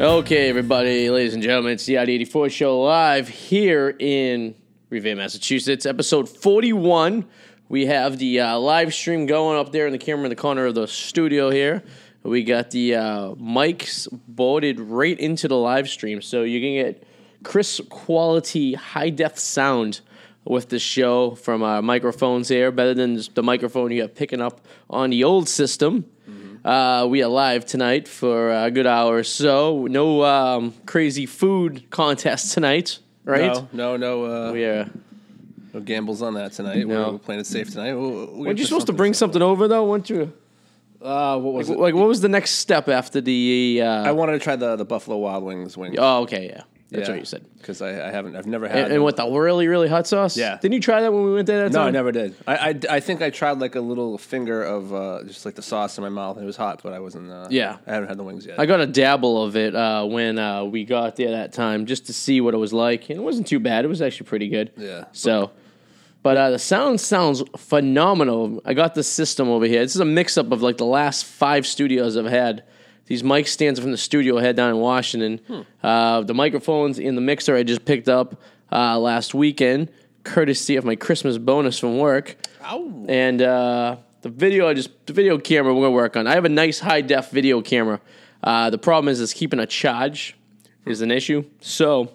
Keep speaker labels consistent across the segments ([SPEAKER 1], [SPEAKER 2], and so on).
[SPEAKER 1] Okay, everybody, ladies and gentlemen, it's the ID84 show live here in Revere, Massachusetts, episode 41. We have the uh, live stream going up there in the camera in the corner of the studio here. We got the uh, mics bolted right into the live stream, so you can get crisp quality, high def sound with the show from our microphones here, better than the microphone you have picking up on the old system. Uh, we are live tonight for a good hour or so. No um, crazy food contest tonight, right?
[SPEAKER 2] No, no, no, uh,
[SPEAKER 1] We are.
[SPEAKER 2] no gambles on that tonight.
[SPEAKER 1] No.
[SPEAKER 2] We're, we're playing it safe tonight. We'll, we'll
[SPEAKER 1] Weren't you supposed to bring something over though? Weren't you?
[SPEAKER 2] Uh, what was
[SPEAKER 1] Like,
[SPEAKER 2] it?
[SPEAKER 1] like, what was the next step after the? Uh,
[SPEAKER 2] I wanted to try the, the Buffalo Wild Wings wings.
[SPEAKER 1] oh, okay, yeah, that's what you said.
[SPEAKER 2] Because I, I haven't, I've never had.
[SPEAKER 1] And,
[SPEAKER 2] them.
[SPEAKER 1] and what the really, really hot sauce?
[SPEAKER 2] Yeah.
[SPEAKER 1] Didn't you try that when we went there that
[SPEAKER 2] No,
[SPEAKER 1] time?
[SPEAKER 2] I never did. I, I, I think I tried like a little finger of uh, just like the sauce in my mouth. It was hot, but I wasn't. Uh,
[SPEAKER 1] Yeah.
[SPEAKER 2] I haven't had the wings yet.
[SPEAKER 1] I got a dabble of it uh, when uh, we got there that time just to see what it was like. And it wasn't too bad. It was actually pretty good.
[SPEAKER 2] Yeah.
[SPEAKER 1] So, but uh, the sound sounds phenomenal. I got this system over here. This is a mix up of like the last five studios I've had. These mic stands from the studio I had down in Washington. Uh, the microphones in the mixer I just picked up uh, last weekend, courtesy of my Christmas bonus from work
[SPEAKER 2] Ow.
[SPEAKER 1] and uh, the video I just the video camera we're gonna work on. I have a nice high def video camera. Uh, the problem is it's keeping a charge is an issue. So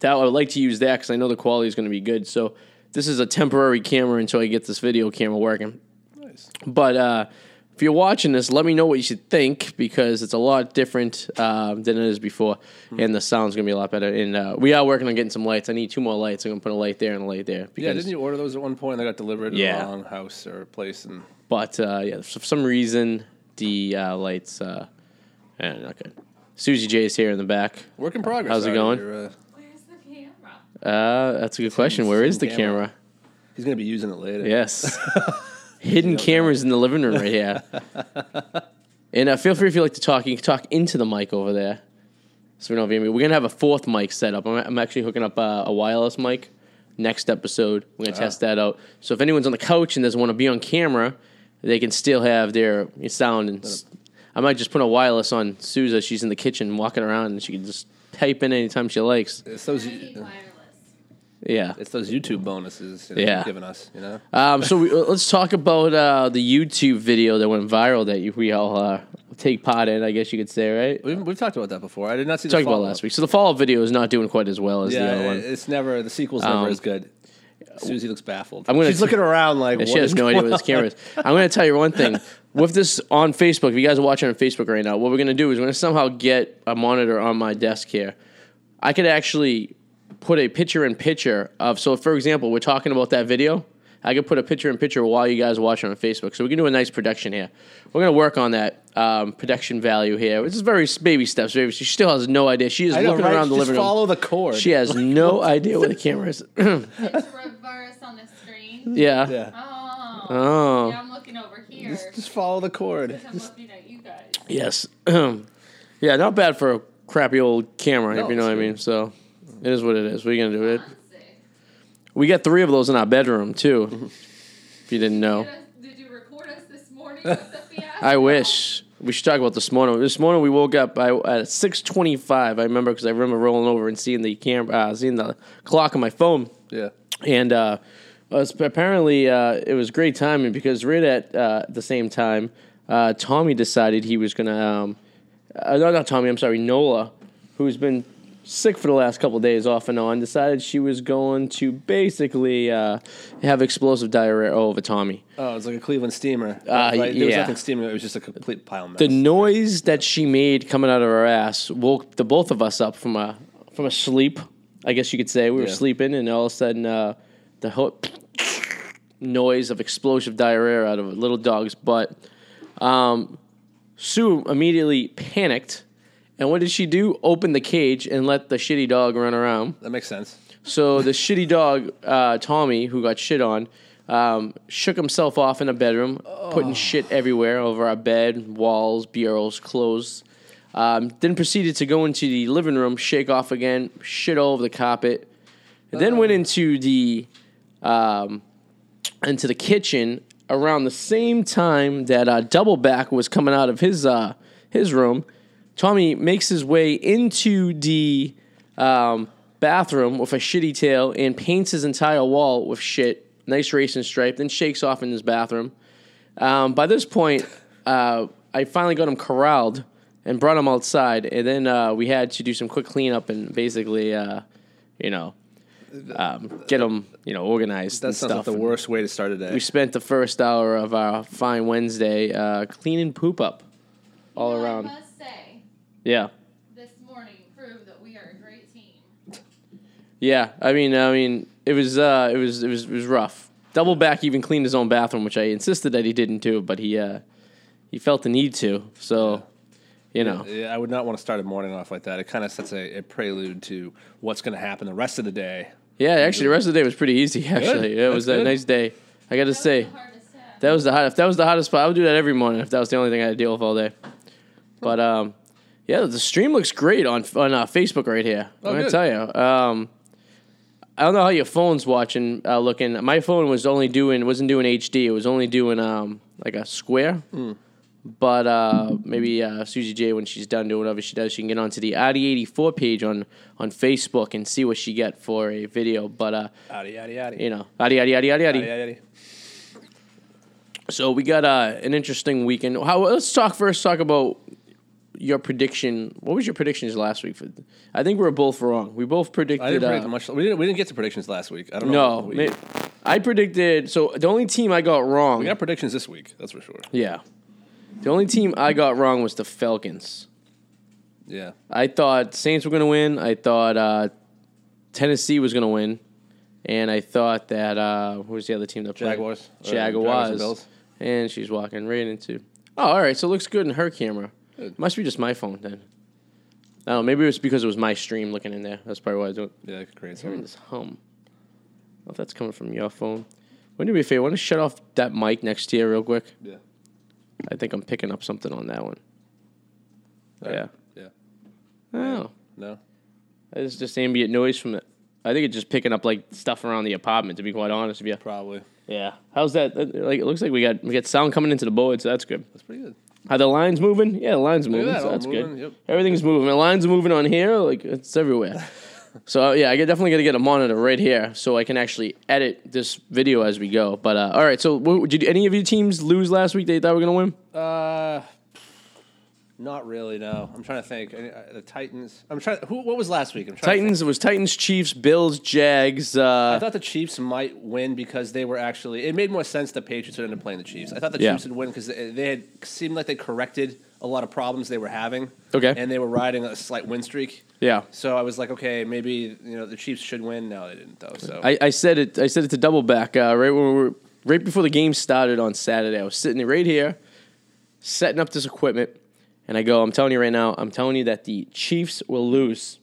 [SPEAKER 1] that I would like to use that because I know the quality is gonna be good. So this is a temporary camera until I get this video camera working.
[SPEAKER 2] Nice.
[SPEAKER 1] But uh, if you're watching this, let me know what you should think because it's a lot different uh, than it is before,
[SPEAKER 2] Hmm.
[SPEAKER 1] and the sound's gonna be a lot better. And uh, we are working on getting some lights. I need two more lights. I'm gonna put a light there and a light there.
[SPEAKER 2] Yeah,
[SPEAKER 1] because-
[SPEAKER 2] didn't you order those at one point? They got delivered to
[SPEAKER 1] Yeah.
[SPEAKER 2] the wrong house or place, and
[SPEAKER 1] But uh, yeah, for some reason the uh, lights. Uh, eh, not good. Susie J is here in the back.
[SPEAKER 2] work in progress.
[SPEAKER 1] How's it
[SPEAKER 2] Ari.
[SPEAKER 1] going?
[SPEAKER 2] You're, uh,
[SPEAKER 3] Where's the camera?
[SPEAKER 1] Uh, that's a good question. Where is the
[SPEAKER 2] hidden camera.
[SPEAKER 1] camera?
[SPEAKER 2] he's gonna be using it later.
[SPEAKER 1] Yes. Hidden cameras in the living room right here. And uh, feel free if you like to talk. You can talk into the mic over there. So we don't have any- We're gonna have a fourth mic set up. I'm, I'm actually hooking up uh, a wireless mic. Next episode, we're gonna test that out. So if anyone's on the couch and doesn't want to be on camera, they can still have their sound. And s- I might just put a wireless on Sousa. She's in the kitchen walking around, and she can just type in anytime she likes.
[SPEAKER 2] It's those.
[SPEAKER 3] I need wireless.
[SPEAKER 1] Yeah.
[SPEAKER 2] It's those YouTube bonuses. You know,
[SPEAKER 1] Yeah.
[SPEAKER 2] you've Given us, you know.
[SPEAKER 1] Um, so we, let's talk about uh, the YouTube video that went viral that you, we all uh, take part in, I guess you could say, right? We
[SPEAKER 2] We've, we've talked about that before. I did not see the
[SPEAKER 1] talked about
[SPEAKER 2] follow-up.
[SPEAKER 1] last week. So the follow-up video is not doing quite as well as
[SPEAKER 2] Yeah,
[SPEAKER 1] the other one. Um,
[SPEAKER 2] it- it's never the sequel's never as good. Susie looks baffled.
[SPEAKER 1] gonna
[SPEAKER 2] She's
[SPEAKER 1] t-
[SPEAKER 2] looking around like
[SPEAKER 1] And
[SPEAKER 2] what
[SPEAKER 1] she has
[SPEAKER 2] is
[SPEAKER 1] no
[SPEAKER 2] going
[SPEAKER 1] idea where this camera is. I'm going to tell you one thing. With this on Facebook, if you guys are watching on Facebook right now, what we're going to do is we're going to somehow get a monitor on my desk here. I could actually put a picture in picture of, so for example, we're talking about that video. I could put a picture in picture while you guys are watching on Facebook. So we can do a nice production here. We're going to work on that um, production value here. This is very s- baby steps. Baby. She still has no idea. She is
[SPEAKER 2] I know,
[SPEAKER 1] looking
[SPEAKER 2] right?
[SPEAKER 1] around the
[SPEAKER 2] Just
[SPEAKER 1] living room.
[SPEAKER 2] follow the cord.
[SPEAKER 1] She has no idea where the camera is.
[SPEAKER 3] It's reverse on the screen.
[SPEAKER 1] yeah.
[SPEAKER 2] Yeah.
[SPEAKER 3] Oh.
[SPEAKER 1] Oh.
[SPEAKER 3] Yeah, I'm looking over here.
[SPEAKER 2] Just follow the cord.
[SPEAKER 3] I'm
[SPEAKER 2] Just,
[SPEAKER 3] looking at you guys.
[SPEAKER 1] Yes. yeah, not bad for a crappy old camera,
[SPEAKER 2] No,
[SPEAKER 1] if you know
[SPEAKER 2] it's
[SPEAKER 1] what I mean. So it is what it is. What are you gonna do? It
[SPEAKER 3] Fancy.
[SPEAKER 1] we got three of those in our bedroom
[SPEAKER 2] Mm-hmm.
[SPEAKER 1] too. if you didn't know.
[SPEAKER 3] Did, us, did you record us this morning with the fiasco?
[SPEAKER 1] Oh. I wish. We should talk about this morning. This morning we woke up I, at six twenty-five. I remember because I remember rolling over and seeing the camera, uh, seeing the clock on my phone,
[SPEAKER 2] yeah.
[SPEAKER 1] and uh, was- apparently uh, it was great timing because right at uh, the same time, uh, Tommy decided he was gonna. Um, uh, no, not Tommy. I'm sorry, Nola, who's been sick for the last couple of days off and on, decided she was going to basically uh, have explosive diarrhea over Tommy.
[SPEAKER 2] Oh, it's like a Cleveland steamer.
[SPEAKER 1] Uh,
[SPEAKER 2] Like, there was
[SPEAKER 1] yeah.
[SPEAKER 2] nothing steaming. It was just a complete pile of mess.
[SPEAKER 1] The noise that she made coming out of her ass woke the both of us up from a from a sleep. I guess you could say we were
[SPEAKER 2] Yeah.
[SPEAKER 1] sleeping, and all of a sudden, uh, the whole noise of explosive diarrhea out of a little dog's butt. Um, Sue immediately panicked, and what did she do? Open the cage and let the shitty dog run around.
[SPEAKER 2] that makes sense.
[SPEAKER 1] So the shitty dog, uh, Tommy, who got shit on, um, shook himself off in a bedroom, putting shit everywhere over our bed, walls, bureaus, clothes. Um, then proceeded to go into the living room, shake off again, shit all over the carpet. And then went into the um, into the kitchen around the same time that uh, double back was coming out of his uh, his room. Tommy makes his way into the um, bathroom with a shitty tail and paints his entire wall with shit. Nice racing stripe. Then shakes off in his bathroom. Um, by this point, uh, I finally got him corralled and brought him outside, and then uh, we had to do some quick cleanup and basically, uh, you know, um, get him, you know, organized.
[SPEAKER 2] That
[SPEAKER 1] and
[SPEAKER 2] sounds
[SPEAKER 1] stuff.
[SPEAKER 2] like the
[SPEAKER 1] And
[SPEAKER 2] worst way to start a day.
[SPEAKER 1] We spent the first hour of our fine Wednesday uh, cleaning poop up all
[SPEAKER 3] Well,
[SPEAKER 1] around.
[SPEAKER 3] I must say,
[SPEAKER 1] Yeah,
[SPEAKER 3] this morning proved that we are a great team.
[SPEAKER 1] yeah. I mean, I mean, it was, uh, it was, it was, it was rough. Double back even cleaned his own bathroom, which I insisted that he didn't do, but he, uh, he felt the need to. So, you know,
[SPEAKER 2] Yeah, I would not want to start a morning off like that. It kind of sets a, a prelude to what's going to happen the rest of the day.
[SPEAKER 1] Yeah, actually, the rest of the day was pretty easy. Actually, Yeah, it
[SPEAKER 2] That's
[SPEAKER 1] was a
[SPEAKER 2] good.
[SPEAKER 1] nice day. I got to
[SPEAKER 3] That was
[SPEAKER 1] say
[SPEAKER 3] the hardest task.
[SPEAKER 1] that was the hot. If that was the hottest spot, I would do that every morning. If that was the only thing I had to deal with all day. But um, yeah, the stream looks great on on uh, Facebook right here.
[SPEAKER 2] Oh,
[SPEAKER 1] I'm gonna
[SPEAKER 2] good.
[SPEAKER 1] tell you. Um, I don't know how your phone's watching uh, looking. My phone was only doing wasn't doing HD. It was only doing um like a square.
[SPEAKER 2] Hmm.
[SPEAKER 1] But uh, maybe uh, Susie J, when she's done doing whatever she does, she can get onto the ID84 page on, on Facebook and see what she get for a video. But uh,
[SPEAKER 2] Yaddy, yaddy, yaddy.
[SPEAKER 1] you know, yaddy yaddy yaddy yaddy
[SPEAKER 2] Yaddy,
[SPEAKER 1] yaddy.
[SPEAKER 2] yaddy, yaddy.
[SPEAKER 1] So we got uh, an interesting weekend. How? Let's talk first. Talk about your prediction. What was your predictions last week? For I think we were both wrong. We both predicted.
[SPEAKER 2] I didn't
[SPEAKER 1] uh,
[SPEAKER 2] predict much. We didn't, we didn't get to predictions last week. I don't know.
[SPEAKER 1] No,
[SPEAKER 2] We,
[SPEAKER 1] ma- I predicted. So the only team I got wrong.
[SPEAKER 2] we got predictions this week, that's for sure.
[SPEAKER 1] yeah, the only team I got wrong was the Falcons.
[SPEAKER 2] Yeah.
[SPEAKER 1] I thought Saints were going to win. I thought uh, Tennessee was going to win, and I thought that uh, who was the other team that played?
[SPEAKER 2] Jaguars. Or Jaguars and
[SPEAKER 1] Jaguars.
[SPEAKER 2] Bills.
[SPEAKER 1] and she's walking right into. Oh, all right. So it looks good in her camera.
[SPEAKER 2] Good.
[SPEAKER 1] Must be just my phone then. I don't know. Maybe it was because it was my stream looking in there. That's probably why I don't
[SPEAKER 2] Yeah, crazy.
[SPEAKER 1] hearing this hum. I don't know if that's coming from your phone. When do we favor? Want to shut off that mic next to you real quick?
[SPEAKER 2] Yeah.
[SPEAKER 1] I think I'm picking up something on that one. Yeah.
[SPEAKER 2] Yeah.
[SPEAKER 1] Oh.
[SPEAKER 2] No.
[SPEAKER 1] It's just ambient noise from it. I think it's just picking up like stuff around the apartment. To be quite honest with you.
[SPEAKER 2] Probably.
[SPEAKER 1] Yeah. How's that? that- Like it looks like we got we got sound coming into the board, so that's good.
[SPEAKER 2] That's pretty good.
[SPEAKER 1] Are the lines moving? Yeah, the lines
[SPEAKER 2] at
[SPEAKER 1] moving.
[SPEAKER 2] that,
[SPEAKER 1] so
[SPEAKER 2] all
[SPEAKER 1] that's
[SPEAKER 2] moving,
[SPEAKER 1] good.
[SPEAKER 2] yep.
[SPEAKER 1] Everything's moving. The lines are moving on here. Like it's everywhere. so uh, yeah, I definitely got to get a monitor right here so I can actually edit this video as we go. But uh, all right. So what, did any of your teams lose last week? They thought were gonna win.
[SPEAKER 2] Uh, not really. No, I'm trying to think. Any- uh, The Titans. I'm trying. Who? What was last week? I'm trying To think.
[SPEAKER 1] Titans. It was Titans, Chiefs, Bills, Jags.
[SPEAKER 2] I
[SPEAKER 1] Uh,
[SPEAKER 2] thought the Chiefs might win because they were actually. It made more sense the Patriots would end up playing the Chiefs. I thought the
[SPEAKER 1] Yeah.
[SPEAKER 2] Chiefs would win because they, they had seemed like they corrected a lot of problems they were having.
[SPEAKER 1] Okay.
[SPEAKER 2] And they were riding a slight win streak.
[SPEAKER 1] yeah.
[SPEAKER 2] So I was like, okay, maybe you know the Chiefs should win. No, they didn't though. So
[SPEAKER 1] I, I said it. I said it to double back uh, right when we were right before the game started on Saturday. I was sitting right here, setting up this equipment, and I go, "I'm telling you right now, I'm telling you that the Chiefs will lose."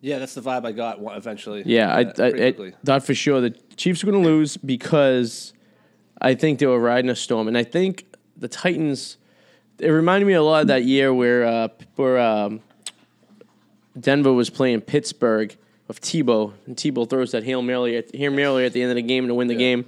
[SPEAKER 2] yeah, that's the vibe I got wa- eventually. Uh,
[SPEAKER 1] Yeah, I, I,
[SPEAKER 2] pretty
[SPEAKER 1] I
[SPEAKER 2] quickly.
[SPEAKER 1] thought for sure the Chiefs were going to lose because I think they were riding a storm, and I think the Titans. It reminded me a lot of that year where uh, p- where um, Denver was playing Pittsburgh with Tebow, and Tebow throws that hail mary at, hail mary at the end of the game to win the game,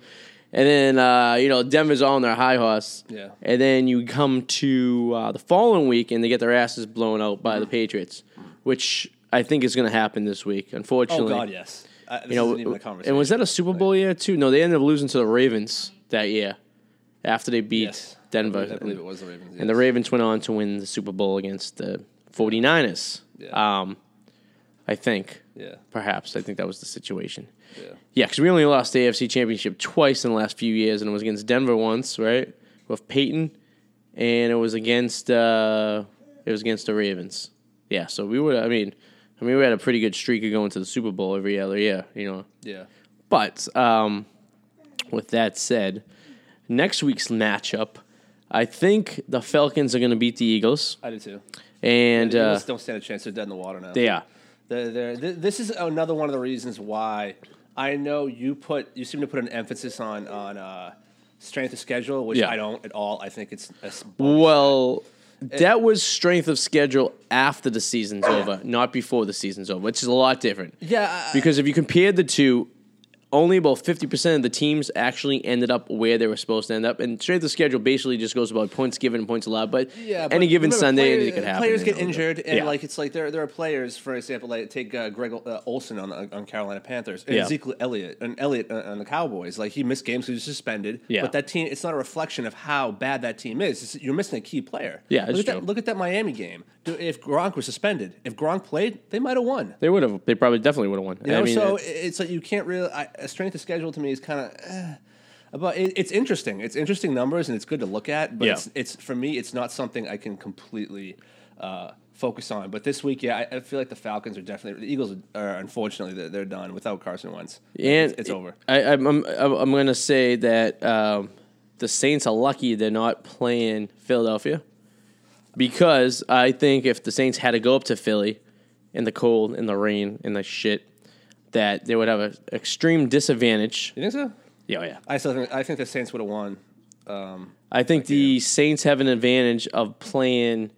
[SPEAKER 1] and then uh, you know Denver's all on their high horse.
[SPEAKER 2] Yeah.
[SPEAKER 1] And then you come to uh, the following week and they get their asses blown out by the
[SPEAKER 2] Mm.
[SPEAKER 1] Patriots, which I think is going to happen this week.
[SPEAKER 2] oh
[SPEAKER 1] Unfortunately,
[SPEAKER 2] God, yes. I, this
[SPEAKER 1] you know,
[SPEAKER 2] isn't even a conversation.
[SPEAKER 1] and was that a Super Bowl year too? No, they ended up losing to the Ravens that year after they beat
[SPEAKER 2] Yes.
[SPEAKER 1] Denver.
[SPEAKER 2] I believe, I believe it
[SPEAKER 1] and,
[SPEAKER 2] was the Ravens.
[SPEAKER 1] and the
[SPEAKER 2] yes.
[SPEAKER 1] Ravens went on to win the Super Bowl against the 49ers.
[SPEAKER 2] Yeah.
[SPEAKER 1] Um, I think,
[SPEAKER 2] Yeah.
[SPEAKER 1] perhaps. I think that was the situation.
[SPEAKER 2] Yeah.
[SPEAKER 1] Yeah, because we only lost the AFC Championship twice in the last few years, and it was against Denver once, right, with Peyton, and it was against uh, it was against the Ravens. Yeah, so we would. I mean, I mean, we had a pretty good streak of going to the Super Bowl every other year, you know.
[SPEAKER 2] Yeah.
[SPEAKER 1] But um, with that said, next week's matchup, I think the Falcons are going to beat the Eagles,
[SPEAKER 2] I did too.
[SPEAKER 1] and
[SPEAKER 2] The
[SPEAKER 1] uh,
[SPEAKER 2] Eagles don't stand a chance. They're dead in the water now.
[SPEAKER 1] they are.
[SPEAKER 2] They're- they're- th- this is another one of the reasons why I know you put you seem to put an emphasis on on uh, strength of schedule, which
[SPEAKER 1] Yeah.
[SPEAKER 2] I don't at all. I think it's a s-
[SPEAKER 1] Well, that was strength of schedule after the season's over, not before the season's over, which is a lot different.
[SPEAKER 2] yeah. I-
[SPEAKER 1] Because if you compared the two, only about 50% of the teams actually ended up where they were supposed to end up. And strength of schedule basically just goes about points given and points allowed. But
[SPEAKER 2] Yeah,
[SPEAKER 1] any
[SPEAKER 2] but
[SPEAKER 1] given
[SPEAKER 2] remember,
[SPEAKER 1] Sunday,
[SPEAKER 2] player-
[SPEAKER 1] it could happen.
[SPEAKER 2] Players
[SPEAKER 1] in
[SPEAKER 2] get
[SPEAKER 1] the league.
[SPEAKER 2] injured, and
[SPEAKER 1] Yeah.
[SPEAKER 2] like it's like there, there are players, for example, like take uh, Greg uh, Olson on the, on Carolina Panthers, and
[SPEAKER 1] Yeah.
[SPEAKER 2] Ezekiel Elliott, and Elliott uh, on the Cowboys. Like he missed games, he was suspended.
[SPEAKER 1] Yeah.
[SPEAKER 2] but that team, it's not a reflection of how bad that team is. It's- you're missing a key player.
[SPEAKER 1] Yeah,
[SPEAKER 2] look
[SPEAKER 1] it's
[SPEAKER 2] at
[SPEAKER 1] true.
[SPEAKER 2] that. Look at that Miami game. Do- If Gronk was suspended, if Gronk played, they might have won.
[SPEAKER 1] They would have. They probably definitely would have won.
[SPEAKER 2] You know,
[SPEAKER 1] I mean,
[SPEAKER 2] so
[SPEAKER 1] it's-
[SPEAKER 2] it's, like you can't really. I, a strength of schedule to me is kind of. Eh, but it, it's interesting. It's interesting numbers, and it's good to look at. But
[SPEAKER 1] Yeah.
[SPEAKER 2] it's, it's for me, it's not something I can completely uh, focus on. But this week, yeah, I, I feel like the Falcons are definitely the Eagles are unfortunately they're, they're done without Carson Wentz.
[SPEAKER 1] and
[SPEAKER 2] it's, it's over.
[SPEAKER 1] I, I'm I'm I'm going to say that um, the Saints are lucky they're not playing Philadelphia because I think if the Saints had to go up to Philly in the cold, in the rain, in the shit, that they would have an extreme disadvantage.
[SPEAKER 2] You think so?
[SPEAKER 1] Yeah, oh, yeah.
[SPEAKER 2] I still think I think the Saints would have won.
[SPEAKER 1] I think the Saints have an advantage of playing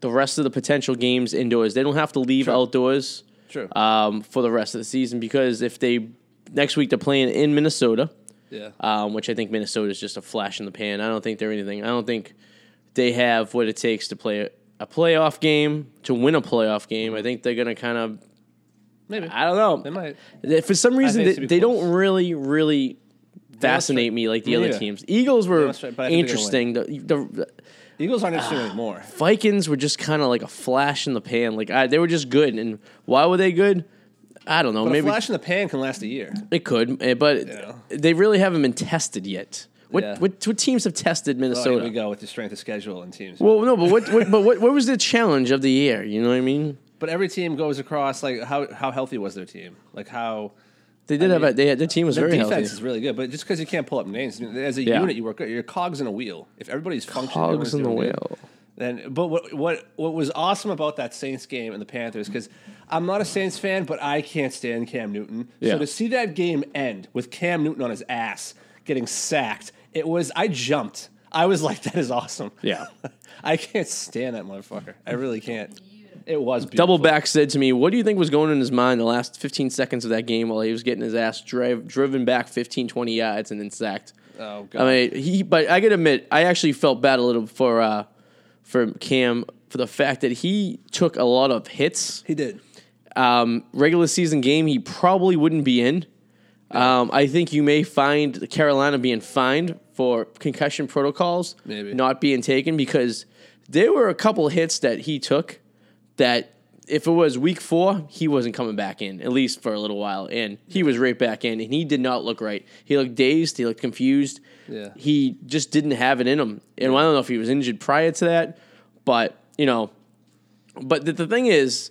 [SPEAKER 1] the rest of the potential games indoors. They don't have to leave
[SPEAKER 2] Sure.
[SPEAKER 1] outdoors
[SPEAKER 2] True.
[SPEAKER 1] um, for the rest of the season because if they next week they're playing in Minnesota,
[SPEAKER 2] yeah.
[SPEAKER 1] um, which I think Minnesota is just a flash in the pan. I don't think they're anything. I don't think they have what it takes to play a playoff game to win a playoff game. I think they're gonna kind of
[SPEAKER 2] Maybe
[SPEAKER 1] I don't know.
[SPEAKER 2] they might.
[SPEAKER 1] They- For some reason,
[SPEAKER 2] think
[SPEAKER 1] they,
[SPEAKER 2] it's gonna
[SPEAKER 1] they
[SPEAKER 2] be close.
[SPEAKER 1] don't really, really fascinate
[SPEAKER 2] right.
[SPEAKER 1] me like the
[SPEAKER 2] Me
[SPEAKER 1] other
[SPEAKER 2] neither.
[SPEAKER 1] teams. Eagles were
[SPEAKER 2] that's right, but I think they're gonna
[SPEAKER 1] interesting. The, the
[SPEAKER 2] Eagles aren't interesting
[SPEAKER 1] Ah.
[SPEAKER 2] anymore.
[SPEAKER 1] Vikings were just kind of like a flash in the pan. Like I, they were just good, and why were they good? I don't know.
[SPEAKER 2] But
[SPEAKER 1] maybe
[SPEAKER 2] a flash in the pan can last a year.
[SPEAKER 1] it could, eh, but
[SPEAKER 2] Yeah.
[SPEAKER 1] they really haven't been tested yet. What,
[SPEAKER 2] Yeah.
[SPEAKER 1] what what teams have tested
[SPEAKER 2] Oh,
[SPEAKER 1] Minnesota?
[SPEAKER 2] here we go with the strength of schedule and teams.
[SPEAKER 1] Well, no, but what, what but what, what was the challenge of the year? You know what I mean?
[SPEAKER 2] But every team goes across like how how healthy was their team? Like how
[SPEAKER 1] They did
[SPEAKER 2] I
[SPEAKER 1] have
[SPEAKER 2] mean,
[SPEAKER 1] a they had, their team was
[SPEAKER 2] their
[SPEAKER 1] very
[SPEAKER 2] defense
[SPEAKER 1] healthy.
[SPEAKER 2] is really good, but just because you can't pull up names I mean, as a
[SPEAKER 1] Yeah.
[SPEAKER 2] unit, you work. You're cogs in a wheel. If everybody's functioning,
[SPEAKER 1] Hogs
[SPEAKER 2] everyone's
[SPEAKER 1] in the
[SPEAKER 2] doing good,
[SPEAKER 1] wheel.
[SPEAKER 2] Then, but what what what was awesome about that Saints game and the Panthers? Because I'm not a Saints fan, but I can't stand Cam Newton.
[SPEAKER 1] Yeah.
[SPEAKER 2] So to see that game end with Cam Newton on his ass getting sacked, it was I jumped. I was like, that is awesome.
[SPEAKER 1] Yeah.
[SPEAKER 2] I can't stand that motherfucker. I really can't. It was beautiful.
[SPEAKER 1] Double back said to me, "What do you think was going in his mind the last 15 seconds of that game while he was getting his ass drive, driven back 15, 20 yards and then sacked?"
[SPEAKER 2] Oh, God.
[SPEAKER 1] I mean, he. But I gotta admit, I actually felt bad a little for uh, for Cam for the fact that he took a lot of hits.
[SPEAKER 2] He did.
[SPEAKER 1] um, regular season game he probably wouldn't be in. Um, I think you may find Carolina being fined for concussion protocols
[SPEAKER 2] Maybe.
[SPEAKER 1] not being taken because there were a couple hits that he took that if it was week four, he wasn't coming back in, at least for a little while. And he was right back in, and he did not look right. He looked dazed, he looked confused.
[SPEAKER 2] Yeah.
[SPEAKER 1] He just didn't have it in him. And I don't know if he was injured prior to that, but, you know, but the, the thing is,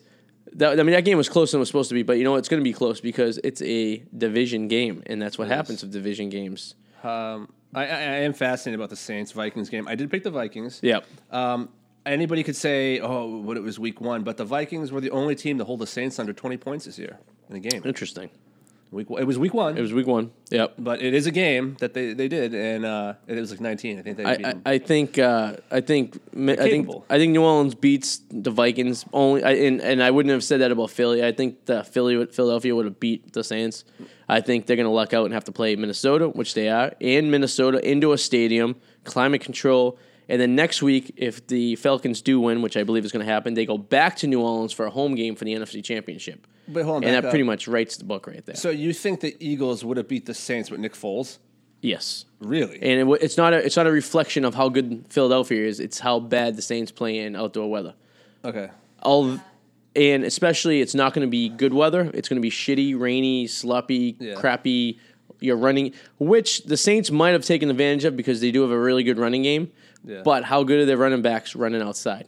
[SPEAKER 1] that, I mean, that game was close than it was supposed to be, but you know, it's going to be close because it's a division game, and that's what happens with division games.
[SPEAKER 2] I, I, I am fascinated about the Saints Vikings game. I did pick the Vikings.
[SPEAKER 1] Yep.
[SPEAKER 2] Um, anybody could say, oh, what it was week one, but the Vikings were the only team to hold the Saints under 20 points this year in the game.
[SPEAKER 1] Interesting.
[SPEAKER 2] Week, it was week one,
[SPEAKER 1] It was week one. Yep.
[SPEAKER 2] but it is a game that they, they did, and uh, it was like 19. I think they
[SPEAKER 1] I,
[SPEAKER 2] beat
[SPEAKER 1] I,
[SPEAKER 2] them.
[SPEAKER 1] I think uh, I think I think
[SPEAKER 2] capable.
[SPEAKER 1] I think New Orleans beats the Vikings only I, and and I wouldn't have said that about Philly. I think the Philly would- Philadelphia would have beat the Saints. I think they're going to luck out and have to play Minnesota, which they are, and Minnesota indoor stadium, climate control. And then next week, if the Falcons do win, which I believe is going to happen, they go back to New Orleans for a home game for the NFC Championship.
[SPEAKER 2] But hold on,
[SPEAKER 1] and
[SPEAKER 2] back
[SPEAKER 1] that pretty
[SPEAKER 2] up.
[SPEAKER 1] much writes the book right there.
[SPEAKER 2] so you think the Eagles would have beat the Saints with Nick Foles?
[SPEAKER 1] yes.
[SPEAKER 2] Really?
[SPEAKER 1] and it, w- it's not a it's not a reflection of how good Philadelphia is. It's how bad the Saints play in outdoor weather.
[SPEAKER 2] okay.
[SPEAKER 1] All and especially it's not going to be good weather. It's going to be shitty, rainy, sloppy,
[SPEAKER 2] Yeah.
[SPEAKER 1] crappy. You're running, which the Saints might have taken advantage of because they do have a really good running game.
[SPEAKER 2] Yeah.
[SPEAKER 1] But how good are their running backs running outside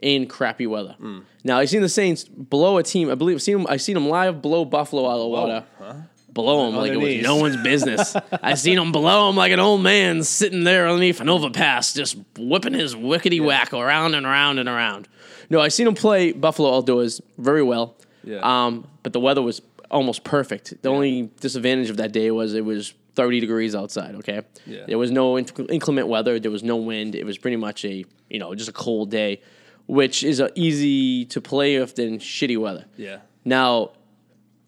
[SPEAKER 1] in crappy weather?
[SPEAKER 2] Hmm.
[SPEAKER 1] Now I've seen the Saints blow a team. I believe I've seen them. I've seen them live blow Buffalo out of the water blow him like
[SPEAKER 2] their
[SPEAKER 1] it was
[SPEAKER 2] knees.
[SPEAKER 1] no one's business. I seen him blow him like an old man sitting there underneath an overpass, just whipping his wickety whack around and around and around. No, I seen him play Buffalo outdoors very well.
[SPEAKER 2] Yeah.
[SPEAKER 1] Um, but the weather was almost perfect. The only disadvantage of that day was it was 30 degrees outside. Okay.
[SPEAKER 2] Yeah.
[SPEAKER 1] There was no inc- inclement weather. There was no wind. It was pretty much a you know just a cold day, which is uh easy to play with than shitty weather.
[SPEAKER 2] Yeah.
[SPEAKER 1] Now,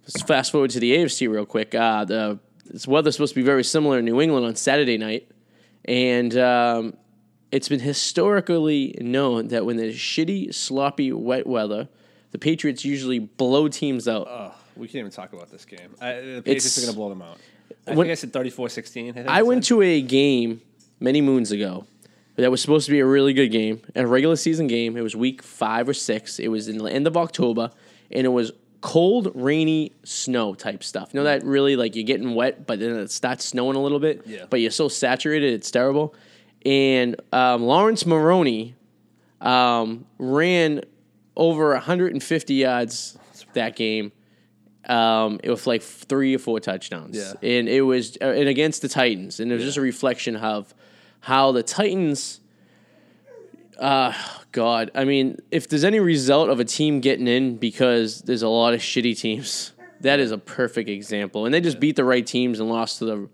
[SPEAKER 1] Let's fast forward to the AFC real quick. Uh, the this weather's supposed to be very similar in New England on Saturday night, and um, it's been historically known that when there's shitty, sloppy, wet weather, the Patriots usually blow teams out.
[SPEAKER 2] We can't even talk about this game. I, the Patriots are
[SPEAKER 1] It's-
[SPEAKER 2] going to blow them out. I
[SPEAKER 1] When-
[SPEAKER 2] think I said 34-16. I, think
[SPEAKER 1] I went
[SPEAKER 2] said.
[SPEAKER 1] to a game many moons ago that was supposed to be a really good game, a regular season game. It was week five or six. It was in the end of October, and it was cold, rainy, snow type stuff. You know that really like you're getting wet, but then it starts snowing a little bit.
[SPEAKER 2] Yeah.
[SPEAKER 1] But you're so saturated, it's terrible. And um, Lawrence Maroney um, ran over 150 yards that game. Um, it was like three or four touchdowns,
[SPEAKER 2] Yeah.
[SPEAKER 1] and it was uh, and against the Titans, and it was just a reflection of how the Titans. Uh, God, I mean, if there's any result of a team getting in because there's a lot of shitty teams, that is a perfect example, and they just beat the right teams and lost to the.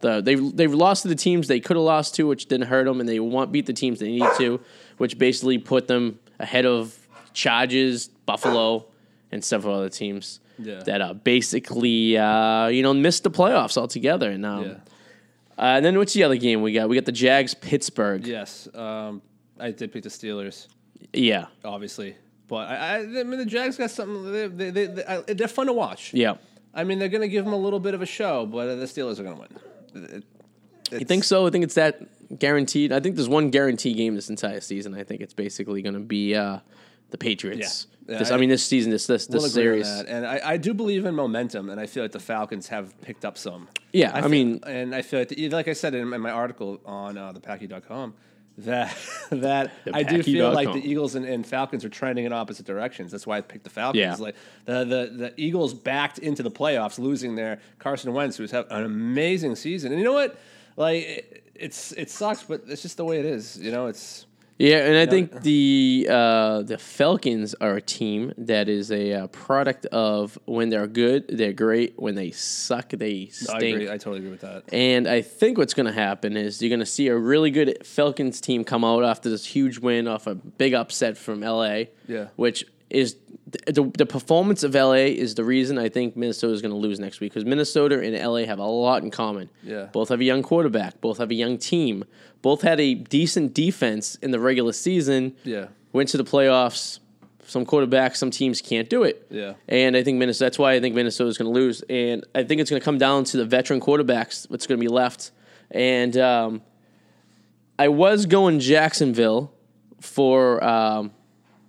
[SPEAKER 1] The, they've they've lost to the teams they could have lost to, which didn't hurt them, and they want beat the teams they need to, which basically put them ahead of Charges, Buffalo, and several other teams
[SPEAKER 2] Yeah.
[SPEAKER 1] that uh, basically uh, you know missed the playoffs altogether. And um,
[SPEAKER 2] Yeah.
[SPEAKER 1] uh, and then what's the other game we got? We got the Jags Pittsburgh. Yeah,
[SPEAKER 2] Yes, um, I did pick the Steelers,
[SPEAKER 1] yeah,
[SPEAKER 2] obviously. But I, I, I mean, the Jags got something. They, they, they, they, I, they're fun to watch. I mean, they're going to give them a little bit of a show, but uh, the Steelers are going to win. It-
[SPEAKER 1] You think so? I think it's that guaranteed. I think there's one guarantee game this entire season. I think it's basically going to be uh, the Patriots.
[SPEAKER 2] Yeah. Yeah,
[SPEAKER 1] This,
[SPEAKER 2] I-
[SPEAKER 1] I, mean, this season, this this this
[SPEAKER 2] We'll agree on
[SPEAKER 1] series.
[SPEAKER 2] that. And I, I do believe in momentum, and I feel like the Falcons have picked up some.
[SPEAKER 1] Yeah, I
[SPEAKER 2] feel-
[SPEAKER 1] mean-
[SPEAKER 2] and I feel like, the, like I said in, my- my article on uh, thepacky.com, that that I do feel like the
[SPEAKER 1] Thepacky.com.
[SPEAKER 2] Eagles and, and Falcons are trending in opposite directions. That's why I picked the Falcons.
[SPEAKER 1] Yeah.
[SPEAKER 2] Like the, the the Eagles backed into the playoffs, losing their Carson Wentz, who's had an amazing season. And you know what? Like it, it's it sucks, but it's just the way it is. You know, it's
[SPEAKER 1] Yeah, and I
[SPEAKER 2] uh-huh.
[SPEAKER 1] think the uh, the Falcons are a team that is a uh, product of when they're good, they're great. When they suck, they
[SPEAKER 2] I
[SPEAKER 1] stink.
[SPEAKER 2] agree. I totally agree with that.
[SPEAKER 1] And I think what's going to happen is you're going to see a really good Falcons team come out after this huge win off a big upset from LA.
[SPEAKER 2] Yeah.
[SPEAKER 1] Which is th- the, the performance of LA is the reason I think Minnesota is going to lose next week because Minnesota and LA have a lot in common.
[SPEAKER 2] Yeah.
[SPEAKER 1] Both have a young quarterback, both have a young team, both had a decent defense in the regular season.
[SPEAKER 2] Yeah.
[SPEAKER 1] Went to the playoffs. Some quarterbacks, some teams can't do it.
[SPEAKER 2] Yeah.
[SPEAKER 1] And I think Minnesota, that's why I think Minnesota's going to lose. And I think it's going to come down to the veteran quarterbacks, what's going to be left. And um, I was going Jacksonville for um,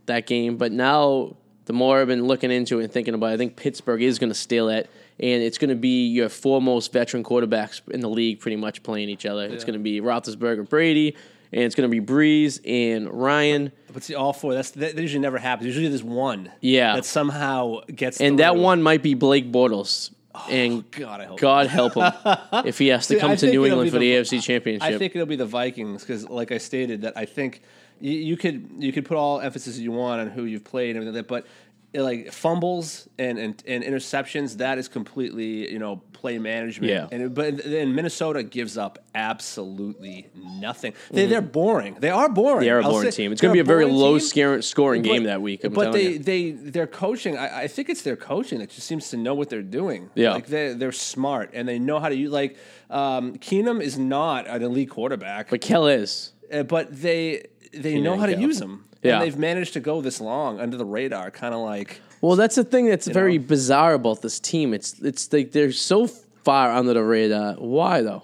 [SPEAKER 1] that game, but now the more I've been looking into it and thinking about it, I think Pittsburgh is going to steal it. And it's going to be your four most veteran quarterbacks in the league pretty much playing each other. It's
[SPEAKER 2] Yeah.
[SPEAKER 1] going to be Roethlisberger, Brady, and it's going to be Breeze and Ryan.
[SPEAKER 2] But see, all four. That's that, that usually never happens. Usually, there's one.
[SPEAKER 1] Yeah.
[SPEAKER 2] That somehow gets.
[SPEAKER 1] And that
[SPEAKER 2] through.
[SPEAKER 1] one might be Blake Bortles. and
[SPEAKER 2] God, I hope.
[SPEAKER 1] Oh, God help him if he has to
[SPEAKER 2] See,
[SPEAKER 1] come
[SPEAKER 2] I
[SPEAKER 1] to
[SPEAKER 2] think
[SPEAKER 1] New
[SPEAKER 2] it'll
[SPEAKER 1] England
[SPEAKER 2] be
[SPEAKER 1] for the
[SPEAKER 2] the-
[SPEAKER 1] AFC Championship.
[SPEAKER 2] I think it'll be the Vikings because, like I stated, that I think you, you could you could put all emphasis you want on who you've played and everything like that, but. it, like fumbles and, and, and interceptions, that is completely you know play management.
[SPEAKER 1] Yeah.
[SPEAKER 2] And it- but then Minnesota gives up absolutely nothing. They they're boring. They are boring.
[SPEAKER 1] Mm-hmm. they are a
[SPEAKER 2] I'll
[SPEAKER 1] boring
[SPEAKER 2] say
[SPEAKER 1] team. It's
[SPEAKER 2] they're
[SPEAKER 1] going to be a very
[SPEAKER 2] boring
[SPEAKER 1] low
[SPEAKER 2] team.
[SPEAKER 1] scar- scoring
[SPEAKER 2] But-
[SPEAKER 1] game that week. I'm
[SPEAKER 2] but
[SPEAKER 1] telling
[SPEAKER 2] they,
[SPEAKER 1] you.
[SPEAKER 2] they their coaching. I, I think it's their coaching that just seems to know what they're doing.
[SPEAKER 1] Yeah.
[SPEAKER 2] like they they're smart and they know how to use. Like um, Keenum is not an elite quarterback,
[SPEAKER 1] But Kel is.
[SPEAKER 2] uh, but they they know
[SPEAKER 1] and
[SPEAKER 2] how to
[SPEAKER 1] Kel.
[SPEAKER 2] use him.
[SPEAKER 1] Yeah.
[SPEAKER 2] and they've managed to go this long under the radar, kind of like
[SPEAKER 1] Well, that's the thing that's very
[SPEAKER 2] know?
[SPEAKER 1] bizarre about this team. It's it's like they're so far under the radar. Why though?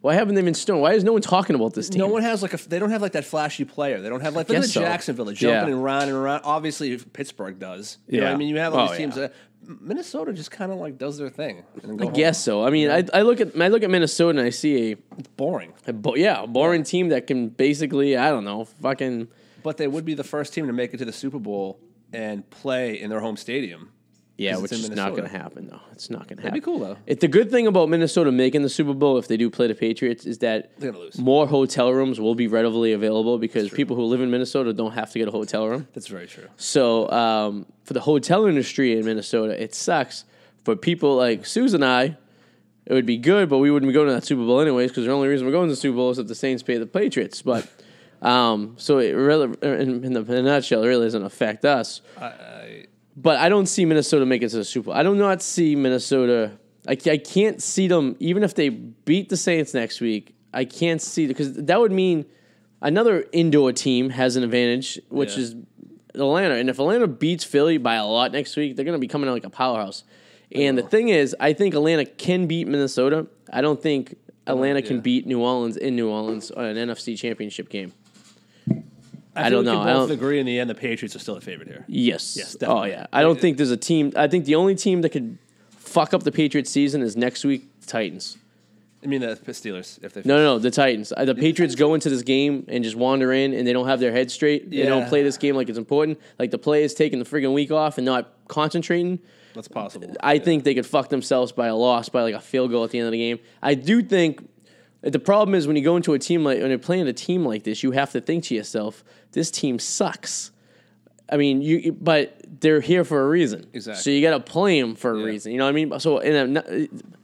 [SPEAKER 1] Why haven't they been stoned? Why is no one talking about this team?
[SPEAKER 2] no one has like a. They don't have like that flashy player. They don't have like look at the
[SPEAKER 1] guess so.
[SPEAKER 2] Jacksonville they're
[SPEAKER 1] Yeah.
[SPEAKER 2] jumping and around and around. Obviously Pittsburgh does. You know what
[SPEAKER 1] Yeah.
[SPEAKER 2] I mean you have all
[SPEAKER 1] Oh,
[SPEAKER 2] these teams.
[SPEAKER 1] yeah.
[SPEAKER 2] That, Minnesota just kind of like does their thing. And go
[SPEAKER 1] I guess so. I mean, I, I look at I look at Minnesota and I see a
[SPEAKER 2] boring.
[SPEAKER 1] A bo- yeah, a boring team that can basically, I don't know, fucking.
[SPEAKER 2] But they would be the first team to make it to the Super Bowl and play in their home stadium.
[SPEAKER 1] Yeah,
[SPEAKER 2] 'Cause
[SPEAKER 1] which
[SPEAKER 2] it's
[SPEAKER 1] is
[SPEAKER 2] in
[SPEAKER 1] not going
[SPEAKER 2] Minnesota.
[SPEAKER 1] to happen, though. It's not going to happen.
[SPEAKER 2] be cool, though.
[SPEAKER 1] It, the good thing about Minnesota making the Super Bowl, if they do play the Patriots, is that
[SPEAKER 2] They're gonna lose.
[SPEAKER 1] more hotel rooms will be readily available because people who live in Minnesota don't have to get a hotel room.
[SPEAKER 2] That's very true.
[SPEAKER 1] So um, for the hotel industry in Minnesota, it sucks. For people like Susan and I, it would be good, but we wouldn't be going to that Super Bowl anyways because the only reason we're going to the Super Bowl is that the Saints pay the Patriots. But um, so it really, in, in, the, in a nutshell, it really doesn't affect us.
[SPEAKER 2] I, I,
[SPEAKER 1] But I don't see Minnesota make it to the Super Bowl. I do not see Minnesota. I, ca- I can't see them, even if they beat the Saints next week. I can't see because that would mean another indoor team has an advantage, which
[SPEAKER 2] Yeah.
[SPEAKER 1] is Atlanta. And if Atlanta beats Philly by a lot next week, they're going to be coming out like a powerhouse. And the thing is, I think Atlanta can beat Minnesota. I don't think Atlanta can
[SPEAKER 2] yeah.
[SPEAKER 1] beat New Orleans in New Orleans on an NFC championship game. I
[SPEAKER 2] feel
[SPEAKER 1] don't
[SPEAKER 2] we can
[SPEAKER 1] know. I
[SPEAKER 2] both
[SPEAKER 1] don't-
[SPEAKER 2] agree in the end, the Patriots are still a favorite here.
[SPEAKER 1] Yes.
[SPEAKER 2] Yes,
[SPEAKER 1] Oh
[SPEAKER 2] definitely.
[SPEAKER 1] yeah. I don't think there's a team. I think the only team that could fuck up the Patriots season is next week the Titans.
[SPEAKER 2] I mean, the Steelers. If they
[SPEAKER 1] No, no, no, the Titans. Uh, The Patriots go into this game and just wander in, and they don't have their head straight. They don't
[SPEAKER 2] Yeah.
[SPEAKER 1] play this game like it's important. Like the play is taking the friggin' week off and not concentrating.
[SPEAKER 2] that's possible.
[SPEAKER 1] I
[SPEAKER 2] Yeah.
[SPEAKER 1] think they could fuck themselves by a loss, by like a field goal at the end of the game. I do think the problem is when you go into a team like when you're playing a team like this, you have to think to yourself, this team sucks. I mean, you but they're here for a reason. So
[SPEAKER 2] Exactly.
[SPEAKER 1] you got to play them for a
[SPEAKER 2] Yeah.
[SPEAKER 1] reason. You know what I mean? So and I'm, not,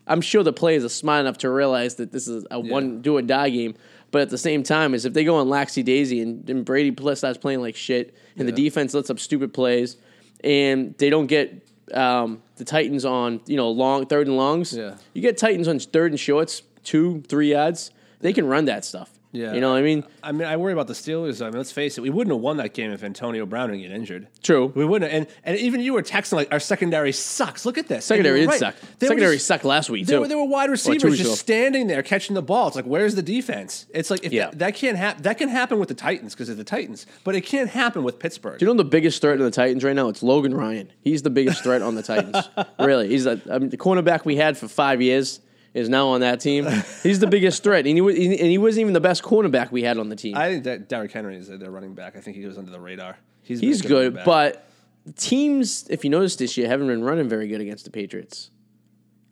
[SPEAKER 1] I'm sure the players are smart enough to realize that this is a one do or die game. But at the same time, is if they go on laxy daisy and, and Brady pl- starts playing like shit, and the
[SPEAKER 2] Yeah.
[SPEAKER 1] defense lets up stupid plays, and they don't get um, the Titans on you know long third and longs.
[SPEAKER 2] Yeah.
[SPEAKER 1] You get Titans on third and shorts, two three yards. They can run that stuff.
[SPEAKER 2] Yeah.
[SPEAKER 1] You know what I mean?
[SPEAKER 2] I mean, I worry about the Steelers. I mean, let's face it, we wouldn't have won that game if Antonio Brown didn't get injured.
[SPEAKER 1] True.
[SPEAKER 2] We wouldn't. Have, and and even you were texting like our secondary sucks. Look at this.
[SPEAKER 1] Secondary
[SPEAKER 2] And
[SPEAKER 1] did
[SPEAKER 2] you were
[SPEAKER 1] suck.
[SPEAKER 2] right. They were
[SPEAKER 1] Secondary
[SPEAKER 2] just-
[SPEAKER 1] sucked last week
[SPEAKER 2] They
[SPEAKER 1] too.
[SPEAKER 2] were, they were wide
[SPEAKER 1] two
[SPEAKER 2] receivers
[SPEAKER 1] weeks ago.
[SPEAKER 2] just standing there catching the ball. It's like, where's the defense? It's like if
[SPEAKER 1] Yeah.
[SPEAKER 2] that, that can't happen. That can happen with the Titans because it's the Titans, but it can't happen with Pittsburgh.
[SPEAKER 1] Do you know the biggest threat on the Titans right now? It's Logan Ryan. He's the biggest threat on the Titans. really, he's a, I mean, the cornerback we had for five years is now on that team. He's the biggest threat, and he was, and he wasn't even the best cornerback we had on the team.
[SPEAKER 2] I think that Derrick Henry is their running back. I think he goes under the radar. He's, been a
[SPEAKER 1] He's
[SPEAKER 2] running
[SPEAKER 1] good,
[SPEAKER 2] back.
[SPEAKER 1] but teams, if you notice this year, haven't been running very good against the Patriots.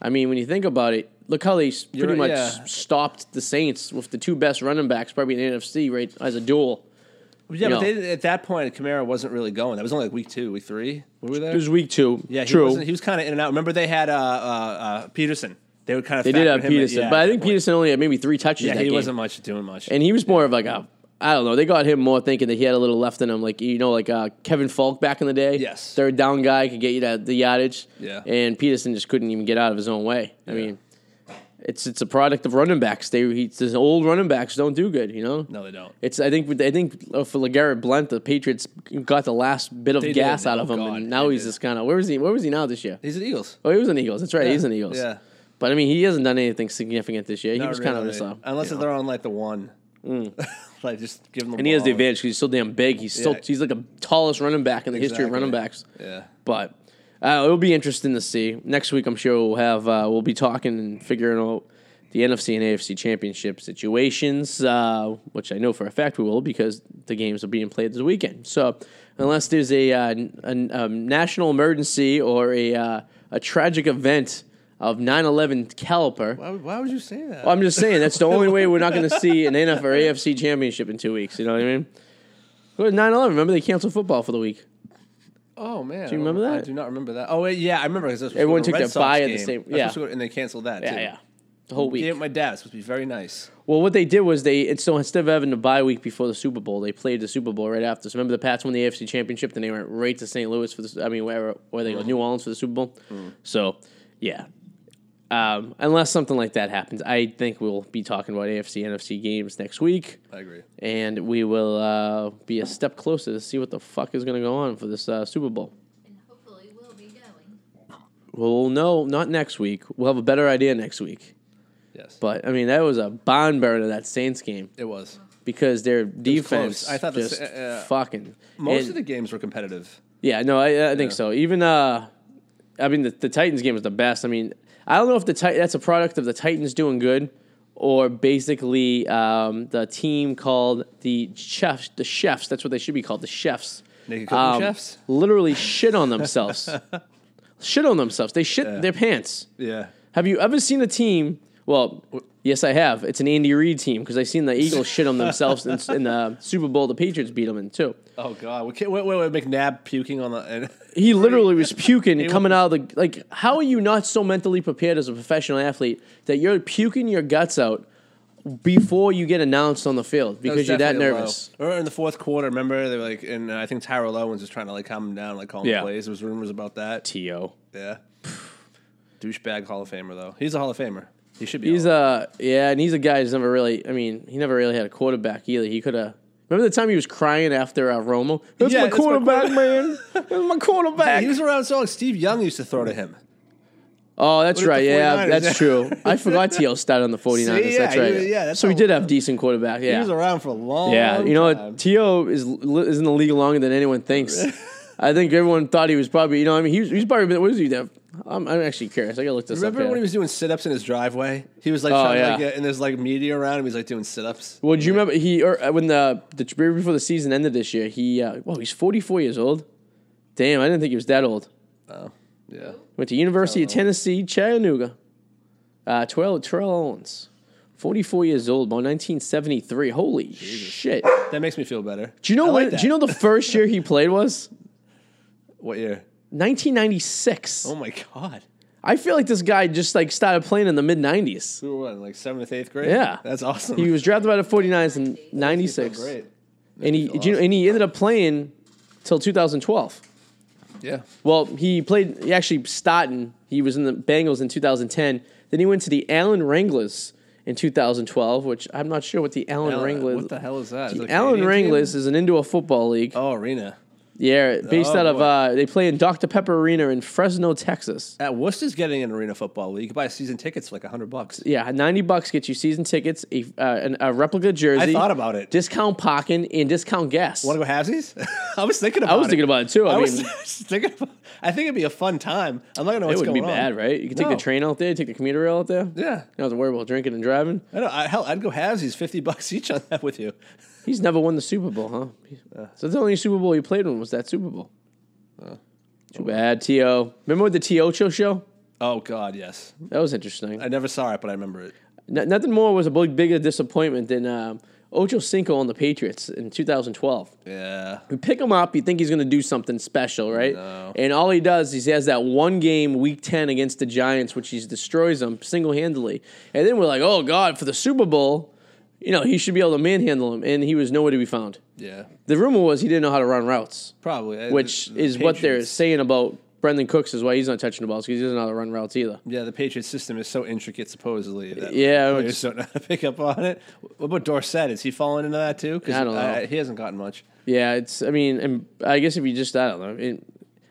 [SPEAKER 1] I mean, when you think about it, look how they s- pretty
[SPEAKER 2] You're-
[SPEAKER 1] much
[SPEAKER 2] yeah.
[SPEAKER 1] stopped the Saints with the two best running backs, probably in the NFC, right, as a duel.
[SPEAKER 2] yeah,
[SPEAKER 1] you
[SPEAKER 2] but
[SPEAKER 1] know.
[SPEAKER 2] they, at that point, Kamara wasn't really going. That was only like week two, week three. Were we there?
[SPEAKER 1] It was week two.
[SPEAKER 2] Yeah, he,
[SPEAKER 1] true.
[SPEAKER 2] Wasn't, he was kind of in and out. Remember, they had uh, uh, uh, Peterson. They would kind of
[SPEAKER 1] they did have Peterson, but I think Peterson only had maybe three touches.
[SPEAKER 2] yeah,
[SPEAKER 1] that
[SPEAKER 2] he
[SPEAKER 1] game.
[SPEAKER 2] wasn't much doing much.
[SPEAKER 1] and he was more of like a I don't know. They got him more thinking that he had a little left in him, like you know, like uh, Kevin Falk back in the day.
[SPEAKER 2] Yes.
[SPEAKER 1] third down guy could get you that the yardage.
[SPEAKER 2] Yeah.
[SPEAKER 1] and Peterson just couldn't even get out of his own way. I
[SPEAKER 2] Yeah.
[SPEAKER 1] mean, it's it's a product of running backs. They he, these old running backs don't do good. You know,
[SPEAKER 2] no, they don't.
[SPEAKER 1] it's I think I think uh, for Legarrette Blunt, the Patriots got the last bit of
[SPEAKER 2] They
[SPEAKER 1] gas
[SPEAKER 2] did.
[SPEAKER 1] out of
[SPEAKER 2] Oh,
[SPEAKER 1] him,
[SPEAKER 2] God,
[SPEAKER 1] and now
[SPEAKER 2] they
[SPEAKER 1] he's
[SPEAKER 2] did.
[SPEAKER 1] just kind of where is he? Where was he now this year?
[SPEAKER 2] He's the Eagles.
[SPEAKER 1] Oh, he was an Eagles. That's right. He's an Eagles.
[SPEAKER 2] Yeah.
[SPEAKER 1] But I mean, he hasn't done anything significant this year. he
[SPEAKER 2] Not
[SPEAKER 1] was kind of
[SPEAKER 2] really.
[SPEAKER 1] just a,
[SPEAKER 2] unless
[SPEAKER 1] you know.
[SPEAKER 2] they're on like the one, like just give them.
[SPEAKER 1] Mm. And he has the advantage because he's still damn big. He's still
[SPEAKER 2] Yeah.
[SPEAKER 1] he's like the tallest running back in the history of
[SPEAKER 2] Exactly.
[SPEAKER 1] running backs.
[SPEAKER 2] Yeah.
[SPEAKER 1] But uh, it'll be interesting to see. Next week, I'm sure we'll have uh, we'll be talking and figuring out the NFC and AFC championship situations, uh, which I know for a fact we will because the games are being played this weekend. So unless there's a, uh, n- an- um, national emergency or a uh, a tragic event of 9/11 caliper.
[SPEAKER 2] Why, would- why would you say that?
[SPEAKER 1] I'm just saying that's the only way we're not going to see an NFL or AFC championship in two weeks. You know what I mean? Well, 9/11. Remember they canceled football for the week.
[SPEAKER 2] oh man, do
[SPEAKER 1] you remember
[SPEAKER 2] I
[SPEAKER 1] that?
[SPEAKER 2] do not remember that. Oh wait, yeah, I remember. 'cause I was supposed to
[SPEAKER 1] Everyone
[SPEAKER 2] go to
[SPEAKER 1] took
[SPEAKER 2] Red
[SPEAKER 1] their
[SPEAKER 2] Sox
[SPEAKER 1] bye at the
[SPEAKER 2] game.
[SPEAKER 1] same-
[SPEAKER 2] I was
[SPEAKER 1] yeah.
[SPEAKER 2] supposed to go to- and they canceled that.
[SPEAKER 1] Yeah,
[SPEAKER 2] too.
[SPEAKER 1] yeah. The whole
[SPEAKER 2] Yeah,
[SPEAKER 1] week.
[SPEAKER 2] my dad was supposed to be very nice.
[SPEAKER 1] Well, what they did was they and so instead of having a bye week before the Super Bowl, they played the Super Bowl right after. So remember the Pats won the AFC Championship, then they went right to St. Louis for the I mean wherever where they go New Orleans for the Super Bowl. So yeah. Um, unless something like that happens, I think we'll be talking about AFC NFC games next week.
[SPEAKER 2] I agree.
[SPEAKER 1] and we will uh, be a step closer to see what the fuck is going to go on for this uh, Super Bowl.
[SPEAKER 3] And hopefully we'll be going.
[SPEAKER 1] Well, no, not next week. We'll have a better idea next week.
[SPEAKER 2] Yes,
[SPEAKER 1] But I mean, that was a barn burner that Saints game
[SPEAKER 2] it was.
[SPEAKER 1] because their defense
[SPEAKER 2] close. I thought the
[SPEAKER 1] just
[SPEAKER 2] Sa- uh,
[SPEAKER 1] fucking
[SPEAKER 2] Most
[SPEAKER 1] and-
[SPEAKER 2] of the games were competitive.
[SPEAKER 1] Yeah, no, I, I think
[SPEAKER 2] Yeah.
[SPEAKER 1] so. Even uh, I mean, the, the Titans game was the best. I mean, I don't know if the Ti- that's a product of the Titans doing good or basically um, the team called the chefs, the chefs. That's what they should be called, the chefs. um,
[SPEAKER 2] Naked cooking chefs?
[SPEAKER 1] literally shit on themselves. shit on themselves. They shit
[SPEAKER 2] Yeah.
[SPEAKER 1] their pants.
[SPEAKER 2] Yeah,
[SPEAKER 1] Have you ever seen a team? Well, yes, I have. It's an Andy Reid team because I seen the Eagles shit on themselves in, in the Super Bowl. The Patriots beat them in too.
[SPEAKER 2] Oh God! We can't, wait, wait, wait! McNabb puking on the. And,
[SPEAKER 1] He literally was puking coming out of the like. How are you not so mentally prepared as a professional athlete that you're puking your guts out before you get announced on the field
[SPEAKER 2] That was
[SPEAKER 1] because you're that
[SPEAKER 2] definitely
[SPEAKER 1] nervous.
[SPEAKER 2] Low. Or in the fourth quarter, remember they were like, and I think Tyrell Owens was trying to like calm him down, like calm
[SPEAKER 1] Yeah.
[SPEAKER 2] plays. There was rumors about that.
[SPEAKER 1] To
[SPEAKER 2] Yeah, douchebag Hall of Famer though. He's a Hall of Famer. He should be.
[SPEAKER 1] he's
[SPEAKER 2] Hall of-
[SPEAKER 1] a yeah, and he's a guy who's never really. I mean, he never really had a quarterback either. He could have. Remember the time he was crying after uh, Romo? That's
[SPEAKER 2] Yeah,
[SPEAKER 1] my
[SPEAKER 2] that's my
[SPEAKER 1] quarterback, man. That's my quarterback.
[SPEAKER 2] he was around so long. Steve Young used to throw to him.
[SPEAKER 1] Oh, that's
[SPEAKER 2] What if
[SPEAKER 1] right.
[SPEAKER 2] the
[SPEAKER 1] Yeah,
[SPEAKER 2] 49ers?
[SPEAKER 1] that's true. I forgot T.O. started on the 49ers.
[SPEAKER 2] See, yeah,
[SPEAKER 1] that's right.
[SPEAKER 2] you- yeah, that's
[SPEAKER 1] so we
[SPEAKER 2] how-
[SPEAKER 1] did have decent quarterback. Yeah.
[SPEAKER 2] He was around for a long.
[SPEAKER 1] yeah. You know
[SPEAKER 2] time.
[SPEAKER 1] what? T.O. is li- is in the league longer than anyone thinks. I think everyone thought he was probably, you know, I mean, he was, he's probably been, what is he there? I'm, I'm actually curious. I gotta look this
[SPEAKER 2] Remember
[SPEAKER 1] up. here.
[SPEAKER 2] when he was doing sit ups in his driveway? He was like
[SPEAKER 1] Oh,
[SPEAKER 2] trying to like
[SPEAKER 1] yeah.
[SPEAKER 2] get, and there's like media around him. He's like doing sit ups.
[SPEAKER 1] well, do you remember he, or uh, when the, the year before the season ended this year, he, uh, whoa, he's 44 years old. Damn, I didn't think he was that old.
[SPEAKER 2] Oh, yeah.
[SPEAKER 1] Went to University of Tennessee, Chattanooga. Uh, Terrell, Terrell Owens, 44 years old, born 1973. Holy shit.
[SPEAKER 2] That makes me feel better.
[SPEAKER 1] Do you know
[SPEAKER 2] I
[SPEAKER 1] when,
[SPEAKER 2] like that.
[SPEAKER 1] Do you know the first year he played was?
[SPEAKER 2] what year?
[SPEAKER 1] 1996.
[SPEAKER 2] Oh my god.
[SPEAKER 1] I feel like this guy just like started playing in the mid 90s.
[SPEAKER 2] Who won? Like seventh, eighth grade?
[SPEAKER 1] Yeah.
[SPEAKER 2] That's awesome.
[SPEAKER 1] He was drafted by the 49ers in
[SPEAKER 2] You feel
[SPEAKER 1] 96.
[SPEAKER 2] Great.
[SPEAKER 1] And he do you know, and he ended up playing till 2012.
[SPEAKER 2] Yeah.
[SPEAKER 1] Well, he played. He actually Stoughton. He was in the Bengals in 2010. Then he went to the Allen Wranglers in 2012, which I'm not sure what the Allen
[SPEAKER 2] Allen-
[SPEAKER 1] Wranglers.
[SPEAKER 2] what the hell is that? Is
[SPEAKER 1] The
[SPEAKER 2] it a
[SPEAKER 1] Allen
[SPEAKER 2] Canadian team?
[SPEAKER 1] Wranglers is an indoor football league.
[SPEAKER 2] Oh, arena.
[SPEAKER 1] Yeah, based
[SPEAKER 2] Oh,
[SPEAKER 1] out of
[SPEAKER 2] boy.
[SPEAKER 1] uh, they play in Dr Pepper Arena in Fresno, Texas.
[SPEAKER 2] At Worcester's getting an arena football league. You can buy season tickets for like hundred bucks.
[SPEAKER 1] Yeah, ninety bucks gets you season tickets, a uh, an, a replica jersey.
[SPEAKER 2] I thought about it.
[SPEAKER 1] Discount parking and discount gas.
[SPEAKER 2] Want to go halvesies? I was thinking about
[SPEAKER 1] I was thinking about it too. I,
[SPEAKER 2] I,
[SPEAKER 1] mean,
[SPEAKER 2] was thinking about. I think it'd be a fun time. I'm not gonna
[SPEAKER 1] it
[SPEAKER 2] know what's
[SPEAKER 1] wouldn't
[SPEAKER 2] going
[SPEAKER 1] be
[SPEAKER 2] on.
[SPEAKER 1] bad, right? You could take
[SPEAKER 2] No.
[SPEAKER 1] the train out there, take the commuter rail out there. You
[SPEAKER 2] Yeah.
[SPEAKER 1] don't have to worry about drinking and driving.
[SPEAKER 2] I know. I, hell, I'd go halvesies, fifty bucks each on that with you.
[SPEAKER 1] He's never won the Super Bowl, huh? So the only Super Bowl he played in was that Super Bowl. Too bad, T.O. Remember with the Tiocho show?
[SPEAKER 2] Oh God, yes.
[SPEAKER 1] That was interesting.
[SPEAKER 2] I never saw it, but I remember it.
[SPEAKER 1] N- nothing more was a big, bigger disappointment than um, Ocho Cinco on the Patriots in 2012.
[SPEAKER 2] Yeah.
[SPEAKER 1] We pick him up. You think he's going to do something special, right?
[SPEAKER 2] No.
[SPEAKER 1] And all he does is he has that one game, Week Ten against the Giants, which he destroys them single handedly. And then we're like, oh God, for the Super Bowl, you know, he should be able to manhandle him, and he was nowhere to be found.
[SPEAKER 2] Yeah.
[SPEAKER 1] The rumor was he didn't know how to run routes,
[SPEAKER 2] Probably. I-
[SPEAKER 1] which
[SPEAKER 2] the- the
[SPEAKER 1] is what they're
[SPEAKER 2] Patriots-
[SPEAKER 1] saying about Brendan Cooks is why he's not touching the balls because he doesn't know how to run routes either.
[SPEAKER 2] Yeah, the Patriot system is so intricate, supposedly. That
[SPEAKER 1] Yeah,
[SPEAKER 2] players
[SPEAKER 1] it's-
[SPEAKER 2] don't know how to pick up on it. What about Dorsett? Is he falling into that too? Because
[SPEAKER 1] I don't know.
[SPEAKER 2] he hasn't gotten much.
[SPEAKER 1] Yeah, it's. I mean, and I guess if you just, I don't know. It, and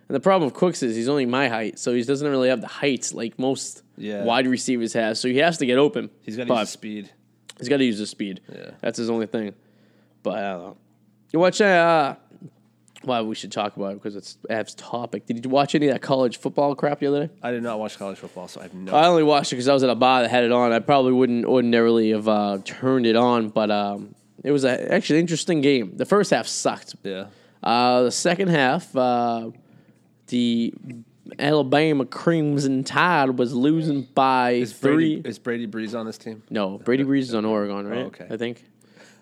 [SPEAKER 1] the problem with Cooks is he's only my height, so he doesn't really have the heights like most
[SPEAKER 2] Yeah.
[SPEAKER 1] wide receivers have. So he has to get open.
[SPEAKER 2] He's got
[SPEAKER 1] But
[SPEAKER 2] his speed.
[SPEAKER 1] he's got to use his speed.
[SPEAKER 2] Yeah.
[SPEAKER 1] that's his only thing. But I don't know. You watch. Uh, well, we should talk about it because it's Av's topic. Did you watch any of that college football crap the other day?
[SPEAKER 2] I did not watch college football, so I have no.
[SPEAKER 1] I only watched it because I was at a bar that had it on. I probably wouldn't ordinarily have uh, turned it on, but um, it was a, actually an interesting game. The first half sucked.
[SPEAKER 2] yeah.
[SPEAKER 1] Uh, the second half, uh, the Alabama Crimson Tide was losing by
[SPEAKER 2] Is
[SPEAKER 1] three.
[SPEAKER 2] Brady, is Brady Breeze on this team?
[SPEAKER 1] no, Brady Breeze is on Oregon, right?
[SPEAKER 2] okay.
[SPEAKER 1] I think.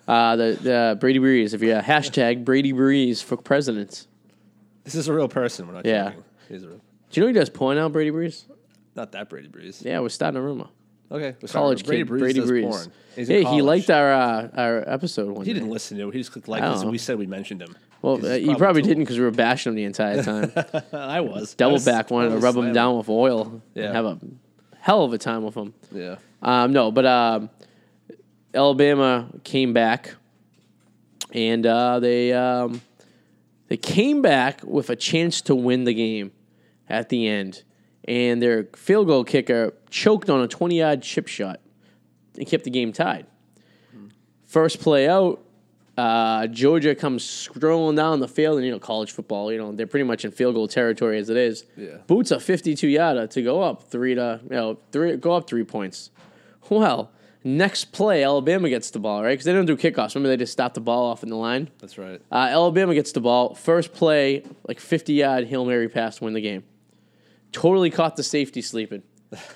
[SPEAKER 1] Uh, the, the Brady Breeze. If you uh, hashtag Brady Breeze for president.
[SPEAKER 2] This is a real person. We're not
[SPEAKER 1] Yeah.
[SPEAKER 2] joking. He's a real,
[SPEAKER 1] Do you know he does porn now, Brady Breeze?
[SPEAKER 2] not that Brady Breeze.
[SPEAKER 1] Yeah, we're starting a rumor.
[SPEAKER 2] Okay. we're sorry.
[SPEAKER 1] College kid, Brady
[SPEAKER 2] does
[SPEAKER 1] Breeze.
[SPEAKER 2] porn. He's in
[SPEAKER 1] Hey, he
[SPEAKER 2] college.
[SPEAKER 1] liked our uh, our episode one.
[SPEAKER 2] He
[SPEAKER 1] day.
[SPEAKER 2] didn't listen to it. He just clicked like
[SPEAKER 1] I
[SPEAKER 2] this,
[SPEAKER 1] don't know.
[SPEAKER 2] and we said we mentioned him.
[SPEAKER 1] Oh. Well,
[SPEAKER 2] He's
[SPEAKER 1] uh, you
[SPEAKER 2] probably
[SPEAKER 1] probably
[SPEAKER 2] a
[SPEAKER 1] didn't
[SPEAKER 2] tool.
[SPEAKER 1] because we were bashing him the entire time.
[SPEAKER 2] I was I
[SPEAKER 1] Double
[SPEAKER 2] was-
[SPEAKER 1] back wanted
[SPEAKER 2] I
[SPEAKER 1] to
[SPEAKER 2] was
[SPEAKER 1] rub him
[SPEAKER 2] slamming.
[SPEAKER 1] down with oil
[SPEAKER 2] Yeah.
[SPEAKER 1] and have a hell of a time with him.
[SPEAKER 2] Yeah.
[SPEAKER 1] Um, no, but um, Alabama came back, and uh, they um, they came back with a chance to win the game at the end, and their field goal kicker choked on a twenty yard chip shot and kept the game tied. First play out. Uh, Georgia comes strolling down the field, and you know college football. You know they're pretty much in field goal territory as it is.
[SPEAKER 2] Yeah.
[SPEAKER 1] Boots a fifty-two yarder to go up three to you know three go up three points. Well, next play, Alabama gets the ball, right? Because they don't do kickoffs. Remember, they just stop the ball off in the line.
[SPEAKER 2] That's right.
[SPEAKER 1] Uh, Alabama gets the ball. First play, like 50 yard Hail Mary pass to win the game. Totally caught the safety sleeping.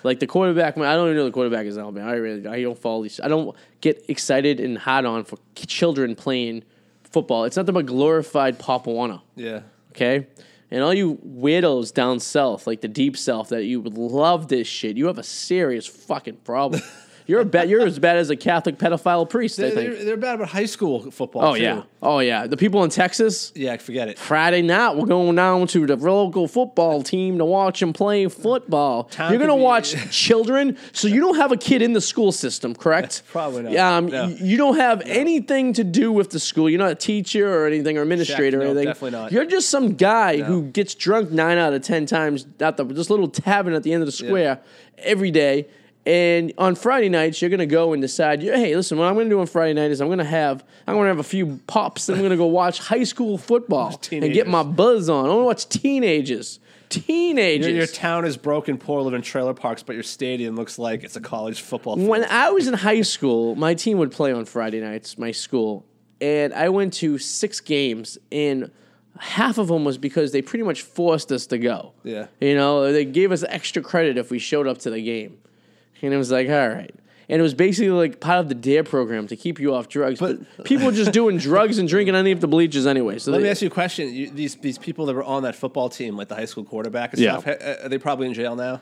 [SPEAKER 1] Like the quarterback, I don't even know the quarterback is in Alabama. I really, I don't follow these. I don't get excited and hot on for k- children playing football. It's nothing but glorified Papuana,
[SPEAKER 2] Yeah.
[SPEAKER 1] okay? And all you weirdos down south, like the deep south, that you would love this shit. You have a serious fucking problem. You're a bad. You're as bad as a Catholic pedophile priest. I
[SPEAKER 2] They're,
[SPEAKER 1] think.
[SPEAKER 2] they're, they're bad about high school football.
[SPEAKER 1] oh
[SPEAKER 2] too.
[SPEAKER 1] yeah. Oh yeah. The people in Texas.
[SPEAKER 2] yeah. Forget it.
[SPEAKER 1] Friday night, we're going down to the local football team to watch them play football.
[SPEAKER 2] Time
[SPEAKER 1] You're
[SPEAKER 2] to
[SPEAKER 1] going to
[SPEAKER 2] be-
[SPEAKER 1] watch children, so you don't have a kid in the school system, correct?
[SPEAKER 2] Probably not.
[SPEAKER 1] Um,
[SPEAKER 2] No.
[SPEAKER 1] y- You don't have anything to do with the school. You're not a teacher or anything or administrator or
[SPEAKER 2] no,
[SPEAKER 1] anything.
[SPEAKER 2] definitely not.
[SPEAKER 1] You're just some guy
[SPEAKER 2] No.
[SPEAKER 1] who gets drunk nine out of ten times at the this little tavern at the end of the square every day. And on Friday nights, you're gonna go and decide. you- Hey, listen, what I'm gonna do on Friday night is I'm gonna have I'm gonna have a few pops. And I'm gonna go watch high school football and get
[SPEAKER 2] Teenagers.
[SPEAKER 1] my buzz on. I want to watch teenagers. Teenagers.
[SPEAKER 2] Your, your town is broken, poor living trailer parks, but your stadium looks like it's a college football. Field.
[SPEAKER 1] When I was in high school, my team would play on Friday nights, my school, and I went to six games, and half of them was because they pretty much forced us to go.
[SPEAKER 2] Yeah.
[SPEAKER 1] You know, they gave us extra credit if we showed up to the game. And it was like, all right. And it was basically like part of the DARE program to keep you off drugs. But, people were just doing drugs and drinking underneath the bleachers anyway. So
[SPEAKER 2] Let
[SPEAKER 1] they,
[SPEAKER 2] me ask you a question. You, these these people that were on that football team, like the high school quarterback and
[SPEAKER 1] Yeah.
[SPEAKER 2] stuff, ha- uh, are they probably in jail now?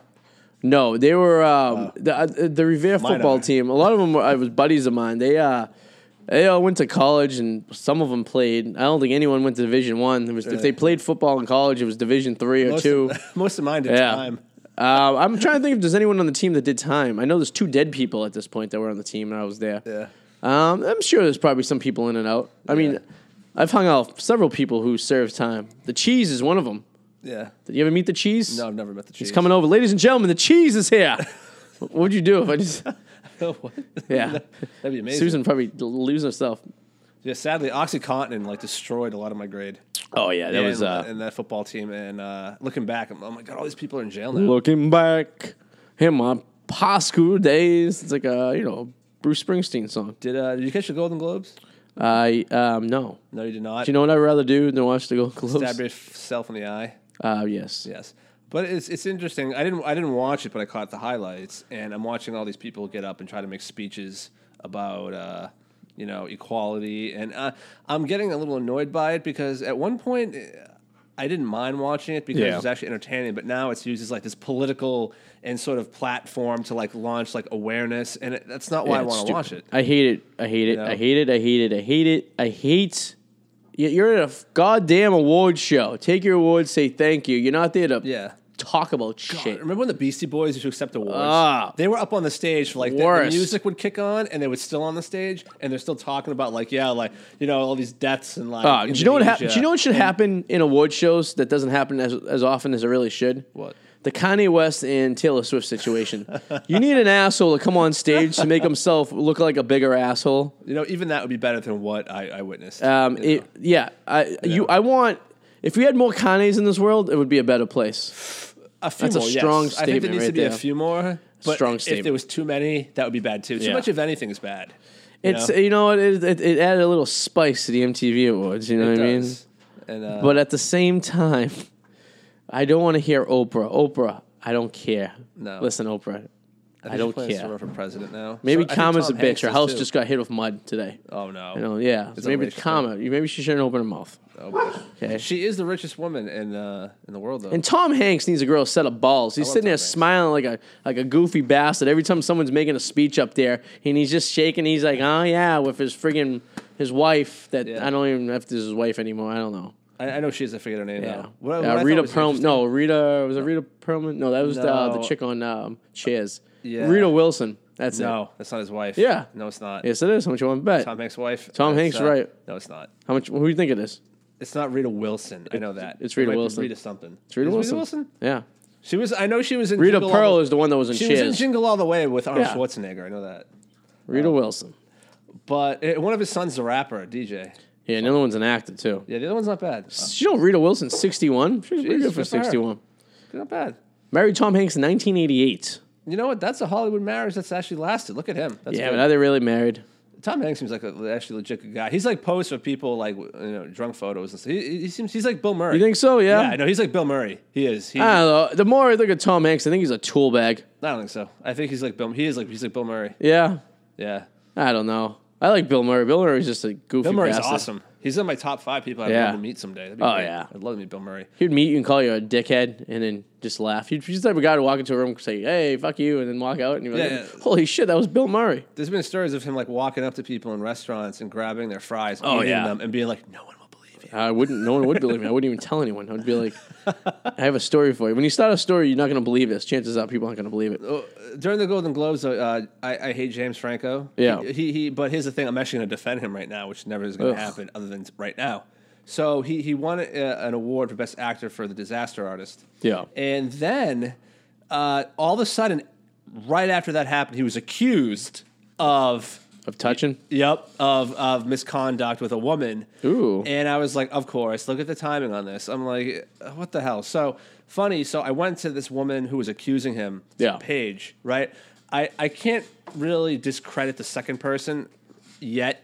[SPEAKER 1] No, they were um, the uh, the Revere
[SPEAKER 2] Mine
[SPEAKER 1] football
[SPEAKER 2] are.
[SPEAKER 1] team. A lot of them were I was buddies of mine. They uh, they all went to college, and some of them played. I don't think anyone went to Division One. There was if they played football in college, it was Division Three or
[SPEAKER 2] Most
[SPEAKER 1] two.
[SPEAKER 2] Of, most of mine did
[SPEAKER 1] Yeah.
[SPEAKER 2] time.
[SPEAKER 1] Uh, I'm trying to think if there's anyone on the team that did time. I know there's two dead people at this point that were on the team, and I was there.
[SPEAKER 2] Yeah.
[SPEAKER 1] Um, I'm sure there's probably some people in and out. I mean, I've hung out with several people who served time. The cheese is one of them.
[SPEAKER 2] Yeah.
[SPEAKER 1] Did you ever meet the cheese?
[SPEAKER 2] No, I've never met the Chiefs.
[SPEAKER 1] He's coming over, ladies and gentlemen. The cheese is here. what would you do if I just?
[SPEAKER 2] what?
[SPEAKER 1] Yeah.
[SPEAKER 2] That'd be amazing.
[SPEAKER 1] Susan probably l- losing herself.
[SPEAKER 2] Yeah, sadly, OxyContin like destroyed a lot of my grade.
[SPEAKER 1] Oh yeah, that
[SPEAKER 2] and,
[SPEAKER 1] was uh,
[SPEAKER 2] and that football team. And uh, looking back, I'm, oh my god, all these people are in jail now.
[SPEAKER 1] looking back in my high school days. It's like a you know Bruce Springsteen song.
[SPEAKER 2] Did uh, did you catch the Golden Globes?
[SPEAKER 1] I um no.
[SPEAKER 2] No, you did not.
[SPEAKER 1] Do you know what I'd rather do than watch the Gold
[SPEAKER 2] stab
[SPEAKER 1] Globes?
[SPEAKER 2] yourself in the eye.
[SPEAKER 1] Uh, yes.
[SPEAKER 2] Yes, but it's it's interesting. I didn't I didn't watch it, but I caught the highlights, and I'm watching all these people get up and try to make speeches about uh, you know equality, and uh, I'm getting a little annoyed by it because at one point. uh, I didn't mind watching it because
[SPEAKER 1] Yeah.
[SPEAKER 2] it was actually entertaining, but now it's used as like this political and sort of platform to like launch like awareness, and it, that's not why
[SPEAKER 1] Yeah,
[SPEAKER 2] I
[SPEAKER 1] it's
[SPEAKER 2] want to
[SPEAKER 1] stupid.
[SPEAKER 2] watch it.
[SPEAKER 1] I hate it. I hate it.
[SPEAKER 2] know?
[SPEAKER 1] I hate it. I hate it. I hate it. I hate. y- You're at a f- goddamn award show. Take your award. Say thank you. You're not there to
[SPEAKER 2] Yeah.
[SPEAKER 1] talk about shit.
[SPEAKER 2] Remember when the Beastie Boys used to accept awards?
[SPEAKER 1] Ah.
[SPEAKER 2] they were up on the stage for like the, the
[SPEAKER 1] Worse.
[SPEAKER 2] music would kick on, and they were still on the stage, and they're still talking about like yeah, like you know all these deaths and like.
[SPEAKER 1] Uh, do you know what? hap do
[SPEAKER 2] Indonesia.
[SPEAKER 1] you know what should happen in award shows that doesn't happen as as often as it really should?
[SPEAKER 2] What?
[SPEAKER 1] The Kanye West and Taylor Swift situation. you need an asshole to come on stage to make himself look like a bigger asshole.
[SPEAKER 2] You know, even that would be better than what I, I witnessed.
[SPEAKER 1] Um,
[SPEAKER 2] you
[SPEAKER 1] it,
[SPEAKER 2] know.
[SPEAKER 1] yeah, I you I want. If we had more Kanyes in this world, it would be a better place.
[SPEAKER 2] a few
[SPEAKER 1] that's a
[SPEAKER 2] more, yes.
[SPEAKER 1] strong
[SPEAKER 2] I think
[SPEAKER 1] statement
[SPEAKER 2] there needs
[SPEAKER 1] right
[SPEAKER 2] to be a
[SPEAKER 1] there.
[SPEAKER 2] few more. But
[SPEAKER 1] Strong
[SPEAKER 2] If
[SPEAKER 1] statement.
[SPEAKER 2] there was too many, that would be bad too. Too
[SPEAKER 1] Yeah.
[SPEAKER 2] much of anything is bad. you
[SPEAKER 1] It's
[SPEAKER 2] know?
[SPEAKER 1] you know what it, it, it added a little spice to the MTV awards. You know what I mean?
[SPEAKER 2] does. And uh,
[SPEAKER 1] But at the same time, I don't want to hear Oprah. Oprah, I don't care.
[SPEAKER 2] No.
[SPEAKER 1] Listen, Oprah, I,
[SPEAKER 2] she's
[SPEAKER 1] don't
[SPEAKER 2] planning to
[SPEAKER 1] care.
[SPEAKER 2] run for president now.
[SPEAKER 1] Maybe
[SPEAKER 2] So I think
[SPEAKER 1] Kama's a
[SPEAKER 2] Tom
[SPEAKER 1] bitch.
[SPEAKER 2] Hanks
[SPEAKER 1] Her
[SPEAKER 2] is,
[SPEAKER 1] house
[SPEAKER 2] too.
[SPEAKER 1] just got hit with mud today.
[SPEAKER 2] Oh no.
[SPEAKER 1] You know, yeah.
[SPEAKER 2] It's a
[SPEAKER 1] maybe
[SPEAKER 2] race thing.
[SPEAKER 1] Kama. Maybe she shouldn't open her mouth.
[SPEAKER 2] Oh, boy.
[SPEAKER 1] Okay.
[SPEAKER 2] She is the richest woman in uh, in the world though.
[SPEAKER 1] And Tom Hanks needs a girl set of balls. He's
[SPEAKER 2] love
[SPEAKER 1] sitting
[SPEAKER 2] Tom
[SPEAKER 1] there
[SPEAKER 2] Hanks.
[SPEAKER 1] smiling like a like a goofy bastard every time someone's making a speech up there, and he's just shaking. He's like, "Oh yeah," with his friggin' his wife. That
[SPEAKER 2] Yeah.
[SPEAKER 1] I don't even know if this is his wife anymore. I don't know.
[SPEAKER 2] I, I know she is. I forget her name
[SPEAKER 1] Yeah,
[SPEAKER 2] now. What I-
[SPEAKER 1] Uh,
[SPEAKER 2] what I
[SPEAKER 1] Rita
[SPEAKER 2] thought was
[SPEAKER 1] Perlman.
[SPEAKER 2] interesting-
[SPEAKER 1] No, Rita was it Rita Perlman? No, that was the, uh, the
[SPEAKER 2] No.
[SPEAKER 1] chick on um, Cheers.
[SPEAKER 2] Yeah.
[SPEAKER 1] Rita Wilson. That's it.
[SPEAKER 2] no, that's not his wife.
[SPEAKER 1] Yeah.
[SPEAKER 2] no, it's not.
[SPEAKER 1] Yes, it is. How much you want to bet?
[SPEAKER 2] Tom Hanks' wife.
[SPEAKER 1] Tom
[SPEAKER 2] It's,
[SPEAKER 1] Hanks, right.
[SPEAKER 2] No, it's not.
[SPEAKER 1] How much? Who do you think it is?
[SPEAKER 2] It's not Rita Wilson. I know that.
[SPEAKER 1] it's
[SPEAKER 2] It
[SPEAKER 1] Rita
[SPEAKER 2] might be
[SPEAKER 1] Wilson.
[SPEAKER 2] Rita something. It's
[SPEAKER 1] Rita
[SPEAKER 2] is it
[SPEAKER 1] Wilson. Yeah.
[SPEAKER 2] She was. I know she was in
[SPEAKER 1] Rita
[SPEAKER 2] Jingle
[SPEAKER 1] Pearl
[SPEAKER 2] All the,
[SPEAKER 1] is the one that was in
[SPEAKER 2] She was in
[SPEAKER 1] Cheers.
[SPEAKER 2] Jingle All the Way with Arnold
[SPEAKER 1] Yeah.
[SPEAKER 2] Schwarzenegger. I know that.
[SPEAKER 1] Rita Wilson.
[SPEAKER 2] But eh, one of his sons is a rapper, DJ.
[SPEAKER 1] Yeah, and the other one's an actor too.
[SPEAKER 2] Yeah, the other one's not bad. Uh,
[SPEAKER 1] You know Rita Wilson, sixty-one. She's pretty
[SPEAKER 2] Jeez,
[SPEAKER 1] good for
[SPEAKER 2] good for her.
[SPEAKER 1] sixty-one.
[SPEAKER 2] not bad.
[SPEAKER 1] Married Tom Hanks in nineteen eighty-eight.
[SPEAKER 2] You know what? That's a Hollywood marriage that's actually lasted. Look at him. That's
[SPEAKER 1] Yeah,
[SPEAKER 2] good.
[SPEAKER 1] but are they really married?
[SPEAKER 2] Tom Hanks seems like a actually legit good guy. He's like posed for people like you know drunk photos and stuff. He, he seems he's like Bill Murray.
[SPEAKER 1] You think so? Yeah. Ah.
[SPEAKER 2] Yeah, no, he's like Bill Murray. He is. He,
[SPEAKER 1] I don't know. The more I look at Tom Hanks, I think he's a tool bag.
[SPEAKER 2] I don't think so. I think he's like Bill. He is like he's like Bill Murray.
[SPEAKER 1] Yeah.
[SPEAKER 2] Yeah,
[SPEAKER 1] I don't know. I like Bill Murray. Bill Murray's just a goofy.
[SPEAKER 2] Bill Murray's
[SPEAKER 1] bastard.
[SPEAKER 2] awesome. He's in my top five people I'd
[SPEAKER 1] Yeah.
[SPEAKER 2] love to meet someday. That'd be
[SPEAKER 1] Oh,
[SPEAKER 2] great.
[SPEAKER 1] yeah.
[SPEAKER 2] I'd love to meet Bill Murray.
[SPEAKER 1] He'd meet you and call you a dickhead and then just laugh. He'd he's the type of guy to walk into a room and say, hey, fuck you, and then walk out and you're like,
[SPEAKER 2] Yeah, yeah.
[SPEAKER 1] holy shit, that was Bill Murray.
[SPEAKER 2] There's been stories of him like walking up to people in restaurants and grabbing their fries,
[SPEAKER 1] Oh,
[SPEAKER 2] eating
[SPEAKER 1] yeah.
[SPEAKER 2] them, and being like, "No one will believe you."
[SPEAKER 1] I wouldn't, no one would believe me. I wouldn't even tell anyone. I would be like, I have a story for you. When you start a story, you're not going to believe this. Chances are people aren't going to believe it.
[SPEAKER 2] Oh, During the Golden Globes, uh, uh, I, I hate James Franco.
[SPEAKER 1] Yeah.
[SPEAKER 2] he, he, he. But here's the thing: I'm actually going to defend him right now, which never is going
[SPEAKER 1] Ugh.
[SPEAKER 2] to happen, other than right now. So he he won uh an award for best actor for The Disaster Artist.
[SPEAKER 1] Yeah.
[SPEAKER 2] and then uh, all of a sudden, right after that happened, he was accused of
[SPEAKER 1] Of touching?
[SPEAKER 2] Yep, of of misconduct with a woman.
[SPEAKER 1] Ooh.
[SPEAKER 2] And I was like, of course. Look at the timing on this. I'm like, what the hell? So funny. So I went to this woman who was accusing him.
[SPEAKER 1] Yeah.
[SPEAKER 2] Paige, right? I I can't really discredit the second person yet.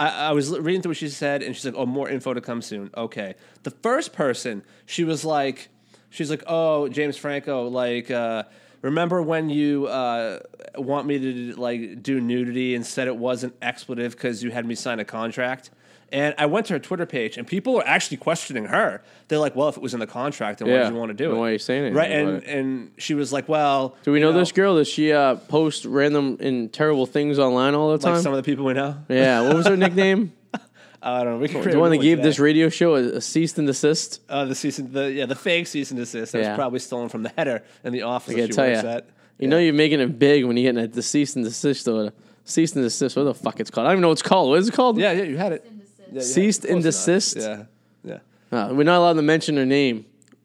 [SPEAKER 2] I, I was li- reading through what she said, and she's like, "Oh, more info to come soon." Okay. The first person, she was like, she's like, "Oh, James Franco, like." uh Remember when you uh, want me to like do nudity and said it was an expletive because you had me sign a contract? And I went to her Twitter page, and people are actually questioning her. They're like, "Well, if it was in the contract, then why
[SPEAKER 1] Yeah.
[SPEAKER 2] did you want to do
[SPEAKER 1] Then
[SPEAKER 2] it?
[SPEAKER 1] why are you saying anything
[SPEAKER 2] Right?
[SPEAKER 1] about
[SPEAKER 2] And and she was like, "Well,
[SPEAKER 1] Do we
[SPEAKER 2] you
[SPEAKER 1] know, this girl? Does she uh, post random and terrible things online all the time?
[SPEAKER 2] Like some of the people we know.
[SPEAKER 1] yeah, what was her nickname?
[SPEAKER 2] I don't know. We can create
[SPEAKER 1] the
[SPEAKER 2] a
[SPEAKER 1] one that
[SPEAKER 2] new
[SPEAKER 1] gave
[SPEAKER 2] today.
[SPEAKER 1] this radio show a, a cease and desist?
[SPEAKER 2] uh, the cease and the yeah the fake cease and desist that
[SPEAKER 1] Yeah.
[SPEAKER 2] was probably stolen from the header in the office.
[SPEAKER 1] I
[SPEAKER 2] that
[SPEAKER 1] gotta
[SPEAKER 2] she
[SPEAKER 1] tell
[SPEAKER 2] works
[SPEAKER 1] ya,
[SPEAKER 2] at.
[SPEAKER 1] you know you're making it big when you get a deceased and desist or cease and desist. What the fuck it's called? I don't even know what it's called. What is it called?
[SPEAKER 2] Yeah, yeah, you had it.
[SPEAKER 3] and desist.
[SPEAKER 2] Yeah, you had it.
[SPEAKER 1] Ceased
[SPEAKER 2] Of
[SPEAKER 1] and
[SPEAKER 2] course not.
[SPEAKER 1] desist?
[SPEAKER 2] Yeah, yeah,
[SPEAKER 1] Uh, we're not allowed to mention her name.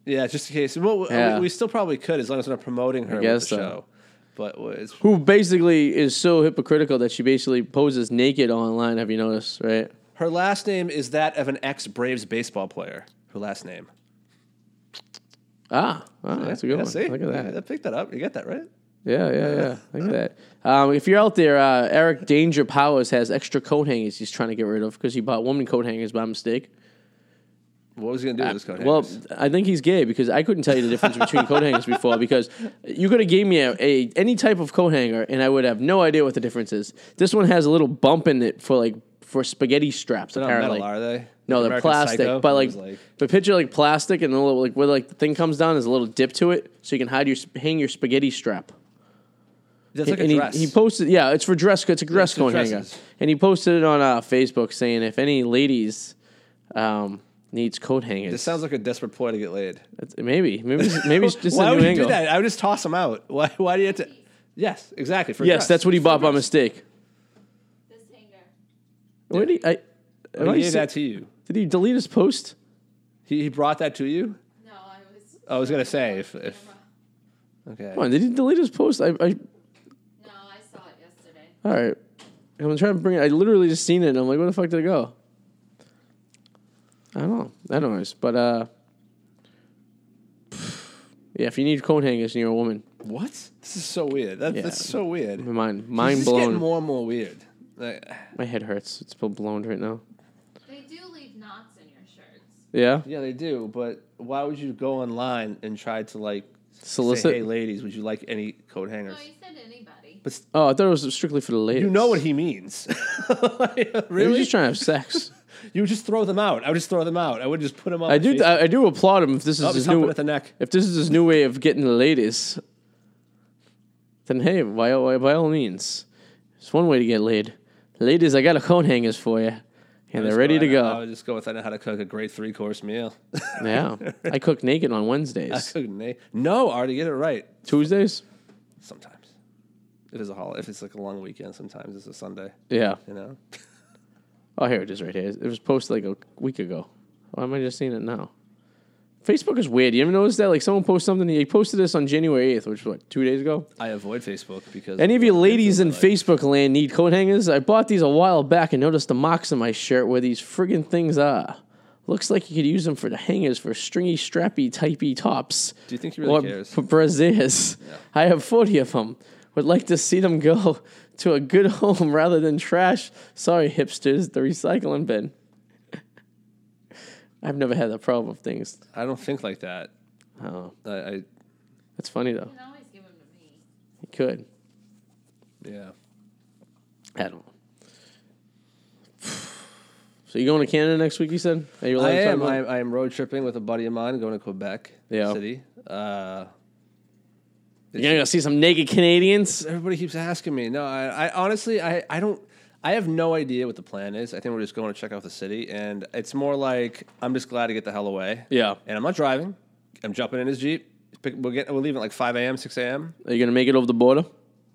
[SPEAKER 2] yeah. Just in case. Well,
[SPEAKER 1] Yeah.
[SPEAKER 2] we, we still probably could as long as we're not promoting her
[SPEAKER 1] guess
[SPEAKER 2] with the
[SPEAKER 1] so.
[SPEAKER 2] show. But it's
[SPEAKER 1] Who basically is so hypocritical that she basically poses naked online. Have you noticed? Right?
[SPEAKER 2] her last name is that of an ex Braves baseball player. Her last name.
[SPEAKER 1] Ah, ah, that's a good
[SPEAKER 2] yeah,
[SPEAKER 1] one.
[SPEAKER 2] See?
[SPEAKER 1] Look at that.
[SPEAKER 2] I picked that up. You get that right?
[SPEAKER 1] Yeah, yeah, yeah. Look at that. Um, if you're out there, uh, Eric Danger Powers has extra coat hangers he's trying to get rid of because he bought woman coat hangers by mistake.
[SPEAKER 2] What was he gonna do with this code?
[SPEAKER 1] Uh, Well,
[SPEAKER 2] hangers?
[SPEAKER 1] I think he's gay because I couldn't tell you the difference between coat hangers before because you could have gave me a, a any type of coat hanger and I would have no idea what the difference is. This one has a little bump in it for like for spaghetti straps.
[SPEAKER 2] they're not
[SPEAKER 1] apparently,
[SPEAKER 2] metal, are they?
[SPEAKER 1] no, they're
[SPEAKER 2] American
[SPEAKER 1] plastic.
[SPEAKER 2] Psycho?
[SPEAKER 1] But
[SPEAKER 2] It
[SPEAKER 1] like,
[SPEAKER 2] was
[SPEAKER 1] but picture like plastic and a little like where like the thing comes down, there's a little dip to it, so you can hide your sp- hang your spaghetti strap.
[SPEAKER 2] that's like a
[SPEAKER 1] and
[SPEAKER 2] dress.
[SPEAKER 1] He, he posted, yeah, it's for dress. It's a dress
[SPEAKER 2] it's for
[SPEAKER 1] coat hanger,
[SPEAKER 2] dresses.
[SPEAKER 1] and he posted it on uh, Facebook saying if any ladies um, needs coat hangers,
[SPEAKER 2] this sounds like a desperate ploy to get laid.
[SPEAKER 1] That's- Maybe, maybe, just, maybe it's just
[SPEAKER 2] why
[SPEAKER 1] a new
[SPEAKER 2] would you
[SPEAKER 1] angle.
[SPEAKER 2] do that? I would just toss them out. Why? Why do you have to? Yes, exactly. For
[SPEAKER 1] Yes,
[SPEAKER 2] dress.
[SPEAKER 1] that's what he
[SPEAKER 2] For
[SPEAKER 1] bought by
[SPEAKER 2] dress.
[SPEAKER 1] mistake.
[SPEAKER 3] This hanger.
[SPEAKER 1] What did he? I,
[SPEAKER 2] He
[SPEAKER 1] what did, he
[SPEAKER 2] gave
[SPEAKER 1] say-
[SPEAKER 2] that to you.
[SPEAKER 1] did he delete his post?
[SPEAKER 2] He, he brought that to you.
[SPEAKER 3] No, I was.
[SPEAKER 2] I was gonna say if, if okay.
[SPEAKER 1] Come on, did he delete his post? I, I
[SPEAKER 3] No, I saw it yesterday.
[SPEAKER 1] all right. I'm trying to bring it. I literally just seen it. and I'm like, where the fuck did it go? I don't know. I don't know. But uh, yeah, if you need coat hangers and you're a woman,
[SPEAKER 2] What? This is so weird. That,
[SPEAKER 1] Yeah.
[SPEAKER 2] That's so weird.
[SPEAKER 1] my mind,
[SPEAKER 2] This
[SPEAKER 1] mind
[SPEAKER 2] is
[SPEAKER 1] blown.
[SPEAKER 2] getting more and more weird. Like,
[SPEAKER 1] my head hurts. It's still blown right now.
[SPEAKER 3] They do leave knots in your shirts.
[SPEAKER 1] Yeah.
[SPEAKER 2] yeah, they do. But why would you go online and try to like
[SPEAKER 1] Solicit-
[SPEAKER 2] Say, hey, ladies, would you like any coat
[SPEAKER 3] No,
[SPEAKER 2] hangers?
[SPEAKER 3] you said anybody.
[SPEAKER 2] But
[SPEAKER 1] Oh, I thought it was strictly for the ladies.
[SPEAKER 2] you know what he means. Like,
[SPEAKER 1] He was
[SPEAKER 2] really?
[SPEAKER 1] just trying to have sex.
[SPEAKER 2] you would just throw them out. I would just throw them out. I would just put them on.
[SPEAKER 1] I
[SPEAKER 2] my
[SPEAKER 1] do.
[SPEAKER 2] Facebook.
[SPEAKER 1] I, I do applaud him if this is
[SPEAKER 2] Oh, he's
[SPEAKER 1] his
[SPEAKER 2] humping
[SPEAKER 1] new.
[SPEAKER 2] at the neck.
[SPEAKER 1] If this is his new way of getting the ladies, then hey, by, all- by all means, it's one way to get laid. Ladies, I got a cone hangers for you, and they're
[SPEAKER 2] Just
[SPEAKER 1] ready to
[SPEAKER 2] I- I
[SPEAKER 1] go.
[SPEAKER 2] would just go with I know how to cook a great three course meal.
[SPEAKER 1] Yeah, I cook naked on
[SPEAKER 2] I
[SPEAKER 1] Wednesdays,
[SPEAKER 2] cook na- no, Artie, get it right.
[SPEAKER 1] Tuesdays.
[SPEAKER 2] Sometimes. If it's a holiday, if it's like a long weekend, sometimes it's a Sunday,
[SPEAKER 1] Yeah.
[SPEAKER 2] you know?
[SPEAKER 1] Oh, here it is, right here. It was posted like a week ago. Why am I just seeing it now? Facebook is weird. You ever notice that? Like someone posted something. He posted this on January eighth, which was what two days ago.
[SPEAKER 2] I avoid Facebook because.
[SPEAKER 1] Any of you ladies in
[SPEAKER 2] Like,
[SPEAKER 1] Facebook land need coat hangers? I bought these a while back and noticed the marks on my shirt where these friggin' things are. Looks like you could use them for the hangers for stringy, strappy, typey tops.
[SPEAKER 2] Do you think he really
[SPEAKER 1] or
[SPEAKER 2] cares?
[SPEAKER 1] for brasiers. I have 40 of them. Would like to see them go to a good home rather than trash. Sorry, hipsters, the recycling bin. I've never had that problem with things.
[SPEAKER 2] I don't think like that.
[SPEAKER 1] Oh,
[SPEAKER 2] I, I
[SPEAKER 1] that's funny though.
[SPEAKER 3] You can always give them to me.
[SPEAKER 1] You could.
[SPEAKER 2] yeah.
[SPEAKER 1] I don't know. So you going to Canada next week? You said. Are you
[SPEAKER 2] I
[SPEAKER 1] allowed to talk
[SPEAKER 2] am.
[SPEAKER 1] about
[SPEAKER 2] I
[SPEAKER 1] it?
[SPEAKER 2] am. I am road tripping with a buddy of mine going to Quebec
[SPEAKER 1] Yeah.
[SPEAKER 2] City. Uh,
[SPEAKER 1] You're gonna go see some naked Canadians.
[SPEAKER 2] everybody keeps asking me. No, I, I honestly, I, I don't. I have no idea what the plan is. I think we're just going to check out the city, and it's more like I'm just glad to get the hell away.
[SPEAKER 1] Yeah.
[SPEAKER 2] And I'm not driving. I'm jumping in his jeep. Pick, we'll get. We'll leave at like 5 a.m., 6 a.m.
[SPEAKER 1] Are you gonna make it over the border?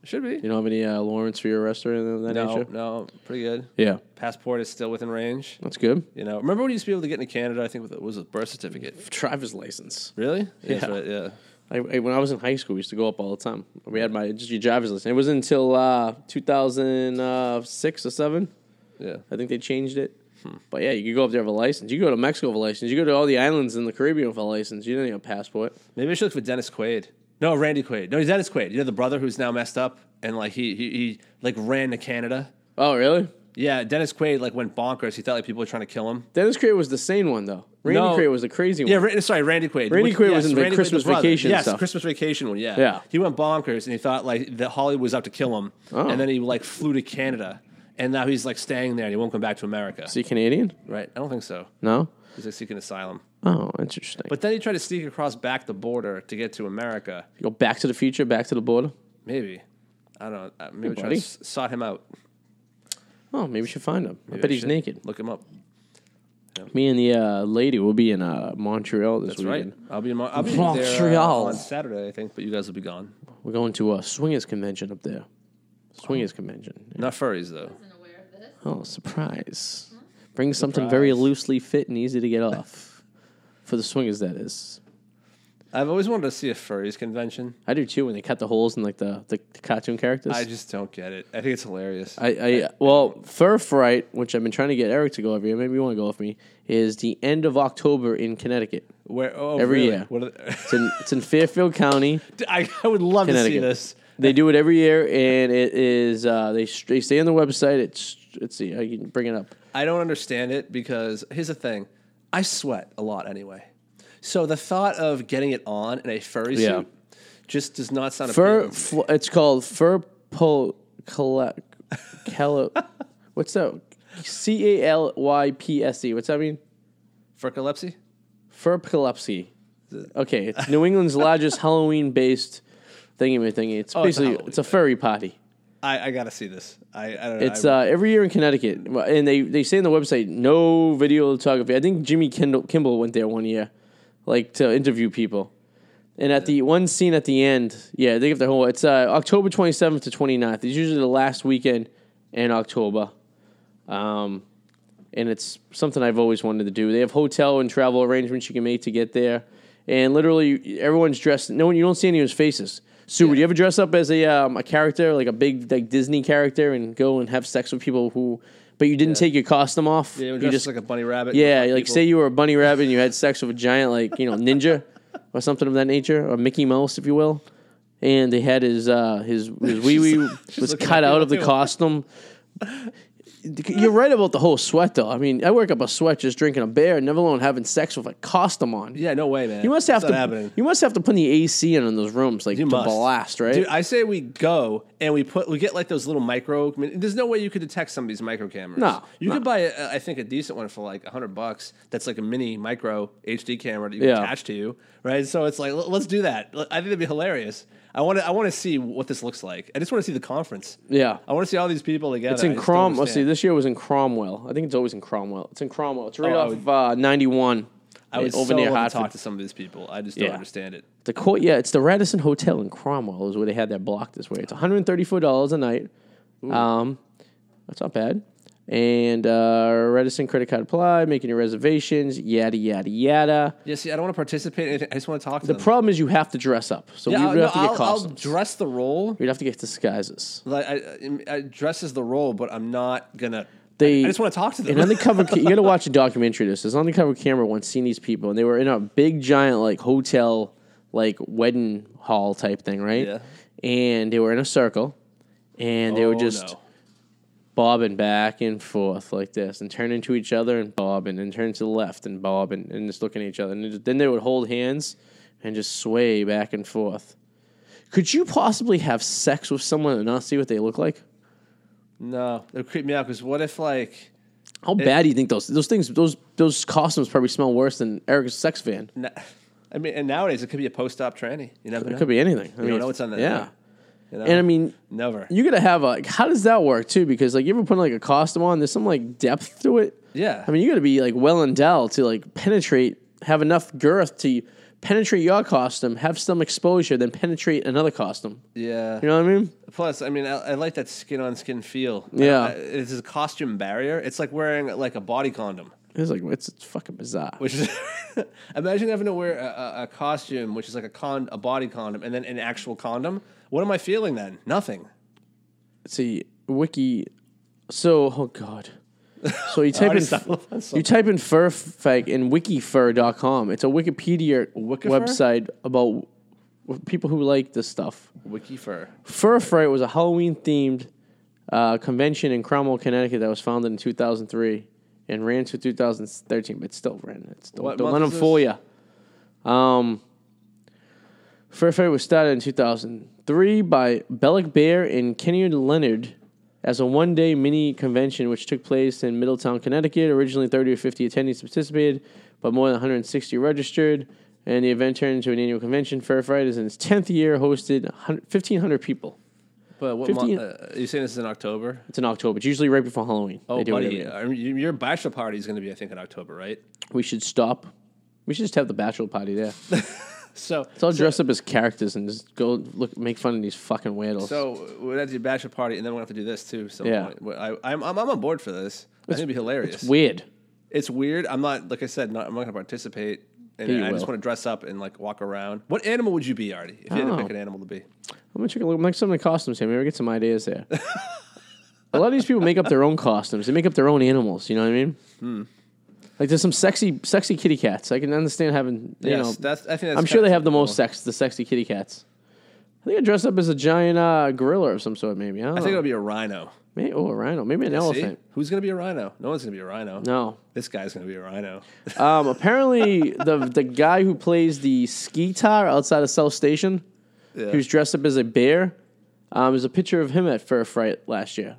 [SPEAKER 2] Should be.
[SPEAKER 1] You don't have any uh, warrants for your arrest or anything of that
[SPEAKER 2] no,
[SPEAKER 1] nature.
[SPEAKER 2] no, pretty good.
[SPEAKER 1] Yeah,
[SPEAKER 2] Passport is still within range.
[SPEAKER 1] that's good.
[SPEAKER 2] You know, remember when you used to be able to get into Canada? I think with it was a birth certificate.
[SPEAKER 1] Driver's license.
[SPEAKER 2] Really? Yeah. That's
[SPEAKER 1] Yeah.
[SPEAKER 2] right. Yeah.
[SPEAKER 1] I, I- when I was in high school, we used to go up all the time. We had my just your driver's license. It wasn't until uh, 2006 or seven.
[SPEAKER 2] Yeah.
[SPEAKER 1] I think they changed it.
[SPEAKER 2] Hmm.
[SPEAKER 1] But yeah, you could go up there with a license. You could go to Mexico with a license. You go to all the islands in the Caribbean with a license. You don't need a passport.
[SPEAKER 2] Maybe I should look for Dennis Quaid. No, Randy Quaid. No, he's Dennis Quaid. You know the brother who's now messed up and like he he, he like ran to Canada.
[SPEAKER 1] Oh, really?
[SPEAKER 2] Yeah, Dennis Quaid like went bonkers. He thought like people were trying to kill him.
[SPEAKER 1] Dennis Craig was the sane one though. Randy
[SPEAKER 2] No.
[SPEAKER 1] Craig was the crazy
[SPEAKER 2] Yeah,
[SPEAKER 1] one.
[SPEAKER 2] Ra- sorry, Randy Quaid.
[SPEAKER 1] Randy Quaid was in the
[SPEAKER 2] Randy Quaid's
[SPEAKER 1] Christmas
[SPEAKER 2] brother.
[SPEAKER 1] Vacation
[SPEAKER 2] Yes,
[SPEAKER 1] stuff.
[SPEAKER 2] Christmas Vacation one. Yeah,
[SPEAKER 1] Yeah.
[SPEAKER 2] He went bonkers and he thought like that Hollywood was out to kill him,
[SPEAKER 1] Oh.
[SPEAKER 2] and then he like flew to Canada, and now he's like staying there and he won't come back to America.
[SPEAKER 1] Is he Canadian?
[SPEAKER 2] Right? I don't think so.
[SPEAKER 1] No.
[SPEAKER 2] He's like seeking asylum.
[SPEAKER 1] Oh, interesting.
[SPEAKER 2] But then he tried to sneak across back the border to get to America.
[SPEAKER 1] go back to the future, back to the border.
[SPEAKER 2] Maybe. I don't know. Uh, Maybe try to
[SPEAKER 1] buddy.
[SPEAKER 2] s- sort him out.
[SPEAKER 1] Oh, maybe we should find him. I
[SPEAKER 2] Maybe
[SPEAKER 1] bet
[SPEAKER 2] I
[SPEAKER 1] he's
[SPEAKER 2] should
[SPEAKER 1] naked.
[SPEAKER 2] Look him up.
[SPEAKER 1] Me and the uh, lady will be in uh, Montreal this
[SPEAKER 2] That's right.
[SPEAKER 1] weekend.
[SPEAKER 2] I'll be in Mon- I'll be there uh,
[SPEAKER 1] Montreal.
[SPEAKER 2] on Saturday, I think, but you guys will be gone.
[SPEAKER 1] We're going to a swingers convention up there. Swingers convention.
[SPEAKER 2] Not furries though.
[SPEAKER 3] I wasn't aware of this.
[SPEAKER 1] Oh, surprise. Bring something very
[SPEAKER 2] Hmm? Surprise.
[SPEAKER 1] loosely fit and easy to get off. For the swingers, that is.
[SPEAKER 2] I've always wanted to see a furries convention.
[SPEAKER 1] I do too when they cut the holes in like the, the, the cartoon characters.
[SPEAKER 2] I
[SPEAKER 1] I,
[SPEAKER 2] just don't get it. I think it's hilarious.
[SPEAKER 1] I, well, Fur Fright, which I've been trying to get Eric to go over here, maybe you want to go with me, is the end of October in Connecticut.
[SPEAKER 2] Where oh,
[SPEAKER 1] Every
[SPEAKER 2] really?
[SPEAKER 1] year.
[SPEAKER 2] What are the-
[SPEAKER 1] It's in, it's in Fairfield County.
[SPEAKER 2] I, I would love to see
[SPEAKER 1] Connecticut.
[SPEAKER 2] this.
[SPEAKER 1] They do it every year, and it is uh, they they stay on the website. It's let's see, I can bring it up.
[SPEAKER 2] I don't understand it because here's the thing: I sweat a lot anyway. So the thought of getting it on in a furry
[SPEAKER 1] Yeah.
[SPEAKER 2] suit just does not sound
[SPEAKER 1] Fur,
[SPEAKER 2] appealing.
[SPEAKER 1] fl- it's called fur pol collect What's that? C a l y p s e. What's that mean?
[SPEAKER 2] Furcalepsy?
[SPEAKER 1] Furpolepsy. Okay, it's New England's largest Halloween-based thingy thingy. It's
[SPEAKER 2] Oh, it's a
[SPEAKER 1] basically
[SPEAKER 2] Halloween
[SPEAKER 1] it's a furry party.
[SPEAKER 2] I, I gotta see this. I, I don't know.
[SPEAKER 1] It's
[SPEAKER 2] I-
[SPEAKER 1] uh, every year in Connecticut, Well, and they, they say on the website no video photography. I think Jimmy Kendall, Kimball went there one year, like to interview people. And at the one scene at the end, yeah, they give the whole. It's uh, October 27th to 29th. It's usually the last weekend in October, um, and it's something I've always wanted to do. They have hotel and travel arrangements you can make to get there, and literally everyone's dressed. No one you don't see anyone's faces. Sue, would you ever dress up as a um, a character like a big like Disney character and go and have sex with people who, but you didn't take your costume off?
[SPEAKER 2] yeah,
[SPEAKER 1] you
[SPEAKER 2] just, like a bunny rabbit.
[SPEAKER 1] yeah, like
[SPEAKER 2] people.
[SPEAKER 1] say you were a bunny rabbit and you had sex with a giant, like you know, ninja or something of that nature, or Mickey Mouse, if you will. And they had his uh, his his wee wee was
[SPEAKER 2] looking
[SPEAKER 1] cut
[SPEAKER 2] at
[SPEAKER 1] out
[SPEAKER 2] you
[SPEAKER 1] of the
[SPEAKER 2] too.
[SPEAKER 1] costume. You're right about the whole sweat, though. I mean, I work up a sweat just drinking a beer, never alone having sex with a costume on.
[SPEAKER 2] Yeah, no way, man.
[SPEAKER 1] You must have
[SPEAKER 2] That's
[SPEAKER 1] to.
[SPEAKER 2] not happening.
[SPEAKER 1] You must have to put the AC in in those rooms, like
[SPEAKER 2] You
[SPEAKER 1] to
[SPEAKER 2] must.
[SPEAKER 1] blast, right?
[SPEAKER 2] Dude, I say we go and we put we get like those little micro. I mean, there's no way you could detect somebody's micro cameras.
[SPEAKER 1] No,
[SPEAKER 2] you
[SPEAKER 1] no.
[SPEAKER 2] could buy a, I think a decent one for like hundred bucks. That's like a mini micro HD camera that you
[SPEAKER 1] Yeah.
[SPEAKER 2] can attach to you, right? So it's like l- let's do that. L- I think that'd be hilarious. I want to I want to see what this looks like. I just want to see the conference.
[SPEAKER 1] yeah,
[SPEAKER 2] I want to see all these people together.
[SPEAKER 1] It's
[SPEAKER 2] I
[SPEAKER 1] in
[SPEAKER 2] just don't
[SPEAKER 1] Crom. Let's see.
[SPEAKER 2] understand.
[SPEAKER 1] This year was in Cromwell. I think it's always in Cromwell. It's in Cromwell. It's right
[SPEAKER 2] Oh, I
[SPEAKER 1] off
[SPEAKER 2] would-
[SPEAKER 1] of uh, ninety one.
[SPEAKER 2] I would
[SPEAKER 1] over
[SPEAKER 2] so
[SPEAKER 1] near
[SPEAKER 2] love to
[SPEAKER 1] Hartford.
[SPEAKER 2] talk to some of these people. I just don't
[SPEAKER 1] Yeah.
[SPEAKER 2] understand it.
[SPEAKER 1] The court, yeah, it's the Radisson Hotel in Cromwell is where they had that block this way. It's one hundred and thirty four dollars a night. Um, that's not bad. And uh, Radisson credit card apply, making your reservations, yada yada yada.
[SPEAKER 2] Yeah, see, I don't want to participate. in anything. I just want to talk to
[SPEAKER 1] The
[SPEAKER 2] them.
[SPEAKER 1] problem is you have to dress up, so
[SPEAKER 2] yeah,
[SPEAKER 1] we
[SPEAKER 2] I'll-
[SPEAKER 1] would
[SPEAKER 2] no,
[SPEAKER 1] have to get
[SPEAKER 2] I'll, I'll
[SPEAKER 1] costumes.
[SPEAKER 2] dress the role.
[SPEAKER 1] We'd have to get disguises.
[SPEAKER 2] Like I, I I dress as the role, but I'm not gonna.
[SPEAKER 1] They-
[SPEAKER 2] I just want to talk to them.
[SPEAKER 1] an undercover ca- you gotta watch a documentary of this there's an undercover camera once seen these people and they were in a big giant like hotel like wedding hall type thing right
[SPEAKER 2] Yeah.
[SPEAKER 1] and they were in a circle and they were
[SPEAKER 2] Oh,
[SPEAKER 1] just
[SPEAKER 2] no.
[SPEAKER 1] bobbing back and forth like this and turning to each other and bobbing and turning to the left and bobbing and just looking at each other and just- then they would hold hands and just sway back and forth could you possibly have sex with someone and not see what they look like
[SPEAKER 2] no. It would creep me out because what if like
[SPEAKER 1] How bad do you think those those things those those costumes probably smell worse than Eric's sex van?
[SPEAKER 2] Na- I mean, and nowadays it could be a post-op tranny. You never know.
[SPEAKER 1] It could be anything. I
[SPEAKER 2] You don't know what's on that. Uh-huh.
[SPEAKER 1] Yeah,
[SPEAKER 2] thing, you know?
[SPEAKER 1] and I mean,
[SPEAKER 2] never.
[SPEAKER 1] you gotta have a. Like, how does that work too? Because like you ever put like a costume on, there's some like depth to it.
[SPEAKER 2] yeah.
[SPEAKER 1] I mean, you gotta be like well endowed to like penetrate, have enough girth to penetrate your costume, have some exposure, then penetrate another costume.
[SPEAKER 2] yeah.
[SPEAKER 1] You know what I mean?
[SPEAKER 2] Plus, I mean, I, I like that skin on skin feel.
[SPEAKER 1] Yeah.
[SPEAKER 2] I- I- it's a costume barrier. It's like wearing like a body condom,
[SPEAKER 1] It's like it's, it's fucking bizarre.
[SPEAKER 2] which is imagine having to wear a, a, a costume which is like a con a body condom and then an actual condom. What am I feeling then? Nothing.
[SPEAKER 1] see wiki so oh god so you type
[SPEAKER 2] already
[SPEAKER 1] in
[SPEAKER 2] stumbled on something.
[SPEAKER 1] you type in fur fag in wikifur.com it's a wikipedia
[SPEAKER 2] Wikifur?
[SPEAKER 1] website about w- people who like this stuff
[SPEAKER 2] Wiki fur.
[SPEAKER 1] fur fright was a halloween themed uh, convention in cromwell connecticut that was founded in 2003 and ran to 2013 but it still ran it's don't,
[SPEAKER 2] What
[SPEAKER 1] don't
[SPEAKER 2] month
[SPEAKER 1] let them
[SPEAKER 2] is this?
[SPEAKER 1] fool you um Fur Fight was started in 2003 by Bellic Bear and Kenny Leonard as a one day mini convention which took place in Middletown, Connecticut. Originally, 30 or 50 attendees participated, but more than 160 registered. And the event turned into an annual convention. Fair Fight is in its 10th year, hosted 100 1,500 people.
[SPEAKER 2] But what
[SPEAKER 1] 15
[SPEAKER 2] month? Uh, you saying this is in October?
[SPEAKER 1] It's in October. It's usually right before Halloween.
[SPEAKER 2] Oh,
[SPEAKER 1] They do it every
[SPEAKER 2] buddy,
[SPEAKER 1] year.
[SPEAKER 2] I mean, you- your bachelor party is going to be, I think, in October, right?
[SPEAKER 1] We should stop. We should just have the bachelor party there. Let's
[SPEAKER 2] So,
[SPEAKER 1] all dress up as characters and just go look, make fun of these fucking weirdos.
[SPEAKER 2] so we're going to do bachelor party, and then we'll have to do this too. So,
[SPEAKER 1] Yeah.
[SPEAKER 2] I, I'm, I'm I'm on board for this. I think it'd be hilarious.
[SPEAKER 1] Weird.
[SPEAKER 2] It's weird. I'm not like I said. Not, I'm not going to participate. And
[SPEAKER 1] Yeah, you
[SPEAKER 2] I just
[SPEAKER 1] will.
[SPEAKER 2] want to dress up and like walk around. What animal would you be, Artie? If you had to
[SPEAKER 1] Oh.
[SPEAKER 2] pick an animal to be,
[SPEAKER 1] I'm gonna check a look. Make some of the costumes here. Maybe we get some ideas there. a lot of these people make up their own costumes. They make up their own animals. You know what I mean?
[SPEAKER 2] Hmm.
[SPEAKER 1] Like there's some sexy, sexy kitty cats. I can understand having. You
[SPEAKER 2] yes,
[SPEAKER 1] know,
[SPEAKER 2] that's. I think that's
[SPEAKER 1] I'm sure they
[SPEAKER 2] kinda
[SPEAKER 1] have the
[SPEAKER 2] cool.
[SPEAKER 1] most sex, the sexy kitty cats. I think I dress up as a giant uh, gorilla of some sort. Maybe I don't
[SPEAKER 2] I
[SPEAKER 1] know.
[SPEAKER 2] think it'll be a rhino.
[SPEAKER 1] Maybe- oh, a rhino. Maybe an
[SPEAKER 2] See,
[SPEAKER 1] elephant.
[SPEAKER 2] who's going to be a rhino? No one's going to be a rhino.
[SPEAKER 1] No.
[SPEAKER 2] This guy's going to be a rhino.
[SPEAKER 1] Um, apparently, the the guy who plays the ski tar outside of South Station,
[SPEAKER 2] Yeah.
[SPEAKER 1] who's dressed up as a bear, um, there's a picture of him at Fair Fright last year.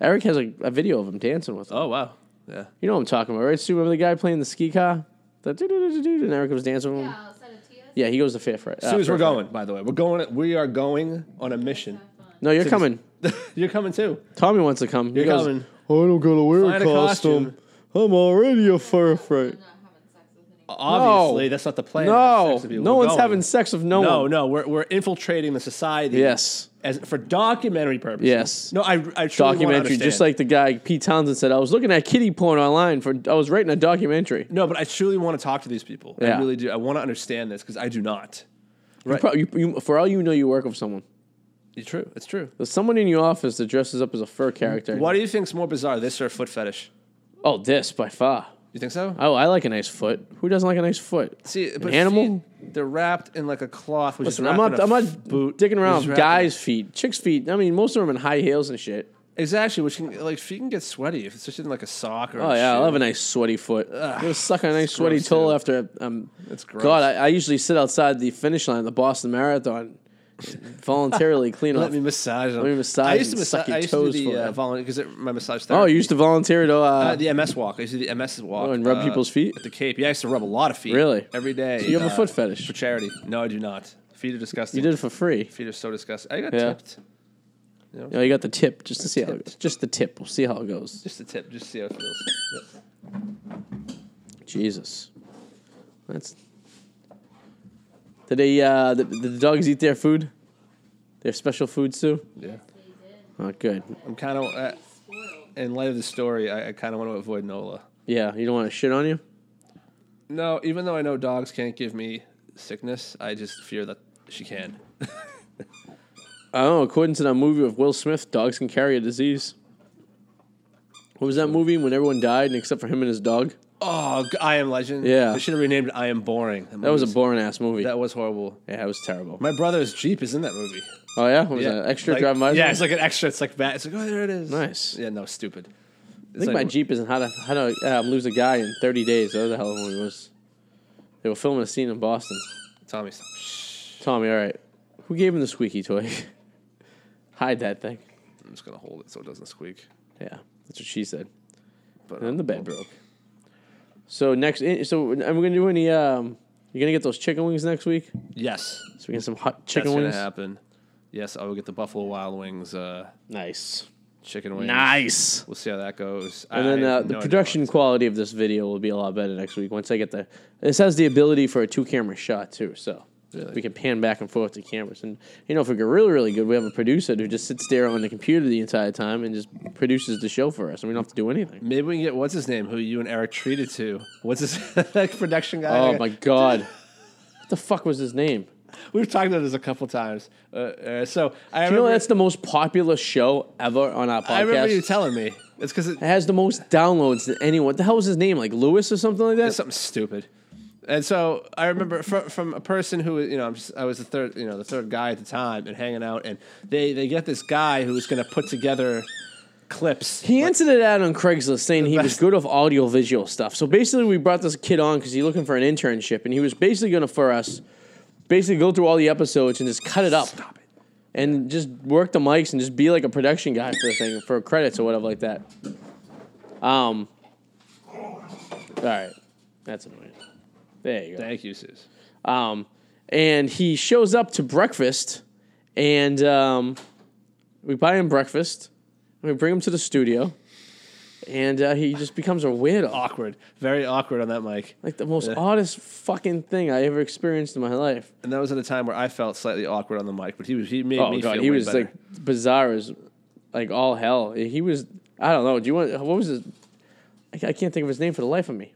[SPEAKER 1] Eric has a, a video of him dancing with him.
[SPEAKER 2] oh wow. Yeah.
[SPEAKER 1] You know what I'm talking about, right? Stu, remember the guy playing the ski car? The doo-doo-doo-doo-doo, and Eric was dancing with him?
[SPEAKER 3] Yeah, outside of Tia's.
[SPEAKER 1] Um, Yeah, he goes to Fair Fright. Ah,
[SPEAKER 2] As soon as we're going, by the way, we're going. We are going on a mission.
[SPEAKER 1] No, you're
[SPEAKER 2] to
[SPEAKER 1] coming.
[SPEAKER 2] You're coming too.
[SPEAKER 1] Tommy wants to come. He
[SPEAKER 2] You're
[SPEAKER 1] goes,
[SPEAKER 2] coming.
[SPEAKER 1] I don't gotta wear
[SPEAKER 2] Find a costume.
[SPEAKER 1] I'm already a Fair Fright.
[SPEAKER 3] I'm not having sex with
[SPEAKER 1] Uh,
[SPEAKER 3] anyone.
[SPEAKER 2] Obviously, that's not the plan. to have
[SPEAKER 1] No,
[SPEAKER 2] sex with people.
[SPEAKER 1] no
[SPEAKER 2] We're
[SPEAKER 1] one's
[SPEAKER 2] going.
[SPEAKER 1] having sex with no,
[SPEAKER 2] No,
[SPEAKER 1] one.
[SPEAKER 2] no, we're, we're infiltrating the society.
[SPEAKER 1] Yes.
[SPEAKER 2] as for documentary purposes.
[SPEAKER 1] Yes.
[SPEAKER 2] No, I I truly
[SPEAKER 1] documentary, just like the guy Pete Townsend said. I was looking at kitty porn online for. I was writing a documentary.
[SPEAKER 2] no, but I truly want to talk to these people. I
[SPEAKER 1] Yeah.
[SPEAKER 2] really do. I want to understand this because I do not.
[SPEAKER 1] You prob- you- you- for all you know, you work with someone.
[SPEAKER 2] It's true. It's true.
[SPEAKER 1] There's someone in your office that dresses up as a fur character.
[SPEAKER 2] What do you think's more bizarre, this or foot fetish?
[SPEAKER 1] Oh, this by far.
[SPEAKER 2] You think so?
[SPEAKER 1] Oh, I like a nice foot. Who doesn't like a nice foot?
[SPEAKER 2] See, but
[SPEAKER 1] animal?
[SPEAKER 2] feet, they're wrapped in like a cloth, which
[SPEAKER 1] Listen,
[SPEAKER 2] is
[SPEAKER 1] I'm
[SPEAKER 2] wrapped
[SPEAKER 1] not.
[SPEAKER 2] in a
[SPEAKER 1] I'm not
[SPEAKER 2] f- boot.
[SPEAKER 1] dicking around
[SPEAKER 2] which
[SPEAKER 1] with
[SPEAKER 2] is wrapped in-
[SPEAKER 1] guys' feet, chicks' feet. I mean, most of them in high heels and shit.
[SPEAKER 2] Exactly, which can like feet can get sweaty if it's just in like a sock or.
[SPEAKER 1] Oh yeah, I
[SPEAKER 2] shit.
[SPEAKER 1] love a nice sweaty foot. I'm gonna suck on a nice sweaty
[SPEAKER 2] gross,
[SPEAKER 1] toe
[SPEAKER 2] too.
[SPEAKER 1] after. Um,
[SPEAKER 2] That's gross.
[SPEAKER 1] God, I, I usually sit outside the finish line of the Boston Marathon, voluntarily clean
[SPEAKER 2] Let
[SPEAKER 1] up.
[SPEAKER 2] me massage them.
[SPEAKER 1] Let me massage
[SPEAKER 2] I used to
[SPEAKER 1] and
[SPEAKER 2] massage.
[SPEAKER 1] suck your
[SPEAKER 2] I used to
[SPEAKER 1] toes
[SPEAKER 2] do the
[SPEAKER 1] for
[SPEAKER 2] uh,
[SPEAKER 1] them.
[SPEAKER 2] because my massage therapy.
[SPEAKER 1] Oh, you used to volunteer to uh,
[SPEAKER 2] Uh, the MS walk. I used to do the MS walk.
[SPEAKER 1] Oh, and rub
[SPEAKER 2] uh,
[SPEAKER 1] people's feet?
[SPEAKER 2] At the Cape. Yeah, I used to rub a lot of feet.
[SPEAKER 1] Really?
[SPEAKER 2] Every day.
[SPEAKER 1] you have a foot fetish.
[SPEAKER 2] For charity. No, I do not. Feet are disgusting.
[SPEAKER 1] You did it for free.
[SPEAKER 2] Feet are so disgusting. I got
[SPEAKER 1] Yeah.
[SPEAKER 2] tipped.
[SPEAKER 1] You, know, you got the tip just to see how it
[SPEAKER 2] Tipped.
[SPEAKER 1] goes. Just the tip. We'll see how it goes.
[SPEAKER 2] Just a tip. Just see how it feels. Yeah.
[SPEAKER 1] Jesus, that's. Did they? Uh, the, did the dogs eat their food? Their special foods too.
[SPEAKER 2] Yeah.
[SPEAKER 3] They did.
[SPEAKER 1] Not good.
[SPEAKER 2] I'm kind of, uh,
[SPEAKER 3] They spoiled.
[SPEAKER 2] in light of the story, I, I kind of want to avoid Nola.
[SPEAKER 1] Yeah, you don't want to shit on you.
[SPEAKER 2] No, even though I know dogs can't give me sickness, I just fear that she can.
[SPEAKER 1] Oh, according to that movie with Will Smith, dogs can carry a disease. What was that movie when everyone died and except for him and his dog?
[SPEAKER 2] Oh, g- I am legend.
[SPEAKER 1] Yeah.
[SPEAKER 2] They should have renamed it I am boring.
[SPEAKER 1] That was a boring ass movie.
[SPEAKER 2] That was horrible.
[SPEAKER 1] yeah, it was terrible.
[SPEAKER 2] My brother's Jeep is in that movie.
[SPEAKER 1] Oh yeah, what was
[SPEAKER 2] Yeah,
[SPEAKER 1] that extra
[SPEAKER 2] like-
[SPEAKER 1] drive my?
[SPEAKER 2] Yeah, it's like an extra. It's like that. It's like oh, there it is.
[SPEAKER 1] Nice.
[SPEAKER 2] Yeah, no, stupid.
[SPEAKER 1] I think my Jeep is in how to how to um, lose a guy in 30 days. That was the hell of a movie it was. They were filming a scene in Boston.
[SPEAKER 2] Tommy. stop.
[SPEAKER 1] Tommy, all right, who gave him the squeaky toy? Hide that thing.
[SPEAKER 2] I'm just gonna hold it so it doesn't squeak.
[SPEAKER 1] Yeah, that's what she said.
[SPEAKER 2] But
[SPEAKER 1] And then the
[SPEAKER 2] uh,
[SPEAKER 1] bed broke. So next, eh, so are we gonna do any? Um, you gonna get those chicken wings next week?
[SPEAKER 2] Yes,
[SPEAKER 1] So we get some hot
[SPEAKER 2] that's
[SPEAKER 1] chicken
[SPEAKER 2] gonna
[SPEAKER 1] wings.
[SPEAKER 2] happen. Yes, I will get the Buffalo Wild Wings uh,
[SPEAKER 1] Nice,
[SPEAKER 2] chicken wings.
[SPEAKER 1] nice.
[SPEAKER 2] We'll see how that goes.
[SPEAKER 1] And then uh, the production quality of this video will be a lot better next week once I get the. This has the ability for a two camera shot too, so
[SPEAKER 2] Really?
[SPEAKER 1] we can pan back and forth to cameras. And you know, if we get really, really good, we have a producer who just sits there on the computer the entire time and just produces the show for us, and we don't have to do anything.
[SPEAKER 2] Maybe we can get what's his name, who you and Eric treated to. What's his production guy?
[SPEAKER 1] Oh my god, what the fuck was his name?
[SPEAKER 2] We've talked about this a couple times. Uh, uh, so
[SPEAKER 1] You
[SPEAKER 2] I remember,
[SPEAKER 1] know, that's the most popular show ever on our podcast.
[SPEAKER 2] I remember you telling me it's because it,
[SPEAKER 1] It has the most downloads than anyone. What the hell was his name? Like Lewis or something like that?
[SPEAKER 2] something stupid. And so I remember from, from a person who you know I'm just, I was the third you know the third guy at the time and hanging out and they they get this guy who was going to put together clips.
[SPEAKER 1] he answered it out on Craigslist saying he was
[SPEAKER 2] best.
[SPEAKER 1] good of audio visual stuff. So basically, we brought this kid on because he's looking for an internship, and he was basically going to for us, basically go through all the episodes and just cut it up.
[SPEAKER 2] Stop it.
[SPEAKER 1] and just work the mics and just be like a production guy for a thing for credits or whatever like that. Um. All right, that's annoying. There you go.
[SPEAKER 2] Thank you, Sus.
[SPEAKER 1] Um, and he shows up to breakfast, and um, we buy him breakfast. We bring him to the studio, and uh, he just becomes a weirdo.
[SPEAKER 2] Awkward, very awkward on that mic.
[SPEAKER 1] Like the most oddest fucking thing I ever experienced in my life.
[SPEAKER 2] And that was at a time where I felt slightly awkward on the mic, but he was he made
[SPEAKER 1] Oh
[SPEAKER 2] me
[SPEAKER 1] god,
[SPEAKER 2] feel
[SPEAKER 1] he
[SPEAKER 2] way
[SPEAKER 1] was
[SPEAKER 2] better.
[SPEAKER 1] like bizarre as like all hell. He was I don't know. Do you want what was his? I ca- I can't think of his name for the life of me.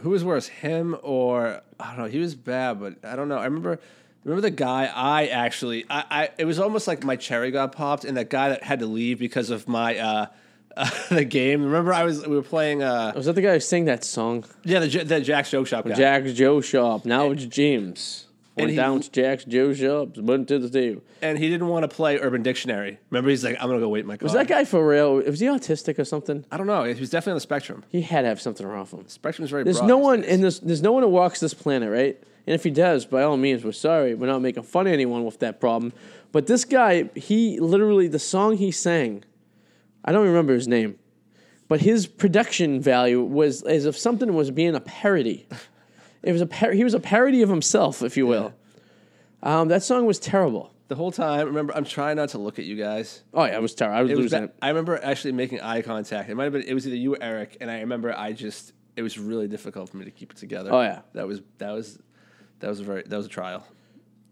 [SPEAKER 2] who was worse, him or I don't know. He was bad, but I don't know. I remember, remember the guy. I actually, I, I it was almost like my cherry got popped, and that guy that had to leave because of my uh, uh the game. Remember, I was we were playing uh
[SPEAKER 1] Was that the guy who sang that song?
[SPEAKER 2] yeah the J- the Jack's Joke Shop guy.
[SPEAKER 1] Jack's Joe Shop. Now it's James.
[SPEAKER 2] And
[SPEAKER 1] Went
[SPEAKER 2] he-
[SPEAKER 1] down to Jack's Joe Shop, went to the table.
[SPEAKER 2] and he didn't want to play Urban Dictionary. Remember, he's like, I'm gonna go wait in my car.
[SPEAKER 1] Was that guy for real? Was he autistic or something?
[SPEAKER 2] I don't know. He was definitely on the spectrum.
[SPEAKER 1] He had to have something wrong with him.
[SPEAKER 2] Spectrum's very.
[SPEAKER 1] There's
[SPEAKER 2] broad
[SPEAKER 1] no
[SPEAKER 2] these
[SPEAKER 1] one
[SPEAKER 2] days.
[SPEAKER 1] in this. There's no one who walks this planet, right? And if he does, by all means, we're sorry. We're not making fun of anyone with that problem. But this guy, he literally the song he sang, I don't remember his name, but his production value was as if something was being a parody. It was a par- he was a parody of himself, if you will. Um, that song was terrible.
[SPEAKER 2] the whole time. Remember, I'm trying not to look at you guys.
[SPEAKER 1] Oh yeah, it was terrible. I was
[SPEAKER 2] It was
[SPEAKER 1] losing
[SPEAKER 2] bad.
[SPEAKER 1] it.
[SPEAKER 2] I remember actually making eye contact. It might have been it was either you or Eric, and I remember I just it was really difficult for me to keep it together.
[SPEAKER 1] Oh, yeah.
[SPEAKER 2] that was that was that was a very that was a trial.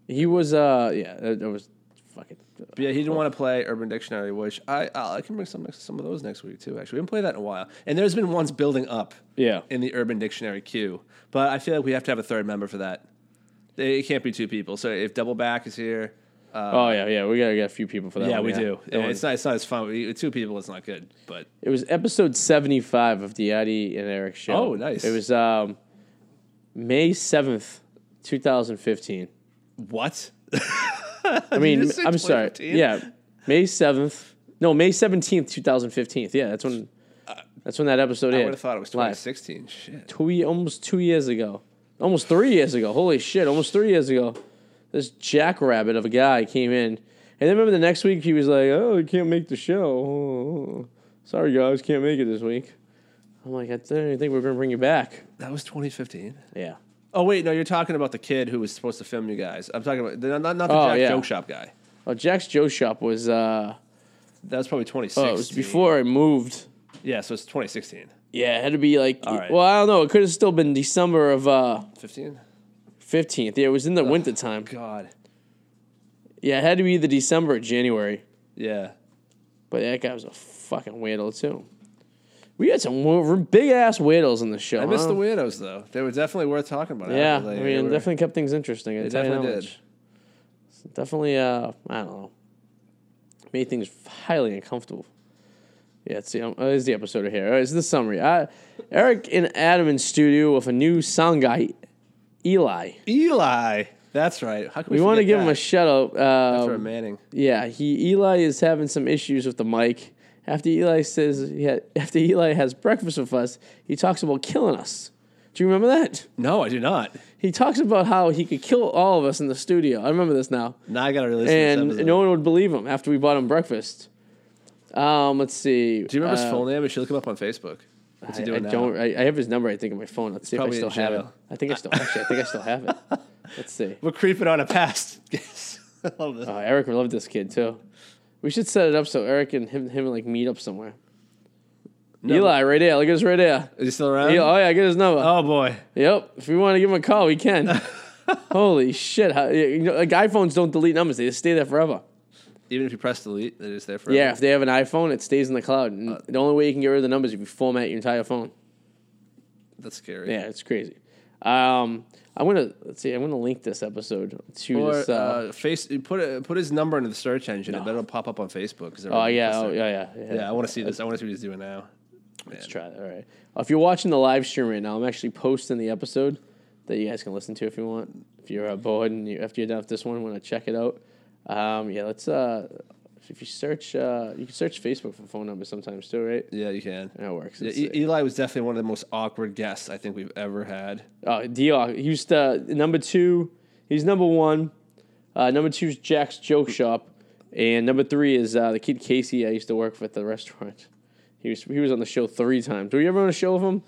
[SPEAKER 1] He was uh yeah, it, it was fucking.
[SPEAKER 2] But yeah, he didn't want to play Urban Dictionary, which I I'll- I can bring some some of those next week too. Actually, we haven't played that in a while, and there's been ones building up
[SPEAKER 1] Yeah.
[SPEAKER 2] in the Urban Dictionary queue. But I feel like we have to have a third member for that. It can't be two people. So if Double Back is here, oh,
[SPEAKER 1] oh yeah, yeah. We gotta get a few people for that.
[SPEAKER 2] yeah,
[SPEAKER 1] one,
[SPEAKER 2] we do.
[SPEAKER 1] That
[SPEAKER 2] Yeah,
[SPEAKER 1] one-
[SPEAKER 2] it's not it's not as fun. We, with two people, it's not good. But
[SPEAKER 1] It was episode 75 of the Yadi and Eric show.
[SPEAKER 2] Oh, nice.
[SPEAKER 1] It was um, May 7th, 2015.
[SPEAKER 2] what?
[SPEAKER 1] I mean,
[SPEAKER 2] just say
[SPEAKER 1] I'm sorry.
[SPEAKER 2] 2015?
[SPEAKER 1] Yeah. May 7th. No, May 17th, 2015. Yeah, that's when that's when that episode
[SPEAKER 2] Uh, I
[SPEAKER 1] aired.
[SPEAKER 2] would have thought it was
[SPEAKER 1] Live.
[SPEAKER 2] 2016. Shit.
[SPEAKER 1] Two ye- almost 2 years ago. Almost 3 years ago. Holy shit, almost 3 years ago. This jackrabbit of a guy came in. And then remember the next week he was like, "Oh, I can't make the show. Sorry guys, can't make it this week." I'm like, "I didn't even think we were going to bring you back."
[SPEAKER 2] That was 2015.
[SPEAKER 1] Yeah.
[SPEAKER 2] Oh wait, no, you're talking about the kid who was supposed to film you guys. I'm talking about not, not the
[SPEAKER 1] Oh,
[SPEAKER 2] Jack
[SPEAKER 1] yeah.
[SPEAKER 2] Joke Shop guy.
[SPEAKER 1] Oh, Jack's Joe Shop was uh
[SPEAKER 2] That was probably 2016.
[SPEAKER 1] oh, it was before I moved.
[SPEAKER 2] Yeah, so it's 2016,
[SPEAKER 1] Yeah, it had to be like
[SPEAKER 2] All right.
[SPEAKER 1] well, I don't know, it could have still been December of uh
[SPEAKER 2] 15.
[SPEAKER 1] 15th. Yeah, it was in the winter time.
[SPEAKER 2] God.
[SPEAKER 1] Yeah, it had to be either December or January.
[SPEAKER 2] Yeah.
[SPEAKER 1] But that guy was a fucking weirdo too. We had some big ass weirdos in the show.
[SPEAKER 2] I missed
[SPEAKER 1] huh?
[SPEAKER 2] the weirdos though. They were definitely worth talking about.
[SPEAKER 1] Yeah,
[SPEAKER 2] after
[SPEAKER 1] I
[SPEAKER 2] they
[SPEAKER 1] mean,
[SPEAKER 2] were-
[SPEAKER 1] definitely kept things interesting. I
[SPEAKER 2] They
[SPEAKER 1] tell you
[SPEAKER 2] definitely
[SPEAKER 1] that
[SPEAKER 2] did.
[SPEAKER 1] much. Definitely, uh, I don't know, made things highly uncomfortable. Yeah, it's the, um, uh, it's the episode right here. Uh, It's the summary. I, Eric and Adam in studio with a new sound guy, Eli.
[SPEAKER 2] Eli. That's right. How can
[SPEAKER 1] We want to
[SPEAKER 2] forget
[SPEAKER 1] give him
[SPEAKER 2] that?
[SPEAKER 1] a shout out.
[SPEAKER 2] After a
[SPEAKER 1] Um,
[SPEAKER 2] Manning.
[SPEAKER 1] yeah, he Eli is having some issues with the mic. After Eli says he had, after Eli has breakfast with us, he talks about killing us. Do you remember that?
[SPEAKER 2] No, I do not.
[SPEAKER 1] He talks about how he could kill all of us in the studio. I remember this now.
[SPEAKER 2] Now I gotta release
[SPEAKER 1] and
[SPEAKER 2] this episode.
[SPEAKER 1] no one would believe him after we bought him breakfast. Um, let's see.
[SPEAKER 2] do you remember his
[SPEAKER 1] Uh,
[SPEAKER 2] full name? We should look him up on Facebook.
[SPEAKER 1] I,
[SPEAKER 2] What's he
[SPEAKER 1] I
[SPEAKER 2] doing now?
[SPEAKER 1] don't. I, I have his number. I think on my phone. Let's see if I
[SPEAKER 2] probably
[SPEAKER 1] still
[SPEAKER 2] in
[SPEAKER 1] have it.
[SPEAKER 2] jail.
[SPEAKER 1] I think I still actually. I think I still have it. Let's see.
[SPEAKER 2] We're creeping on a past. Yes. I love this.
[SPEAKER 1] Oh, Eric would love this kid too. We should set it up so Eric and him him like meet up somewhere. Eli, right there. Look at us right there.
[SPEAKER 2] Is he still around?
[SPEAKER 1] Eli, oh yeah, get his number.
[SPEAKER 2] Oh boy.
[SPEAKER 1] Yep. If we want to give him a call, we can. Holy shit! How, you know, like iPhones don't delete numbers; they just stay there forever.
[SPEAKER 2] Even if you press delete, it is there forever.
[SPEAKER 1] Yeah, if they have an iPhone, it stays in the cloud. And
[SPEAKER 2] Uh.
[SPEAKER 1] the only way you can get rid of the numbers is if you format your entire phone.
[SPEAKER 2] That's scary.
[SPEAKER 1] Yeah, it's crazy. Um, I'm gonna let's see. I'm gonna link this episode to
[SPEAKER 2] Or
[SPEAKER 1] this. Uh,
[SPEAKER 2] uh, face, you put a, put his number into the search engine. I bet it'll pop up on Facebook. 'cause
[SPEAKER 1] oh
[SPEAKER 2] everyone
[SPEAKER 1] yeah,
[SPEAKER 2] puts
[SPEAKER 1] oh
[SPEAKER 2] their-
[SPEAKER 1] yeah, yeah, yeah.
[SPEAKER 2] Yeah, I want to see this. I want to see what he's doing now.
[SPEAKER 1] Let's try that. All right. If you're watching the live stream right now, I'm actually posting the episode that you guys can listen to if you want. If you're uh, bored and you, after you're done with this one, want to check it out. Um, yeah, let's. Uh, if you search, uh, you can search Facebook for phone numbers sometimes too, right?
[SPEAKER 2] Yeah, you can.
[SPEAKER 1] And it works.
[SPEAKER 2] Yeah,
[SPEAKER 1] It's,
[SPEAKER 2] E- Eli was definitely one of the most awkward guests I think we've ever had.
[SPEAKER 1] uh, Dion. He used to number two. He's number one. Uh, number two is Jack's Joke Shop, and number three is uh, the kid Casey I used to work with at the restaurant. He was he was on the show three times. Were you ever on a show with him?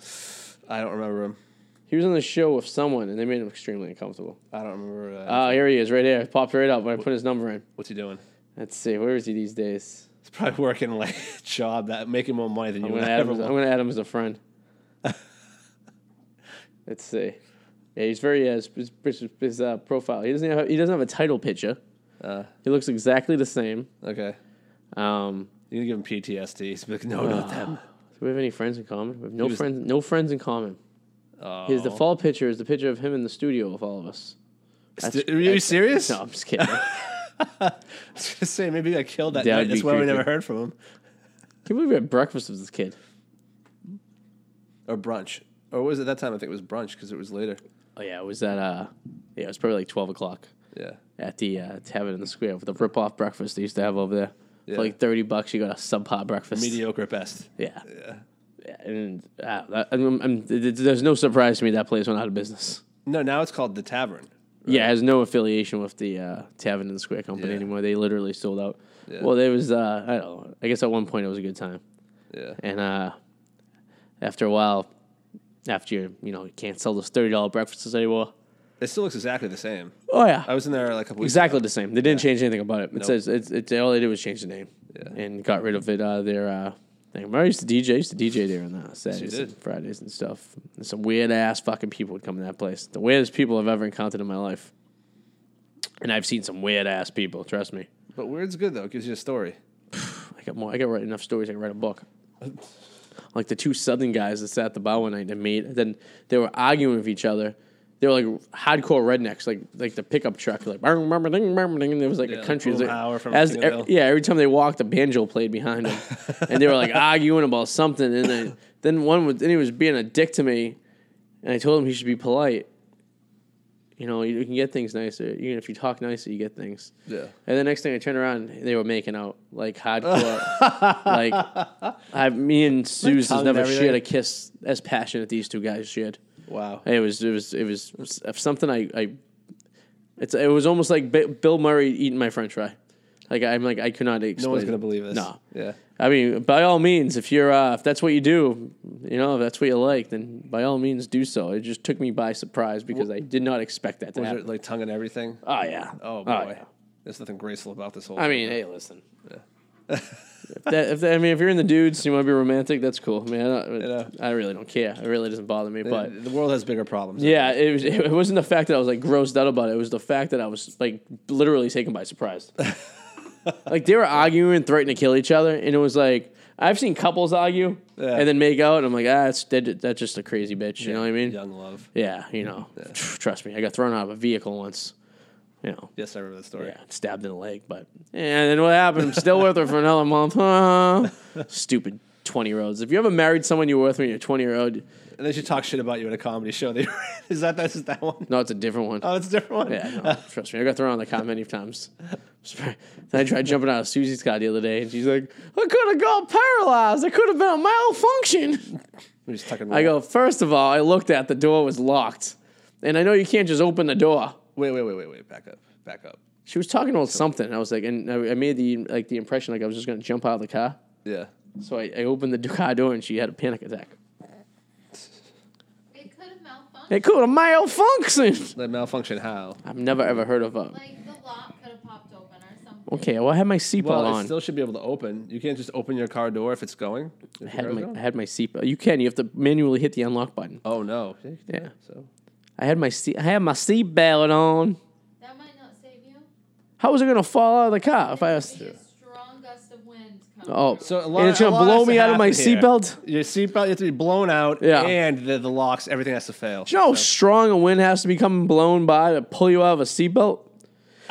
[SPEAKER 2] I don't remember him.
[SPEAKER 1] He was on the show with someone, and they made him extremely uncomfortable.
[SPEAKER 2] I don't remember. Uh,
[SPEAKER 1] Oh, here he is, right there. Popped right up when I put his number in.
[SPEAKER 2] what's he doing?
[SPEAKER 1] Let's see, where is he these days?
[SPEAKER 2] He's probably working like a job that making more money than
[SPEAKER 1] I'm
[SPEAKER 2] you
[SPEAKER 1] gonna,
[SPEAKER 2] would
[SPEAKER 1] add
[SPEAKER 2] ever
[SPEAKER 1] him as, I'm
[SPEAKER 2] want.
[SPEAKER 1] gonna add him as a friend. Let's see. Yeah, he's very uh, his, his, his uh, profile. He doesn't have he doesn't have a title picture.
[SPEAKER 2] Uh,
[SPEAKER 1] He looks exactly the same.
[SPEAKER 2] okay,
[SPEAKER 1] Um,
[SPEAKER 2] you're gonna give him PTSD. He's like, no, not them.
[SPEAKER 1] do we have any friends in common? We have no
[SPEAKER 2] was-
[SPEAKER 1] friends. No friends in common.
[SPEAKER 2] Oh.
[SPEAKER 1] His default picture is the picture of him in the studio with all of us.
[SPEAKER 2] St- are you serious?
[SPEAKER 1] No, I'm just kidding. Can
[SPEAKER 2] I was gonna say maybe he got killed that
[SPEAKER 1] That
[SPEAKER 2] night.
[SPEAKER 1] would be
[SPEAKER 2] That's why we
[SPEAKER 1] creepy.
[SPEAKER 2] never heard from him
[SPEAKER 1] you believe we had breakfast with this kid?
[SPEAKER 2] or brunch or was it that time? I think it was brunch because it was later.
[SPEAKER 1] Oh yeah, it was at uh, yeah, it was probably like twelve o'clock.
[SPEAKER 2] Yeah,
[SPEAKER 1] at the uh, tavern in the square with the rip off breakfast they used to have over there.
[SPEAKER 2] Yeah.
[SPEAKER 1] For like thirty bucks, you got a subpar breakfast.
[SPEAKER 2] mediocre at best.
[SPEAKER 1] Yeah. yeah, And uh, that- I'm, I'm, th- th- there's no surprise to me that place went out of business.
[SPEAKER 2] No, now it's called the tavern.
[SPEAKER 1] Yeah, it has no affiliation with the uh, tavern in the square company
[SPEAKER 2] Yeah.
[SPEAKER 1] anymore. They literally sold out.
[SPEAKER 2] Yeah.
[SPEAKER 1] Well, there was uh, I don't know. I guess at one point it was a good time,
[SPEAKER 2] Yeah,
[SPEAKER 1] and uh, after a while, after you you know you can't sell those thirty dollar breakfasts anymore.
[SPEAKER 2] it still looks exactly the same.
[SPEAKER 1] Oh yeah,
[SPEAKER 2] I was in there like a couple weeks.
[SPEAKER 1] Exactly the same. They didn't change anything about it. It
[SPEAKER 2] Nope.
[SPEAKER 1] says it's, it's all they did was change the name
[SPEAKER 2] Yeah.
[SPEAKER 1] and got rid of it. Uh, their uh, thing. I used to DJ. I used to DJ there on uh, Saturdays,
[SPEAKER 2] did.
[SPEAKER 1] and Fridays, and stuff. And some weird ass fucking people would come to that place. The weirdest people I've ever encountered in my life. And I've seen some weird ass people. Trust me.
[SPEAKER 2] But weird's good though. It gives you a story.
[SPEAKER 1] I got more. I got write enough stories. I can write a book. Like the two Southern guys that sat at the bar one night and made. Then they were arguing with each other. They were like hardcore rednecks, like like the pickup truck, like "Bang, bang, bang, bang, bang," and there was like
[SPEAKER 2] Yeah,
[SPEAKER 1] a country.
[SPEAKER 2] Boom
[SPEAKER 1] like,
[SPEAKER 2] Hour from
[SPEAKER 1] as
[SPEAKER 2] King of the
[SPEAKER 1] e-
[SPEAKER 2] Hill.
[SPEAKER 1] yeah, every time they walked, a banjo played behind them, and they were like arguing about something. And then then one was then he was being a dick to me, and I told him he should be polite. You know, you can get things nicer. Even if you talk nicer, you get things.
[SPEAKER 2] Yeah.
[SPEAKER 1] And the next thing I turned around, they were making out like hardcore. like, I, me and Suze has
[SPEAKER 2] tongue
[SPEAKER 1] never
[SPEAKER 2] and
[SPEAKER 1] shared a
[SPEAKER 2] everything.
[SPEAKER 1] kiss as passionate these two guys shared.
[SPEAKER 2] Wow.
[SPEAKER 1] It was it was it was something I, I it's it was almost like B- Bill Murray eating my French fry. Like I'm like I could not explain.
[SPEAKER 2] No one's gonna
[SPEAKER 1] it.
[SPEAKER 2] believe this.
[SPEAKER 1] No.
[SPEAKER 2] Yeah.
[SPEAKER 1] I mean, by all means, if you're uh, if that's what you do, you know, if that's what you like, then by all means do so. It just took me by surprise because I did not expect that to
[SPEAKER 2] Was
[SPEAKER 1] happen.
[SPEAKER 2] it like tongue and everything?
[SPEAKER 1] Oh yeah.
[SPEAKER 2] Oh boy.
[SPEAKER 1] yeah.
[SPEAKER 2] There's nothing graceful about this whole
[SPEAKER 1] I mean, hey, listen. if that, if that, I mean, if you're in the dudes, you want to be romantic. That's cool. I mean, I, don't,
[SPEAKER 2] know.
[SPEAKER 1] I really don't care. It really doesn't bother me. But
[SPEAKER 2] the world has bigger problems.
[SPEAKER 1] yeah, it was. It wasn't the fact that I was like grossed out about it. It was the fact that I was like literally taken by surprise. like they were arguing and threatening to kill each other, and it was like I've seen couples argue
[SPEAKER 2] Yeah.
[SPEAKER 1] and then make out, and I'm like, ah, it's, that, that's just a crazy bitch. You know what I mean?
[SPEAKER 2] Young love.
[SPEAKER 1] Yeah, you know. Trust me, I got thrown out of a vehicle once. You know.
[SPEAKER 2] Yes, I remember that story.
[SPEAKER 1] Yeah, stabbed in the leg, but and then what happened? I'm still with her for another month. Huh? Stupid twenty year olds. If you ever married someone you were with when you're twenty year old,
[SPEAKER 2] And then she talked shit about you at a comedy show. They is that that's that one?
[SPEAKER 1] no, it's a different one.
[SPEAKER 2] Oh, it's a different one.
[SPEAKER 1] Yeah, no, trust me, I got thrown on the car many times. Then I tried jumping out of Susie's car the other day, and she's like, "I could have got paralyzed. I could have been a malfunction."
[SPEAKER 2] We're just talking.
[SPEAKER 1] I go, first of all, I looked at the door was locked, and I know you can't just open the door.
[SPEAKER 2] Wait, wait, wait, wait, wait. Back up. Back up.
[SPEAKER 1] She was talking about something. and I was like, and I I made the like the impression like I was just gonna jump out of the car.
[SPEAKER 2] Yeah.
[SPEAKER 1] So I, I opened the car door and she had a panic attack. They call it a malfunction.
[SPEAKER 2] The malfunction how?
[SPEAKER 1] I've never ever heard of a.
[SPEAKER 3] Like the lock could have popped open or something.
[SPEAKER 1] Okay, well, I had my seatbelt
[SPEAKER 2] Well, it
[SPEAKER 1] on.
[SPEAKER 2] still should be able to open. You can't just open your car door if it's going. If your
[SPEAKER 1] I had
[SPEAKER 2] car's
[SPEAKER 1] my
[SPEAKER 2] going?
[SPEAKER 1] I had my seatbelt. You can. You have to manually hit the unlock button.
[SPEAKER 2] oh no. Yeah. you can do
[SPEAKER 1] Yeah.
[SPEAKER 2] that, So
[SPEAKER 1] I had my seat. I had my seatbelt on.
[SPEAKER 3] That might not save you.
[SPEAKER 1] How was I gonna fall out of the car if I
[SPEAKER 3] Maybe
[SPEAKER 1] was?
[SPEAKER 3] A strong gust of wind coming
[SPEAKER 1] Oh,
[SPEAKER 3] through.
[SPEAKER 2] So a lot,
[SPEAKER 1] and it's
[SPEAKER 2] a
[SPEAKER 1] gonna
[SPEAKER 2] lot
[SPEAKER 1] blow
[SPEAKER 2] has to
[SPEAKER 1] me out of my
[SPEAKER 2] happen here.
[SPEAKER 1] seatbelt.
[SPEAKER 2] Your seatbelt you have to be blown out.
[SPEAKER 1] Yeah.
[SPEAKER 2] And the, the locks, everything has to fail.
[SPEAKER 1] Do you know how
[SPEAKER 2] So,
[SPEAKER 1] strong a wind has to be coming blown by to pull you out of a seatbelt?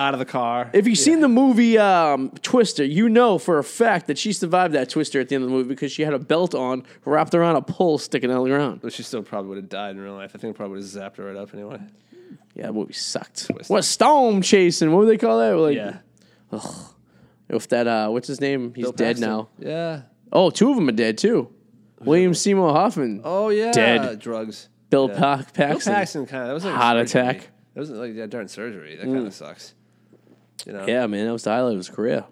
[SPEAKER 2] out of the car.
[SPEAKER 1] If you've seen the movie um, Twister, you know for a fact that she survived that twister at the end of the movie because she had a belt on wrapped around a pole sticking out of the ground.
[SPEAKER 2] But she still probably would have died in real life. I think I probably would have zapped her right up anyway.
[SPEAKER 1] Yeah, that movie sucked. What storm chasing? What do they call that? Like,
[SPEAKER 2] Yeah.
[SPEAKER 1] if that uh, what's his name? He's
[SPEAKER 2] Bill
[SPEAKER 1] dead
[SPEAKER 2] Paxton.
[SPEAKER 1] now.
[SPEAKER 2] Yeah.
[SPEAKER 1] Oh, two of them are dead too. William Seymour Hoffman,
[SPEAKER 2] Oh yeah.
[SPEAKER 1] Dead.
[SPEAKER 2] Drugs.
[SPEAKER 1] Bill
[SPEAKER 2] yeah.
[SPEAKER 1] Pa-
[SPEAKER 2] Bill
[SPEAKER 1] Paxton.
[SPEAKER 2] Paxton kind of that was like
[SPEAKER 1] Heart
[SPEAKER 2] surgery.
[SPEAKER 1] attack. Mm.
[SPEAKER 2] That was like yeah, during surgery. That kind of sucks. You know.
[SPEAKER 1] Yeah, man, that was the highlight of his career.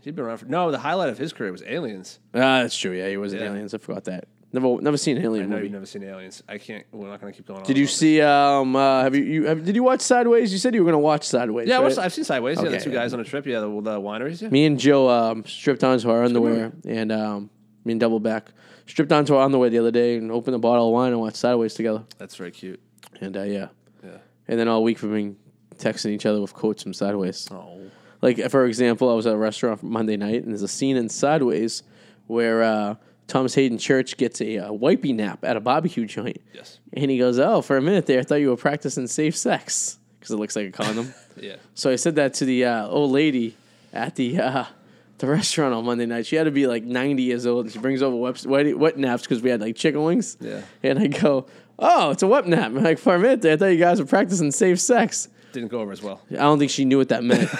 [SPEAKER 2] He'd been around for no. The highlight of his career was Aliens.
[SPEAKER 1] Ah, that's true. Yeah, he was in
[SPEAKER 2] Yeah.
[SPEAKER 1] Aliens. I forgot that. Never, never seen an
[SPEAKER 2] I
[SPEAKER 1] Alien
[SPEAKER 2] know
[SPEAKER 1] movie.
[SPEAKER 2] you've never seen Aliens. I can't. We're not gonna keep going. on
[SPEAKER 1] Did you
[SPEAKER 2] about this.
[SPEAKER 1] see? Um, uh, have you? you have, did you watch Sideways? You said you were going to watch Sideways.
[SPEAKER 2] Yeah, I
[SPEAKER 1] right?
[SPEAKER 2] watched, I've seen Sideways. yeah, the
[SPEAKER 1] Okay,
[SPEAKER 2] two
[SPEAKER 1] yeah.
[SPEAKER 2] guys on a trip. Yeah, the, the wineries. Yeah.
[SPEAKER 1] Me and Joe um, stripped onto our underwear and um, me and Double Back stripped onto our underwear the other day and opened a bottle of wine and watched Sideways together.
[SPEAKER 2] That's very cute.
[SPEAKER 1] And uh, yeah,
[SPEAKER 2] Yeah.
[SPEAKER 1] and then all week we've been texting each other with quotes from Sideways.
[SPEAKER 2] Oh.
[SPEAKER 1] Like for example, I was at a restaurant Monday night, and there's a scene in Sideways where uh, Thomas Hayden Church gets a uh, wipey nap at a barbecue joint,
[SPEAKER 2] Yes.
[SPEAKER 1] and he goes, "Oh, for a minute there, I thought you were practicing safe sex because it looks like a condom."
[SPEAKER 2] Yeah.
[SPEAKER 1] so I said that to the uh, old lady at the uh, the restaurant on Monday night. She had to be like 90 years old, and she brings over wet, wet, wet naps because we had like chicken wings.
[SPEAKER 2] Yeah.
[SPEAKER 1] and I go. Oh, it's a wet nap. I'm like, for a minute there, I thought you guys were practicing safe sex.
[SPEAKER 2] Didn't go over as well.
[SPEAKER 1] I don't think she knew what that meant.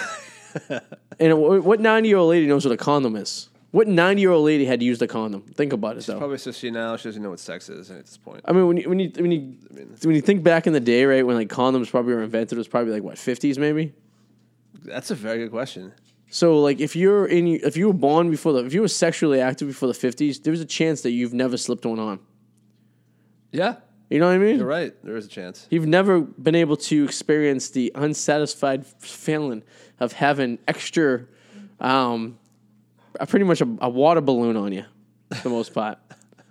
[SPEAKER 1] and wh- what 90 year old lady knows what a condom is? What 90 year old lady had used a condom? Think about it, though.
[SPEAKER 2] Probably so she now she doesn't know what sex is at this point.
[SPEAKER 1] I mean, when you, when, you, when, you, when you think back in the day, right, when like condoms probably were invented, it was probably like, what, 50s maybe?
[SPEAKER 2] That's a very good question.
[SPEAKER 1] So, like, if you're in, if you were born before the, if you were sexually active before the 50s, there was a chance that you've never slipped one on.
[SPEAKER 2] Yeah,
[SPEAKER 1] You know what I mean?
[SPEAKER 2] you're right. There is a chance.
[SPEAKER 1] You've never been able to experience the unsatisfied feeling of having extra, um, a- pretty much a, a water balloon on you, for the most part.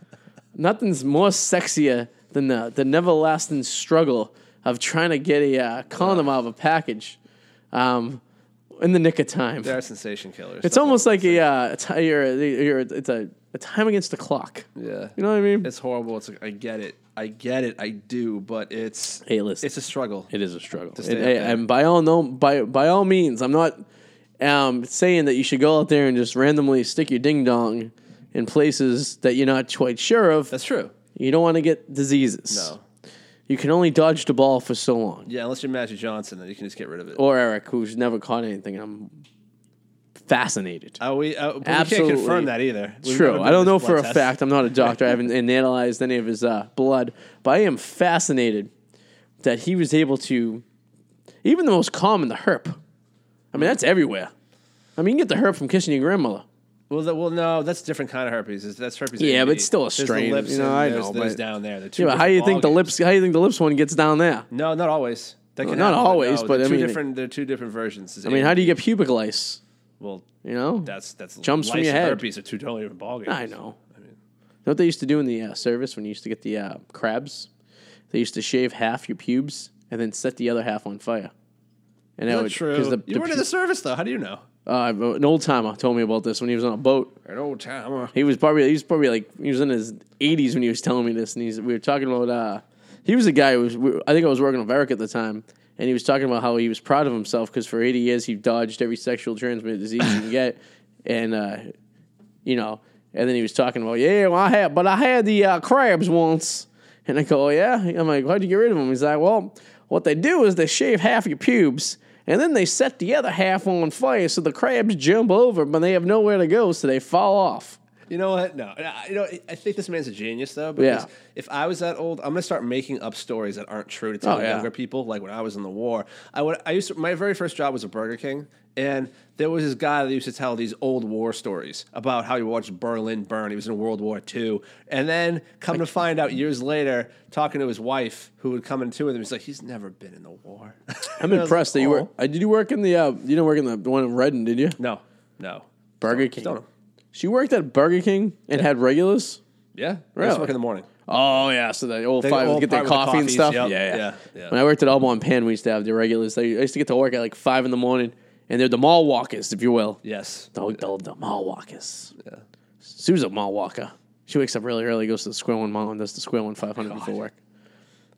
[SPEAKER 1] Nothing's more sexier than the, the neverlasting struggle of trying to get a uh, condom out of a package um, in the nick of time.
[SPEAKER 2] There are sensation killers.
[SPEAKER 1] It's almost like a, uh, a, ti- you're, you're, it's a, a time against the clock.
[SPEAKER 2] yeah.
[SPEAKER 1] You know what I mean?
[SPEAKER 2] It's horrible. It's like, I get it. I get it. I do, but it's
[SPEAKER 1] Hey, listen.
[SPEAKER 2] it's a struggle.
[SPEAKER 1] It is a struggle.
[SPEAKER 2] stay
[SPEAKER 1] It-
[SPEAKER 2] up
[SPEAKER 1] hey,
[SPEAKER 2] there.
[SPEAKER 1] and by all no, by by all means, I'm not um, saying that you should go out there and just randomly stick your ding dong in places that you're not quite sure of.
[SPEAKER 2] That's true.
[SPEAKER 1] you don't want to get diseases.
[SPEAKER 2] No.
[SPEAKER 1] you can only dodge the ball for so long.
[SPEAKER 2] Yeah, unless you're Magic Johnson, then you can just get rid of it.
[SPEAKER 1] Or Eric, who's never caught anything. I'm fascinated.
[SPEAKER 2] Uh, we, uh, but we can't
[SPEAKER 1] Absolutely.
[SPEAKER 2] confirm that either. We've never
[SPEAKER 1] True.
[SPEAKER 2] done
[SPEAKER 1] I don't
[SPEAKER 2] this
[SPEAKER 1] know for
[SPEAKER 2] blood
[SPEAKER 1] a
[SPEAKER 2] test.
[SPEAKER 1] fact. I'm not a doctor. I haven't analyzed any of his uh, blood, but I am fascinated that he was able to, even the most common, the herp. I mean, that's everywhere. I mean, you can get the herp from kissing your grandmother.
[SPEAKER 2] Well, the, well, no, that's different kind of herpes. It's- That's herpes.
[SPEAKER 1] Yeah,
[SPEAKER 2] AD.
[SPEAKER 1] but it's still a
[SPEAKER 2] There's the
[SPEAKER 1] strain,
[SPEAKER 2] lips
[SPEAKER 1] you know,
[SPEAKER 2] and
[SPEAKER 1] I
[SPEAKER 2] there's
[SPEAKER 1] know,
[SPEAKER 2] those
[SPEAKER 1] but-
[SPEAKER 2] down there. The two
[SPEAKER 1] Yeah, but how do you think
[SPEAKER 2] different
[SPEAKER 1] the
[SPEAKER 2] ballgames.
[SPEAKER 1] lips? How do you think the lips one gets down there?
[SPEAKER 2] No, not always. That can
[SPEAKER 1] not
[SPEAKER 2] happen,
[SPEAKER 1] always,
[SPEAKER 2] no,
[SPEAKER 1] but
[SPEAKER 2] they're
[SPEAKER 1] I
[SPEAKER 2] two
[SPEAKER 1] mean-
[SPEAKER 2] different. They're two different versions.
[SPEAKER 1] I mean, how do you get pubic lice?
[SPEAKER 2] Well,
[SPEAKER 1] You know,
[SPEAKER 2] that's that's
[SPEAKER 1] Jumps from your
[SPEAKER 2] lice and
[SPEAKER 1] head.
[SPEAKER 2] Herpes are two totally different ballgames.
[SPEAKER 1] I know. Know what they used to do in the uh, service when you used to get the uh, crabs? They used to shave half your pubes and then set the other half on fire. And that
[SPEAKER 2] That's
[SPEAKER 1] would-
[SPEAKER 2] true.
[SPEAKER 1] 'cause the-
[SPEAKER 2] you
[SPEAKER 1] the
[SPEAKER 2] were
[SPEAKER 1] pu-
[SPEAKER 2] in the service though. How do you know?
[SPEAKER 1] Uh, an old timer told me about this when he was on a boat.
[SPEAKER 2] An old timer.
[SPEAKER 1] He was probably he was probably like he was in his 80s when he was telling me this, and he's we were talking about. Uh, he was a guy who was we- I think I was working with Eric at the time, and he was talking about how he was proud of himself because for 80 years he dodged every sexual transmitted disease you can get, and uh, you know, and then he was talking about yeah, well, I had but I had the uh, crabs once, and I go oh, yeah, I'm like how'd you get rid of them? He's like well, what they do is they shave half your pubes. And then they set the other half on fire so the crabs jump over, but they have nowhere to go, so they fall off.
[SPEAKER 2] You know what? No, And I- you know I think this man's a genius though. Because
[SPEAKER 1] Yeah.
[SPEAKER 2] if I was that old, I'm gonna start making up stories that aren't true to tell
[SPEAKER 1] Oh, yeah.
[SPEAKER 2] younger people. Like when I was in the war, I would I used to, my very first job was a Burger King, and there was this guy that used to tell these old war stories about how he watched Berlin burn. He was in World War II, and then come to find out years later, talking to his wife who would come in too with him, he's like, he's never been in the war.
[SPEAKER 1] I'm
[SPEAKER 2] And I was
[SPEAKER 1] impressed that
[SPEAKER 2] like,
[SPEAKER 1] you were.
[SPEAKER 2] "Oh."
[SPEAKER 1] Uh, did you work in the? Uh, you didn't work in the one in Redden, did you?
[SPEAKER 2] No, no,
[SPEAKER 1] Burger King.
[SPEAKER 2] Don't.
[SPEAKER 1] She worked at Burger King and had regulars.
[SPEAKER 2] Yeah, I used
[SPEAKER 1] Really?
[SPEAKER 2] to work in the morning.
[SPEAKER 1] Oh yeah, so the old
[SPEAKER 2] They
[SPEAKER 1] five
[SPEAKER 2] all
[SPEAKER 1] get the
[SPEAKER 2] part with the
[SPEAKER 1] coffee and
[SPEAKER 2] coffees,
[SPEAKER 1] stuff.
[SPEAKER 2] yep,
[SPEAKER 1] Yeah, yeah.
[SPEAKER 2] yeah, yeah.
[SPEAKER 1] When I worked at Elbaugh and Penn, we used to have the regulars. They I used to get to work at like five in the morning, and they're the mall walkers, if you will.
[SPEAKER 2] Yes.
[SPEAKER 1] The, the, the mall walkers. Yeah. Sue's a mall walker. She wakes up really early, goes to the Square One Mall, and does the Square One 500 before work.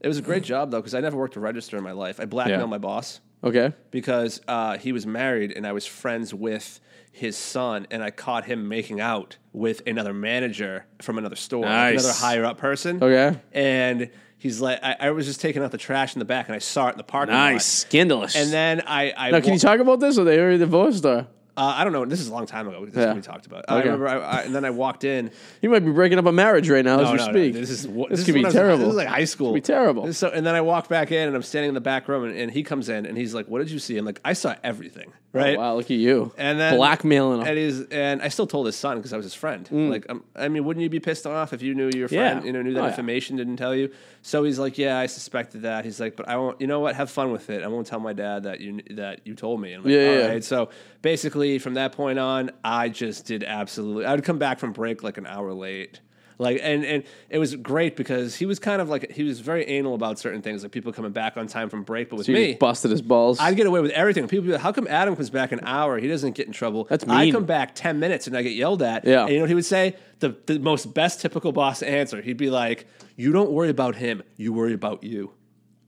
[SPEAKER 2] It was a great job though, because I never worked a register in my life. I blackmailed
[SPEAKER 1] Mm. Yeah.
[SPEAKER 2] my boss
[SPEAKER 1] Okay.
[SPEAKER 2] because uh, he was married and I was friends with his son, and I caught him making out with another manager from another store, like
[SPEAKER 1] Nice.
[SPEAKER 2] another higher up person.
[SPEAKER 1] Okay.
[SPEAKER 2] and he's like, I, I was just taking out the trash in the back, and I saw it in the parking
[SPEAKER 1] Nice. Scandalous.
[SPEAKER 2] lot. And then I, I
[SPEAKER 1] now, can
[SPEAKER 2] wa-
[SPEAKER 1] you talk about this? Are they already divorced? Or
[SPEAKER 2] Uh, I don't know. This is a long time ago. This
[SPEAKER 1] Yeah.
[SPEAKER 2] is we talked about. I
[SPEAKER 1] Okay.
[SPEAKER 2] remember. I, I, and then I walked in.
[SPEAKER 1] you might be breaking up a marriage right now as
[SPEAKER 2] No,
[SPEAKER 1] we
[SPEAKER 2] no, no.
[SPEAKER 1] speak.
[SPEAKER 2] This is what
[SPEAKER 1] this,
[SPEAKER 2] this,
[SPEAKER 1] could
[SPEAKER 2] is
[SPEAKER 1] be
[SPEAKER 2] when I was in high-
[SPEAKER 1] terrible.
[SPEAKER 2] This is like high school.
[SPEAKER 1] be terrible.
[SPEAKER 2] This is So and then I walk back in and I'm standing in the back room and, and he comes in and he's like, "What did you see?" I'm like, "I saw everything." Right.
[SPEAKER 1] Oh, Wow, look at you.
[SPEAKER 2] And then
[SPEAKER 1] blackmailing them.
[SPEAKER 2] And he's and I still told his son because I was his friend. Like, um, I mean, wouldn't you be pissed off if you knew your friend,
[SPEAKER 1] Mm. Yeah.
[SPEAKER 2] you know, knew that
[SPEAKER 1] Oh, yeah.
[SPEAKER 2] information, didn't tell you? So he's like, "Yeah, I suspected that." He's like, "But I won't. You know what? Have fun with it. I won't tell my dad that you kn- that you told me." And I'm like,
[SPEAKER 1] Yeah,
[SPEAKER 2] "All
[SPEAKER 1] yeah.
[SPEAKER 2] right." So basically, from that point on, I just did absolutely. I would come back from break like an hour late. Like and and it was great because he was kind of like he was very anal about certain things like people coming back on time from break, but with
[SPEAKER 1] So you
[SPEAKER 2] me,
[SPEAKER 1] just busted his balls.
[SPEAKER 2] I'd get away with everything. People be like, how come Adam comes back an hour? He doesn't get in trouble.
[SPEAKER 1] That's
[SPEAKER 2] I
[SPEAKER 1] mean.
[SPEAKER 2] come back 10 minutes and I get yelled at.
[SPEAKER 1] Yeah.
[SPEAKER 2] And you know what he would say? The, the most best typical boss answer. He'd be like, you don't worry about him. You worry about you.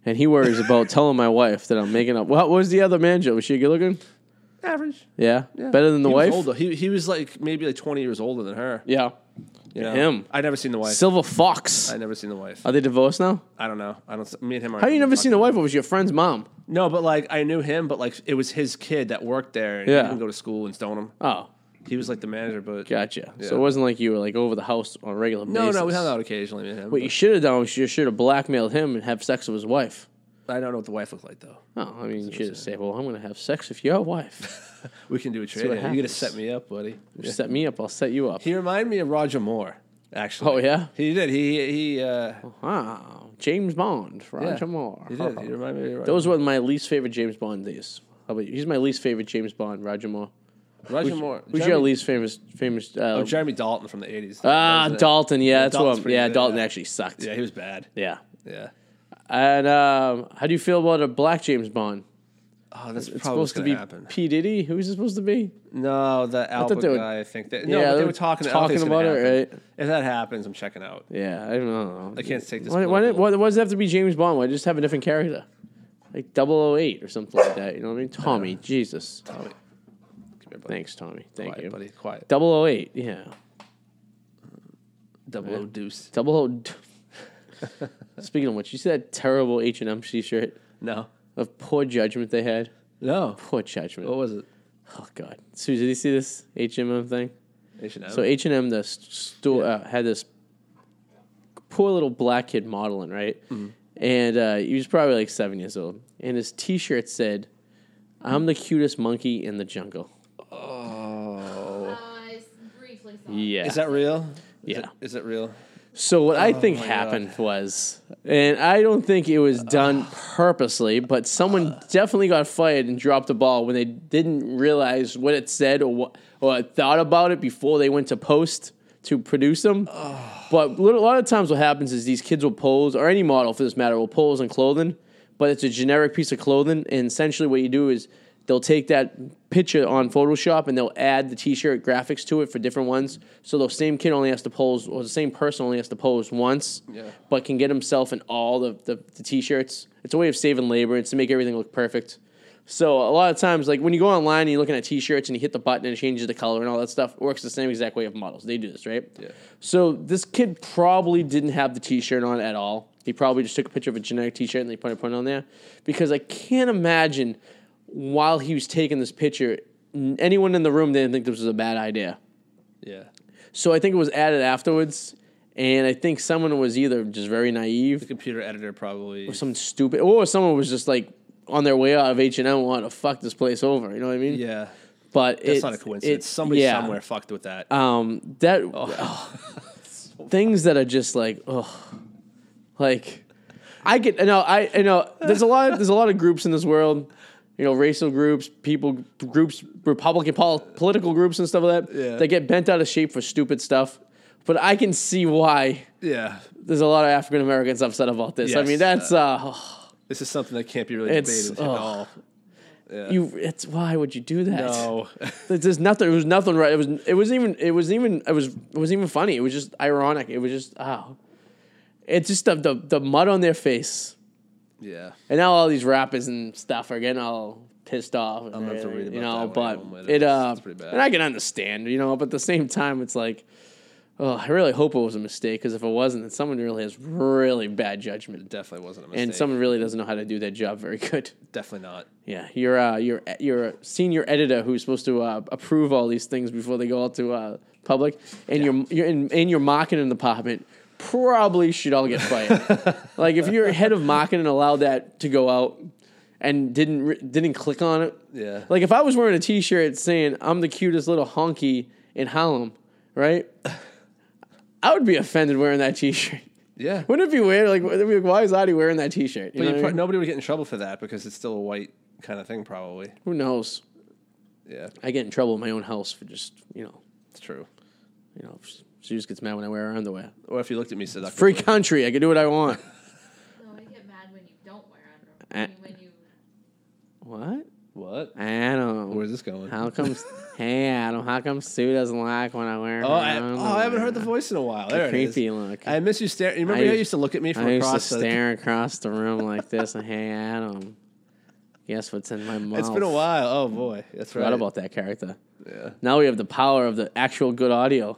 [SPEAKER 1] and he worries about telling my wife that I'm making up. What was the other manager? Was she good looking?
[SPEAKER 2] Average.
[SPEAKER 1] Yeah. Better than the
[SPEAKER 2] he
[SPEAKER 1] wife?
[SPEAKER 2] Was older. He, he was like maybe like 20 years older than her.
[SPEAKER 1] Yeah.
[SPEAKER 2] You know?
[SPEAKER 1] him.
[SPEAKER 2] I never seen the wife.
[SPEAKER 1] Silver Fox.
[SPEAKER 2] I never seen the wife.
[SPEAKER 1] Are they divorced now?
[SPEAKER 2] I don't know. I don't. Me and him.
[SPEAKER 1] How you never seen the wife? Or was your friend's mom?
[SPEAKER 2] No, but like I knew him, but like it was his kid that worked there. And
[SPEAKER 1] Yeah.
[SPEAKER 2] He didn't go to school in Stoneham.
[SPEAKER 1] Oh,
[SPEAKER 2] He was like the manager, but
[SPEAKER 1] gotcha.
[SPEAKER 2] Yeah.
[SPEAKER 1] So it wasn't like you were like over the house on a regular
[SPEAKER 2] no,
[SPEAKER 1] basis.
[SPEAKER 2] no, we hung out occasionally. Me and him,
[SPEAKER 1] What you should have done was you should have blackmailed him and have sex with his wife.
[SPEAKER 2] but I don't know what the wife looked like though.
[SPEAKER 1] Oh, I mean, you should have said, "Well, I'm going to have sex with your wife.
[SPEAKER 2] We can do a trade.
[SPEAKER 1] what
[SPEAKER 2] You gotta
[SPEAKER 1] happens.
[SPEAKER 2] set me up, buddy.
[SPEAKER 1] You Set me up. I'll set you up."
[SPEAKER 2] He reminded me of Roger Moore, actually.
[SPEAKER 1] Oh, yeah?
[SPEAKER 2] he did. He he uh,
[SPEAKER 1] Wow, James Bond, Roger Moore.
[SPEAKER 2] He did. He reminded me of Roger,
[SPEAKER 1] Those were my least favorite James Bond days. How about you? He's my least favorite James Bond, Roger Moore.
[SPEAKER 2] Roger
[SPEAKER 1] Who's,
[SPEAKER 2] Moore.
[SPEAKER 1] who's
[SPEAKER 2] Jeremy,
[SPEAKER 1] your least famous famous? Uh,
[SPEAKER 2] Oh, Jeremy Dalton from the eighties.
[SPEAKER 1] ah, Dalton. Yeah, that's
[SPEAKER 2] Dalton's
[SPEAKER 1] what. I'm,
[SPEAKER 2] pretty
[SPEAKER 1] yeah,
[SPEAKER 2] good,
[SPEAKER 1] Dalton
[SPEAKER 2] yeah.
[SPEAKER 1] actually sucked.
[SPEAKER 2] Yeah, he was bad.
[SPEAKER 1] Yeah.
[SPEAKER 2] Yeah.
[SPEAKER 1] And um, how do you feel about a black James Bond?
[SPEAKER 2] Oh, that's
[SPEAKER 1] It's
[SPEAKER 2] probably what's
[SPEAKER 1] supposed to
[SPEAKER 2] gonna
[SPEAKER 1] be
[SPEAKER 2] happen.
[SPEAKER 1] P Diddy. Who's it supposed to be?
[SPEAKER 2] no, the Albert
[SPEAKER 1] they were-
[SPEAKER 2] guy. I think that. No,
[SPEAKER 1] Yeah,
[SPEAKER 2] but
[SPEAKER 1] they
[SPEAKER 2] they
[SPEAKER 1] were
[SPEAKER 2] were talking, I don't
[SPEAKER 1] talking
[SPEAKER 2] think it's gonna
[SPEAKER 1] about it,
[SPEAKER 2] happen. If that happens, I'm checking out.
[SPEAKER 1] Yeah, I don't know. I
[SPEAKER 2] can't take this
[SPEAKER 1] Why, why, did,
[SPEAKER 2] political-
[SPEAKER 1] why, why does it have to be James Bond? Why just have a different character, like 008 or something like that? You know what I mean? Tommy, Jesus.
[SPEAKER 2] Tommy, come here, buddy.
[SPEAKER 1] Thanks, Tommy. Thank
[SPEAKER 2] Quiet,
[SPEAKER 1] you.
[SPEAKER 2] buddy. Quiet.
[SPEAKER 1] 008, yeah.
[SPEAKER 2] Double O Deuce.
[SPEAKER 1] Double O. Speaking of which, you see that terrible H and M T-shirt
[SPEAKER 2] No,
[SPEAKER 1] of poor judgment they had.
[SPEAKER 2] no.
[SPEAKER 1] Poor judgment.
[SPEAKER 2] What
[SPEAKER 1] Oh,
[SPEAKER 2] was it?
[SPEAKER 1] God, Sue, did you see this H and M thing?
[SPEAKER 2] H&M.
[SPEAKER 1] So H and M, the s- store uh, had this poor little black kid modeling, right? And uh, he was probably like seven years old, and his T-shirt said, "I'm the cutest monkey in the jungle."
[SPEAKER 2] oh,
[SPEAKER 3] I s- briefly saw. it.
[SPEAKER 1] Yeah.
[SPEAKER 2] is that real? Is
[SPEAKER 1] Yeah.
[SPEAKER 2] it, is it real?
[SPEAKER 1] So what I think
[SPEAKER 2] my God.
[SPEAKER 1] happened was, and I don't think it was done purposely, but someone definitely got fired and dropped the ball when they didn't realize what it said or what, or thought about it before they went to post to produce them. But lit- a lot of times, what happens is these kids will pose, or any model for this matter, will pose on clothing, but it's a generic piece of clothing, and essentially what you do is they'll take that picture on Photoshop and they'll add the T-shirt graphics to it for different ones. So the same kid only has to pose, or the same person only has to pose once,
[SPEAKER 2] Yeah.
[SPEAKER 1] but can get himself in all the, the, the T-shirts. It's a way of saving labor. It's to make everything look perfect. So a lot of times, like when you go online and you're looking at T-shirts and you hit the button and it changes the color and all that stuff, it works the same exact way of models. They do this, right?
[SPEAKER 2] Yeah.
[SPEAKER 1] So this kid probably didn't have the T-shirt on at all. He probably just took a picture of a generic T-shirt and they put it put it on there, because I can't imagine while he was taking this picture, n- anyone in the room didn't think this was a bad idea.
[SPEAKER 2] Yeah.
[SPEAKER 1] So I think it was added afterwards, and I think someone was either just very naive
[SPEAKER 2] Computer editor probably.
[SPEAKER 1] or something stupid, or someone was just like on their way out of H and M want to fuck this place over. You know what I mean?
[SPEAKER 2] Yeah,
[SPEAKER 1] But
[SPEAKER 2] that's
[SPEAKER 1] it's
[SPEAKER 2] not a coincidence.
[SPEAKER 1] it's-
[SPEAKER 2] Somebody
[SPEAKER 1] yeah.
[SPEAKER 2] somewhere Oh. fucked with that.
[SPEAKER 1] Um, that things that are just like, oh, like I get. You know, I you know, there's a lot. There's a lot of groups in this world. You know, racial groups, people groups, Republican pol- political groups, and stuff like that.
[SPEAKER 2] Yeah.
[SPEAKER 1] That get bent out of shape for stupid stuff. But I can see why
[SPEAKER 2] yeah,
[SPEAKER 1] there's a lot of African Americans upset about this. I
[SPEAKER 2] Yes.
[SPEAKER 1] mean, that's uh, oh,
[SPEAKER 2] this is something that can't be really
[SPEAKER 1] It's-
[SPEAKER 2] debated
[SPEAKER 1] oh.
[SPEAKER 2] at all.
[SPEAKER 1] you. It's why would you do that?
[SPEAKER 2] No,
[SPEAKER 1] There's just nothing. It was nothing right. It was. It wasn't even. It wasn't even. It was. It wasn't even funny. It was just ironic. It was just oh, it's just the the, the mud on their face,
[SPEAKER 2] yeah,
[SPEAKER 1] and now all these rappers and stuff are getting all pissed off. And
[SPEAKER 2] I'm gonna have to
[SPEAKER 1] everything,
[SPEAKER 2] read
[SPEAKER 1] you
[SPEAKER 2] about
[SPEAKER 1] know,
[SPEAKER 2] that when I go home
[SPEAKER 1] but
[SPEAKER 2] later.
[SPEAKER 1] it uh,
[SPEAKER 2] It's pretty bad.
[SPEAKER 1] and I can understand, you know, but at the same time, it's like, oh, I really hope it was a mistake because if it wasn't, then someone really has really bad judgment,
[SPEAKER 2] definitely wasn't a mistake.
[SPEAKER 1] and someone really doesn't know how to do their job very good.
[SPEAKER 2] definitely not.
[SPEAKER 1] Yeah, you're uh, you're you're a senior editor who's supposed to uh, approve all these things before they go out to uh, public, and your your in, and your marketing department probably should all get fired. like if your head of marketing allowed that to go out and didn't re- didn't click on it.
[SPEAKER 2] Yeah.
[SPEAKER 1] Like if I was wearing a T-shirt saying I'm the cutest little honky in Harlem, right? I would be offended wearing that T-shirt.
[SPEAKER 2] Yeah,
[SPEAKER 1] Wouldn't it be weird? Like, wouldn't it be like, why is Adi wearing that T-shirt? You
[SPEAKER 2] but
[SPEAKER 1] know
[SPEAKER 2] you
[SPEAKER 1] what I
[SPEAKER 2] pro-
[SPEAKER 1] mean?
[SPEAKER 2] nobody would get in trouble for that because it's still a white kind of thing, probably.
[SPEAKER 1] Who knows?
[SPEAKER 2] Yeah,
[SPEAKER 1] I get in trouble in my own house for just you know,
[SPEAKER 2] it's true.
[SPEAKER 1] you know, she just gets mad when I wear her underwear.
[SPEAKER 2] Or if you looked at me seductively,
[SPEAKER 1] Free country, I can do what I want.
[SPEAKER 3] No, I get mad when you don't wear underwear.
[SPEAKER 1] Eh.
[SPEAKER 3] I mean, when you
[SPEAKER 1] what?
[SPEAKER 2] What?
[SPEAKER 1] Adam,
[SPEAKER 2] Where's this going?
[SPEAKER 1] how come? hey Adam, how come Sue doesn't like when I wear?
[SPEAKER 2] Oh,
[SPEAKER 1] her
[SPEAKER 2] I, oh, I haven't heard the
[SPEAKER 1] underwear?
[SPEAKER 2] voice in a while. There it is.
[SPEAKER 1] creepy look.
[SPEAKER 2] I miss you staring. You remember
[SPEAKER 1] I
[SPEAKER 2] how you
[SPEAKER 1] used-
[SPEAKER 2] used to look at me from
[SPEAKER 1] I used to
[SPEAKER 2] across the.
[SPEAKER 1] stare across the room like this, and hey Adam, guess what's in my mouth?
[SPEAKER 2] It's been a while. Oh boy, that's right.
[SPEAKER 1] Forgot about that character.
[SPEAKER 2] Yeah,
[SPEAKER 1] Now we have the power of the actual good audio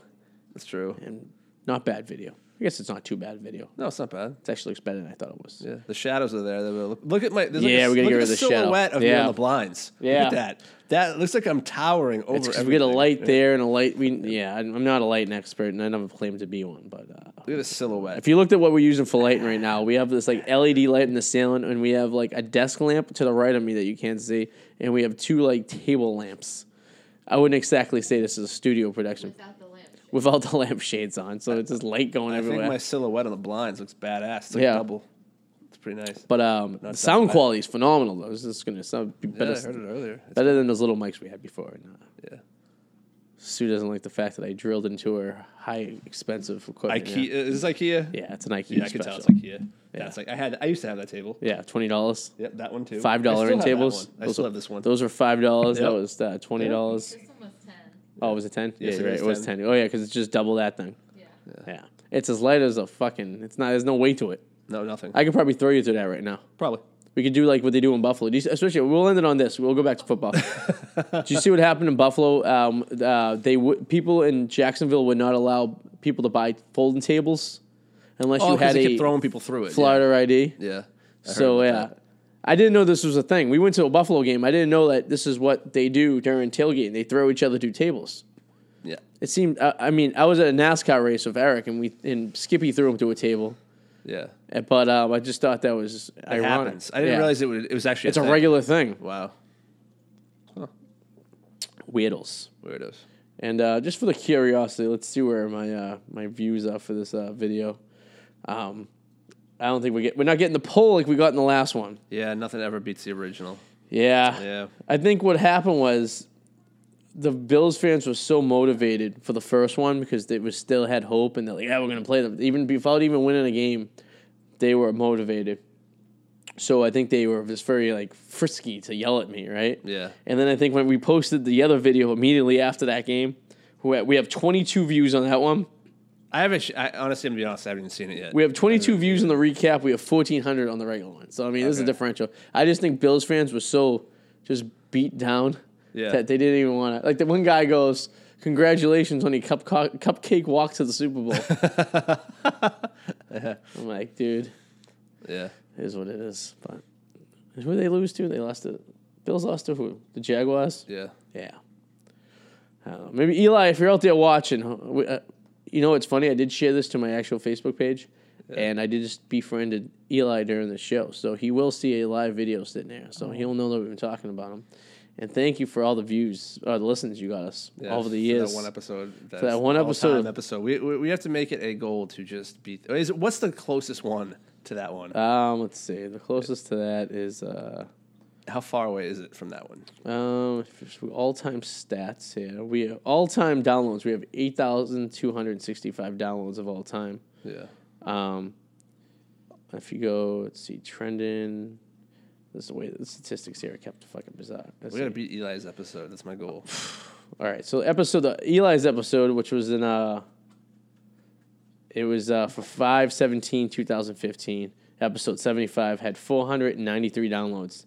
[SPEAKER 2] that's true.
[SPEAKER 1] and not bad video. I guess it's not too bad video.
[SPEAKER 2] No, it's not bad.
[SPEAKER 1] It actually looks better than I thought it was.
[SPEAKER 2] Yeah, the shadows are there. They were- Look at my. There's like
[SPEAKER 1] Yeah,
[SPEAKER 2] a,
[SPEAKER 1] we gotta
[SPEAKER 2] look
[SPEAKER 1] get
[SPEAKER 2] at
[SPEAKER 1] rid of the shadow.
[SPEAKER 2] silhouette of me
[SPEAKER 1] Yeah.
[SPEAKER 2] on the blinds.
[SPEAKER 1] Yeah.
[SPEAKER 2] look at that. That looks like I'm towering over.
[SPEAKER 1] It's 'cause we get a
[SPEAKER 2] everything.
[SPEAKER 1] light
[SPEAKER 2] Yeah.
[SPEAKER 1] there and a light. We yeah, I'm I'm not a lighting expert, and I never claim to be one. But uh,
[SPEAKER 2] Look at the silhouette.
[SPEAKER 1] if you looked at what we're using for lighting right now, we have this like LED light in the ceiling, and we have like a desk lamp to the right of me that you can't see, and we have two like table lamps. I wouldn't exactly say this is a studio production
[SPEAKER 3] without the lamp.
[SPEAKER 1] without the lamp shades on, so it's just light going
[SPEAKER 2] I think
[SPEAKER 1] everywhere.
[SPEAKER 2] my silhouette on the blinds looks badass. It's like
[SPEAKER 1] Yeah.
[SPEAKER 2] double. It's pretty nice.
[SPEAKER 1] but um, the
[SPEAKER 2] that
[SPEAKER 1] sound
[SPEAKER 2] bad.
[SPEAKER 1] quality is phenomenal though. This is gonna sound be
[SPEAKER 2] Yeah,
[SPEAKER 1] better,
[SPEAKER 2] I heard it earlier. It's-
[SPEAKER 1] better than those little mics we had before. And, uh,
[SPEAKER 2] yeah.
[SPEAKER 1] Sue doesn't like the fact that I drilled into her high expensive equipment.
[SPEAKER 2] IKEA is this IKEA.
[SPEAKER 1] Yeah, it's an IKEA
[SPEAKER 2] Yeah, I
[SPEAKER 1] special.
[SPEAKER 2] could tell it's IKEA.
[SPEAKER 1] Yeah.
[SPEAKER 2] That's like I had. I used to have that table.
[SPEAKER 1] yeah, twenty dollars,
[SPEAKER 2] Yep, that one too.
[SPEAKER 1] five
[SPEAKER 2] I
[SPEAKER 1] dollar end
[SPEAKER 2] still have that
[SPEAKER 1] tables.
[SPEAKER 2] one. I still have this one.
[SPEAKER 1] Those were five dollars. That
[SPEAKER 2] Yep.
[SPEAKER 1] was uh, twenty dollars.
[SPEAKER 3] This one was ten.
[SPEAKER 1] Oh, was it ten?
[SPEAKER 2] Yes,
[SPEAKER 1] yeah,
[SPEAKER 2] it
[SPEAKER 1] you're right.
[SPEAKER 2] is
[SPEAKER 1] It was
[SPEAKER 2] 10.
[SPEAKER 1] ten. Oh yeah, because it's just double that thing.
[SPEAKER 3] Yeah.
[SPEAKER 1] Yeah, it's as light as a fucking. It's not. There's no weight to it.
[SPEAKER 2] No, nothing.
[SPEAKER 1] I could probably throw you to that right now.
[SPEAKER 2] Probably.
[SPEAKER 1] We could do like what they do in Buffalo. Do you, especially, we'll end it on this. We'll go back to football. do you see what happened in Buffalo? Um, uh, they would people in Jacksonville would not allow people to buy folding tables unless
[SPEAKER 2] Oh,
[SPEAKER 1] you
[SPEAKER 2] 'cause
[SPEAKER 1] had
[SPEAKER 2] they
[SPEAKER 1] a
[SPEAKER 2] kept throwing people through it.
[SPEAKER 1] Florida ID.
[SPEAKER 2] Yeah. yeah. I heard
[SPEAKER 1] So
[SPEAKER 2] about
[SPEAKER 1] yeah,
[SPEAKER 2] that.
[SPEAKER 1] I didn't know this was a thing. We went to a Buffalo game. I didn't know that this is what they do during tailgating. They throw each other two tables.
[SPEAKER 2] Yeah.
[SPEAKER 1] It seemed. I, I mean, I was at a NASCAR race with Eric, and we and Skippy threw him to a table.
[SPEAKER 2] Yeah.
[SPEAKER 1] Uh, But um, I just thought that was
[SPEAKER 2] It
[SPEAKER 1] ironic.
[SPEAKER 2] happens. I didn't
[SPEAKER 1] Yeah.
[SPEAKER 2] realize it would. It was actually.
[SPEAKER 1] it's a
[SPEAKER 2] thing.
[SPEAKER 1] regular thing.
[SPEAKER 2] Wow.
[SPEAKER 1] Weirdos.
[SPEAKER 2] Weirdos.
[SPEAKER 1] And uh, just for the curiosity, let's see where my uh, my views are for this uh, video. Um, I don't think we get. We're not getting the poll like we got in the last one.
[SPEAKER 2] Yeah. Nothing ever beats the original. Yeah.
[SPEAKER 1] I think what happened was the Bills fans were so motivated for the first one because they was still had hope and they're like, yeah, we're gonna play them. Even without even winning a game, they were motivated. So I think they were just very like frisky to yell at me, right?
[SPEAKER 2] Yeah.
[SPEAKER 1] And then I think when we posted the other video immediately after that game, we ha- we have 22 views on that one.
[SPEAKER 2] I haven't. sh- I, honestly, I'm gonna be honest. I haven't even seen it yet.
[SPEAKER 1] We have 22 views on the recap. We have 1,400 on the regular one. So, I mean, this is a
[SPEAKER 2] Okay.
[SPEAKER 1] differential. I just think Bills fans were so just beat down
[SPEAKER 2] Yeah.
[SPEAKER 1] that they didn't even want to. Like, the one guy goes, Congratulations on your cup co- cupcake walk to the Super Bowl. I'm like, dude,
[SPEAKER 2] yeah.
[SPEAKER 1] it is what it is. But who did they lose to? They lost to. Bills lost to who? The Jaguars?
[SPEAKER 2] Yeah.
[SPEAKER 1] Yeah. I don't know. Maybe Eli, if you're out there watching, huh, we- uh, you know what's funny? I did share this to my actual Facebook page, and I did just befriended Eli during the show, so he will see a live video sitting there, so
[SPEAKER 2] Oh.
[SPEAKER 1] he'll know that we've been talking about him. And thank you for all the views, or the listens you got us
[SPEAKER 2] Yeah,
[SPEAKER 1] over the
[SPEAKER 2] for
[SPEAKER 1] years.
[SPEAKER 2] That one episode. That's
[SPEAKER 1] that one
[SPEAKER 2] all-time
[SPEAKER 1] episode.
[SPEAKER 2] Episode. We, we we have to make it a goal to just beat. Is it, what's the closest one to that one?
[SPEAKER 1] Um, let's see. The closest to that is uh,
[SPEAKER 2] How far away is it from that one?
[SPEAKER 1] um, all time stats here. We all time downloads. We have eight thousand two hundred sixty five downloads of all time.
[SPEAKER 2] Yeah.
[SPEAKER 1] Um, if you go, let's see, trending. This is the way the statistics here are kept fucking bizarre. Let's
[SPEAKER 2] We gotta
[SPEAKER 1] see.
[SPEAKER 2] beat Eli's episode. That's my goal.
[SPEAKER 1] All right, so episode the Eli's episode, which was in uh, it was uh for 5-17-2015, episode seventy five had four hundred and ninety three downloads.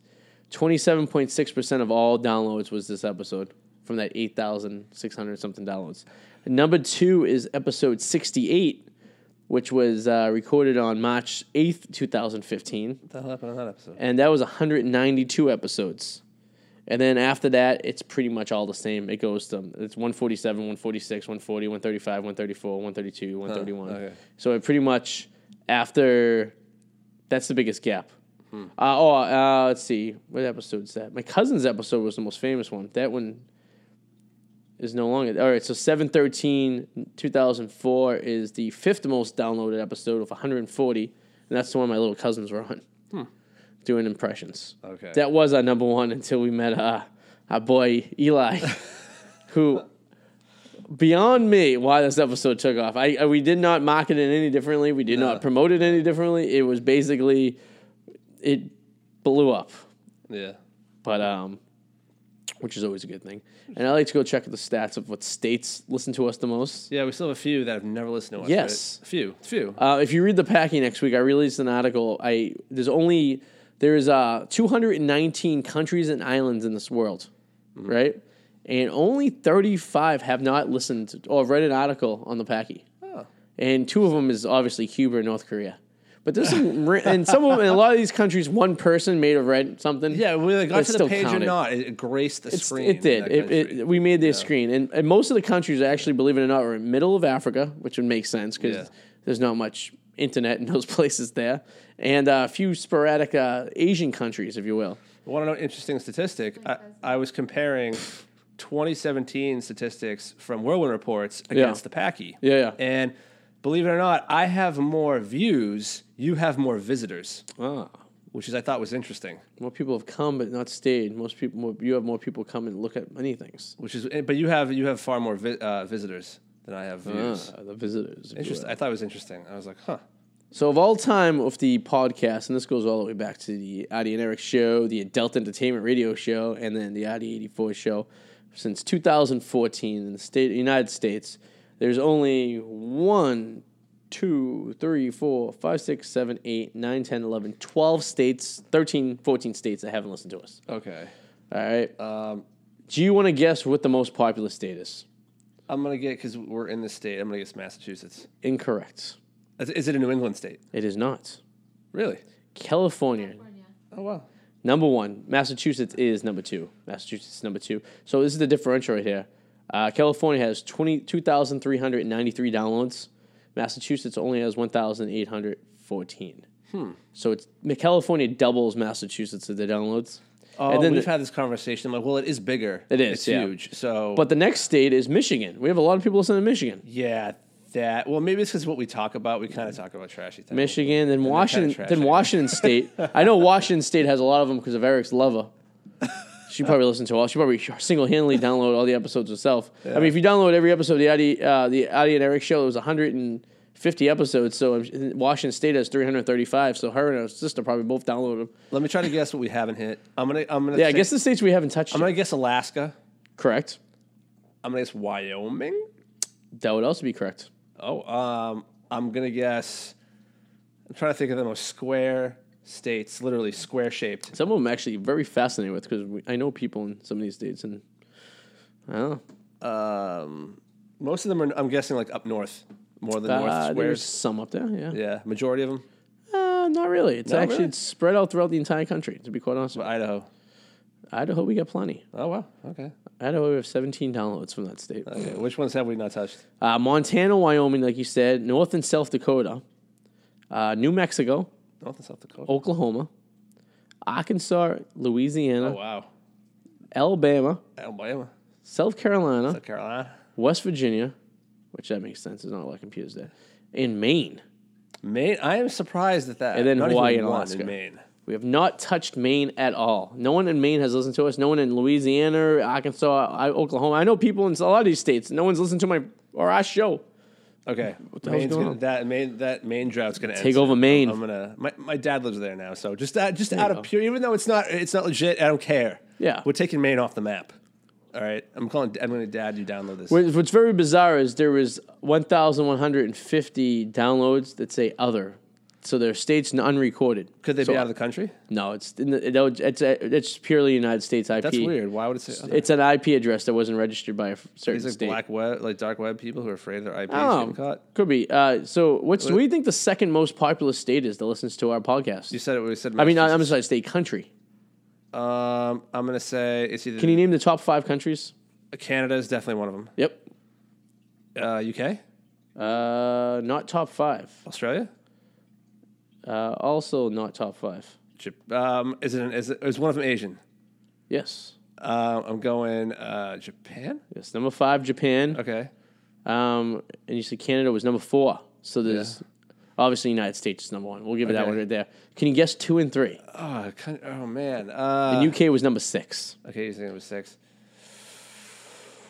[SPEAKER 1] Twenty seven point six percent of all downloads was this episode from that eight thousand six hundred something downloads. Number two is episode sixty eight, which was uh, recorded on March eighth, two thousand fifteen
[SPEAKER 2] What the hell happened on that episode?
[SPEAKER 1] and that was 192 episodes. And then after that, it's pretty much all the same. It goes to it's 147, 146, 140, 135, 134, 132, 131.
[SPEAKER 2] okay.
[SPEAKER 1] So it pretty much after that's the biggest gap.
[SPEAKER 2] Hmm.
[SPEAKER 1] Uh, oh, uh, let's see. What episode's that? My cousin's episode was the most famous one. That one is no longer. All right, so 713 2004 is the fifth most downloaded episode of 140. And that's the one my little cousins were on doing impressions.
[SPEAKER 2] Okay.
[SPEAKER 1] That was our number one until we met uh, our boy Eli, who, beyond me, why this episode took off. I, I- we did not market it any differently. We did
[SPEAKER 2] No.
[SPEAKER 1] not promote it any differently. It was basically, it blew up,
[SPEAKER 2] yeah.
[SPEAKER 1] but um, which is always a good thing. And I like to go check the stats of what states listen to us the most.
[SPEAKER 2] Yeah, we still have a few that have never listened to us.
[SPEAKER 1] Yes.
[SPEAKER 2] right? a few, a few.
[SPEAKER 1] Uh, if you read the packing next week, I released an article. I there's only there's uh 219 countries and islands in this world, right? And only 35 have not listened or read an article on the Packy.
[SPEAKER 2] Oh.
[SPEAKER 1] And two of them is obviously Cuba and North Korea. But there's some, ra- and some of them, in a lot of these countries, one person may have read something.
[SPEAKER 2] yeah, whether they
[SPEAKER 1] but
[SPEAKER 2] got
[SPEAKER 1] it's
[SPEAKER 2] to the
[SPEAKER 1] still
[SPEAKER 2] page
[SPEAKER 1] counted.
[SPEAKER 2] or not, it graced the
[SPEAKER 1] It's-
[SPEAKER 2] screen.
[SPEAKER 1] It did.
[SPEAKER 2] in that
[SPEAKER 1] It,
[SPEAKER 2] country.
[SPEAKER 1] it, we made this screen, and, and most of the countries actually, believe it or not, are in middle of Africa, which would make sense because
[SPEAKER 2] Yeah.
[SPEAKER 1] there's not much internet in those places there, and uh, a few sporadic uh, Asian countries, if you will.
[SPEAKER 2] Want to know an interesting statistic? I, I was comparing 2017 statistics from Whirlwind Reports against the Packy.
[SPEAKER 1] Yeah, yeah.
[SPEAKER 2] And believe it or not, I have more views. You have more visitors,
[SPEAKER 1] Ah.
[SPEAKER 2] which is I thought was interesting.
[SPEAKER 1] More people have come but not stayed. Most people, more, you have more people come and look at many things.
[SPEAKER 2] Which is, but you have you have far more vi- uh, visitors than I have views.
[SPEAKER 1] Ah, the visitors. if you
[SPEAKER 2] Interest-
[SPEAKER 1] will.
[SPEAKER 2] I thought it was interesting. I was like, huh.
[SPEAKER 1] So of all time of the podcast, and this goes all the way back to the Adi and Eric show, the Adult Entertainment Radio show, and then the Adi 84 show, since 2014 in the state United States, there's only one, two, three, four, five, six, seven, eight, nine, 10, 11, 12 states, 13, 14 states that haven't listened to us.
[SPEAKER 2] Okay.
[SPEAKER 1] All right. Do you want to guess what the most popular state is?
[SPEAKER 2] I'm gonna get because we're in this state. I'm gonna guess Massachusetts.
[SPEAKER 1] Incorrect.
[SPEAKER 2] Is, is it a New England state?
[SPEAKER 1] It is not.
[SPEAKER 2] Really?
[SPEAKER 1] California,
[SPEAKER 3] California.
[SPEAKER 2] Oh wow.
[SPEAKER 1] Number one, Massachusetts is number two. Massachusetts is number two. So this is the differential right here. Uh, California has 20 2,393 downloads. Massachusetts only has 1,814.
[SPEAKER 2] Hmm.
[SPEAKER 1] So it's California doubles Massachusetts of the downloads.
[SPEAKER 2] Oh,
[SPEAKER 1] And then
[SPEAKER 2] we've
[SPEAKER 1] the-
[SPEAKER 2] had this conversation. I'm like, well, it is bigger.
[SPEAKER 1] It is,
[SPEAKER 2] It's
[SPEAKER 1] yeah.
[SPEAKER 2] huge. So,
[SPEAKER 1] But the next state is Michigan. We have a lot of people listening to Michigan.
[SPEAKER 2] yeah, that. Well, maybe this is what we talk about. We kind of talk about trashy things.
[SPEAKER 1] Michigan, then Washington,
[SPEAKER 2] trash,
[SPEAKER 1] then
[SPEAKER 2] yeah.
[SPEAKER 1] Washington State. I know Washington State has a lot of them because of Eric's lover. She probably listened to all. She probably single-handedly downloaded all the episodes herself. I mean, if you download every episode of the Adi, uh, the Adi and Eric show, it was 150 episodes. So I'm- Washington State has 335. So her and her sister probably both downloaded them.
[SPEAKER 2] Let me try to guess what we haven't hit. I'm gonna. I'm gonna.
[SPEAKER 1] Yeah, I
[SPEAKER 2] say-
[SPEAKER 1] guess the states we haven't touched.
[SPEAKER 2] I'm
[SPEAKER 1] yet.
[SPEAKER 2] gonna guess Alaska.
[SPEAKER 1] correct.
[SPEAKER 2] I'm gonna guess Wyoming.
[SPEAKER 1] That would also be correct.
[SPEAKER 2] Oh, um, I'm gonna guess. I'm trying to think of the most square states, literally square shaped.
[SPEAKER 1] Some of them actually very fascinated with because I know people in some of these states, and I don't know.
[SPEAKER 2] Um, most of them are. I'm guessing like up north, more than north
[SPEAKER 1] Uh, there's
[SPEAKER 2] squares.
[SPEAKER 1] some up there. Yeah.
[SPEAKER 2] Yeah, majority of them.
[SPEAKER 1] Uh, not really. It's
[SPEAKER 2] Not
[SPEAKER 1] actually
[SPEAKER 2] really?
[SPEAKER 1] It's spread out throughout the entire country. To be quite honest,
[SPEAKER 2] Idaho.
[SPEAKER 1] Idaho we got plenty.
[SPEAKER 2] Oh wow. Okay.
[SPEAKER 1] I had over 17 downloads from that state.
[SPEAKER 2] Okay, which ones have we not touched?
[SPEAKER 1] Uh, Montana, Wyoming, like you said, North and South Dakota, uh, New Mexico,
[SPEAKER 2] North and South Dakota.
[SPEAKER 1] Oklahoma, Arkansas, Louisiana,
[SPEAKER 2] Oh, wow.
[SPEAKER 1] Alabama,
[SPEAKER 2] Alabama,
[SPEAKER 1] South Carolina,
[SPEAKER 2] South Carolina,
[SPEAKER 1] West Virginia, which that makes sense. There's not a lot of computers there. In Maine,
[SPEAKER 2] Maine. I am surprised at that.
[SPEAKER 1] And then
[SPEAKER 2] Not
[SPEAKER 1] Hawaii
[SPEAKER 2] even
[SPEAKER 1] and
[SPEAKER 2] one
[SPEAKER 1] Alaska.
[SPEAKER 2] in Maine.
[SPEAKER 1] we have not touched Maine at all. No one in Maine has listened to us. No one in Louisiana, Arkansas, I- Oklahoma. I know people in a lot of these states. No one's listened to my or our show.
[SPEAKER 2] Okay,
[SPEAKER 1] the hell's
[SPEAKER 2] Maine's
[SPEAKER 1] going
[SPEAKER 2] gonna,
[SPEAKER 1] on?
[SPEAKER 2] that Maine that Maine drought's gonna
[SPEAKER 1] Take
[SPEAKER 2] end
[SPEAKER 1] over
[SPEAKER 2] soon.
[SPEAKER 1] Maine.
[SPEAKER 2] I'm gonna. My, my dad lives there now, so just that, just out
[SPEAKER 1] go.
[SPEAKER 2] of pure, even though it's not it's not legit, I don't care.
[SPEAKER 1] Yeah.
[SPEAKER 2] we're taking Maine off the map. All right, I'm calling. I'm gonna dad you download this.
[SPEAKER 1] What- What's very bizarre is there was 1,150 downloads that say other, so their states n- unrecorded.
[SPEAKER 2] Could they
[SPEAKER 1] So-
[SPEAKER 2] be out of the country?
[SPEAKER 1] No, it's in the, that would- it's it's purely United States IP.
[SPEAKER 2] That's weird. Why would it say? other?
[SPEAKER 1] It's an IP address that wasn't registered by a f- certain
[SPEAKER 2] These like
[SPEAKER 1] state.
[SPEAKER 2] black web, like dark web people who are afraid their IPs
[SPEAKER 1] Oh,
[SPEAKER 2] getting caught.
[SPEAKER 1] Could be. Uh, so, what's what do you think the second most populous state is that listens to our podcast?
[SPEAKER 2] You said it. We said.
[SPEAKER 1] I mean, I- I'm sorry, state country.
[SPEAKER 2] Um, I'm gonna say it's either
[SPEAKER 1] Can you name the top five countries?
[SPEAKER 2] Canada is definitely one of them.
[SPEAKER 1] Yep.
[SPEAKER 2] Uh, UK,
[SPEAKER 1] Uh, not top five.
[SPEAKER 2] Australia.
[SPEAKER 1] Uh, also not top five.
[SPEAKER 2] Jap- Um, is it, an, is it? Is one of them Asian?
[SPEAKER 1] Yes.
[SPEAKER 2] Uh, I'm going uh, Japan.
[SPEAKER 1] Yes. Number five, Japan.
[SPEAKER 2] Okay.
[SPEAKER 1] Um, and you said Canada was number four. So there's obviously United States is number one. We'll give it that
[SPEAKER 2] Okay.
[SPEAKER 1] one right there. Can you guess two and three?
[SPEAKER 2] Oh, kind oh man. Uh,
[SPEAKER 1] And UK was number six.
[SPEAKER 2] okay, you saying it was six?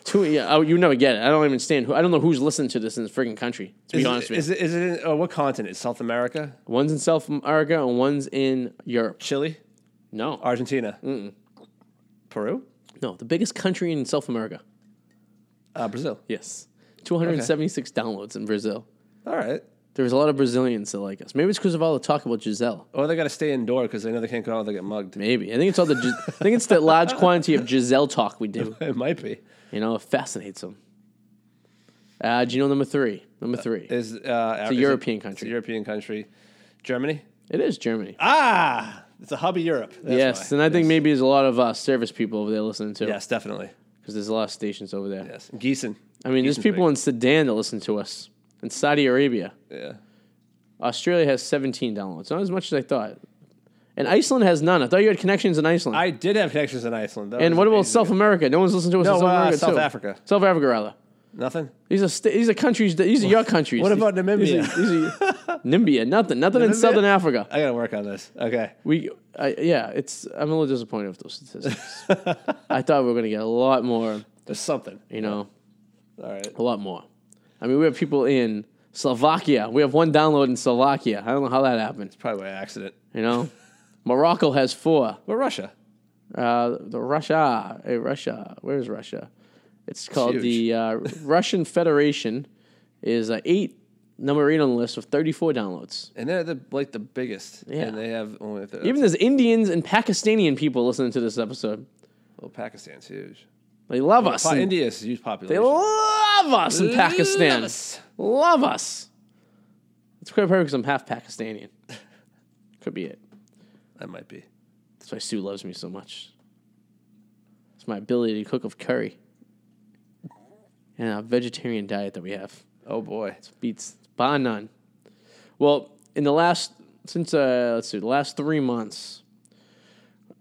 [SPEAKER 1] Two. Yeah. Oh, you never get it. I don't even stand. Who, I don't know who's listening to this in this freaking country. To be
[SPEAKER 2] is
[SPEAKER 1] honest
[SPEAKER 2] it,
[SPEAKER 1] with you.
[SPEAKER 2] is it, is it in, oh, what continent? Is South America?
[SPEAKER 1] One's in South America and one's in Europe.
[SPEAKER 2] Chile?
[SPEAKER 1] No.
[SPEAKER 2] Argentina? Peru?
[SPEAKER 1] No, the biggest country in South America.
[SPEAKER 2] Uh, Brazil.
[SPEAKER 1] Yes. 276 downloads in Brazil.
[SPEAKER 2] All right.
[SPEAKER 1] There's a lot of Brazilians that like us. Maybe it's because of all the talk about Giselle.
[SPEAKER 2] Or they got to stay indoor because they know they can't go out. They get mugged.
[SPEAKER 1] Maybe. I think it's all the Gis- I think it's the large quantity of Giselle talk we do.
[SPEAKER 2] It might be.
[SPEAKER 1] You know, it fascinates them. Uh, do you know number three? Number three.
[SPEAKER 2] Is uh, Af- is it-
[SPEAKER 1] European
[SPEAKER 2] It's
[SPEAKER 1] country.
[SPEAKER 2] a European country. Germany.
[SPEAKER 1] It is Germany.
[SPEAKER 2] Ah, it's a hub of Europe. That's
[SPEAKER 1] yes,
[SPEAKER 2] why.
[SPEAKER 1] and I think maybe there's a lot of uh, service people over there listening to
[SPEAKER 2] Yes, definitely.
[SPEAKER 1] because there's a lot of stations over there.
[SPEAKER 2] Yes, Gießen.
[SPEAKER 1] I mean, there's
[SPEAKER 2] Gießen's
[SPEAKER 1] people in Sudan that listen to us, in Saudi Arabia.
[SPEAKER 2] Yeah.
[SPEAKER 1] Australia has 17 downloads, not as much as I thought. And Iceland has none. I thought you had connections in Iceland.
[SPEAKER 2] I did have connections in Iceland. That
[SPEAKER 1] and
[SPEAKER 2] was
[SPEAKER 1] what about
[SPEAKER 2] amazing.
[SPEAKER 1] South America? No one's listened to us
[SPEAKER 2] No,
[SPEAKER 1] in South
[SPEAKER 2] uh,
[SPEAKER 1] America.
[SPEAKER 2] South
[SPEAKER 1] too.
[SPEAKER 2] Africa.
[SPEAKER 1] South Africa, rather.
[SPEAKER 2] Nothing.
[SPEAKER 1] These are sta these are countries. That, these are your countries.
[SPEAKER 2] What about
[SPEAKER 1] These- these
[SPEAKER 2] Namibia?
[SPEAKER 1] are- these are- Namibia, nothing, nothing in
[SPEAKER 2] Namibia?
[SPEAKER 1] Southern Africa.
[SPEAKER 2] I gotta work on this. Okay.
[SPEAKER 1] We, I, yeah, it's. I'm a little disappointed with those statistics. I thought we were going to get a lot more.
[SPEAKER 2] There's something.
[SPEAKER 1] You know,
[SPEAKER 2] All right.
[SPEAKER 1] a lot more. I mean, we have people in Slovakia. We have one download in Slovakia. I don't know how that happened.
[SPEAKER 2] Probably by accident.
[SPEAKER 1] You know, Morocco has four.
[SPEAKER 2] But Russia.
[SPEAKER 1] Uh, the Russia, eh, Russia. Where is Russia? It's called
[SPEAKER 2] huge.
[SPEAKER 1] the uh, Russian Federation. Is uh, eight number eight on the list with 34 downloads.
[SPEAKER 2] And they're the like the biggest.
[SPEAKER 1] Yeah.
[SPEAKER 2] And they have only the,
[SPEAKER 1] Even there's Indians and Pakistani people listening to this episode.
[SPEAKER 2] well, Pakistan's huge.
[SPEAKER 1] They love us.
[SPEAKER 2] Pa-
[SPEAKER 1] in-
[SPEAKER 2] India's a huge
[SPEAKER 1] They
[SPEAKER 2] population.
[SPEAKER 1] love us in Pakistan.
[SPEAKER 2] Love us.
[SPEAKER 1] Love us. It's quite probably because I'm half Pakistani. Could be it.
[SPEAKER 2] That might be.
[SPEAKER 1] That's why Sue loves me so much. It's my ability to cook of curry and our vegetarian diet that we have.
[SPEAKER 2] Oh boy.
[SPEAKER 1] beats bar none. Well, in the last since uh, let's see, the last three months,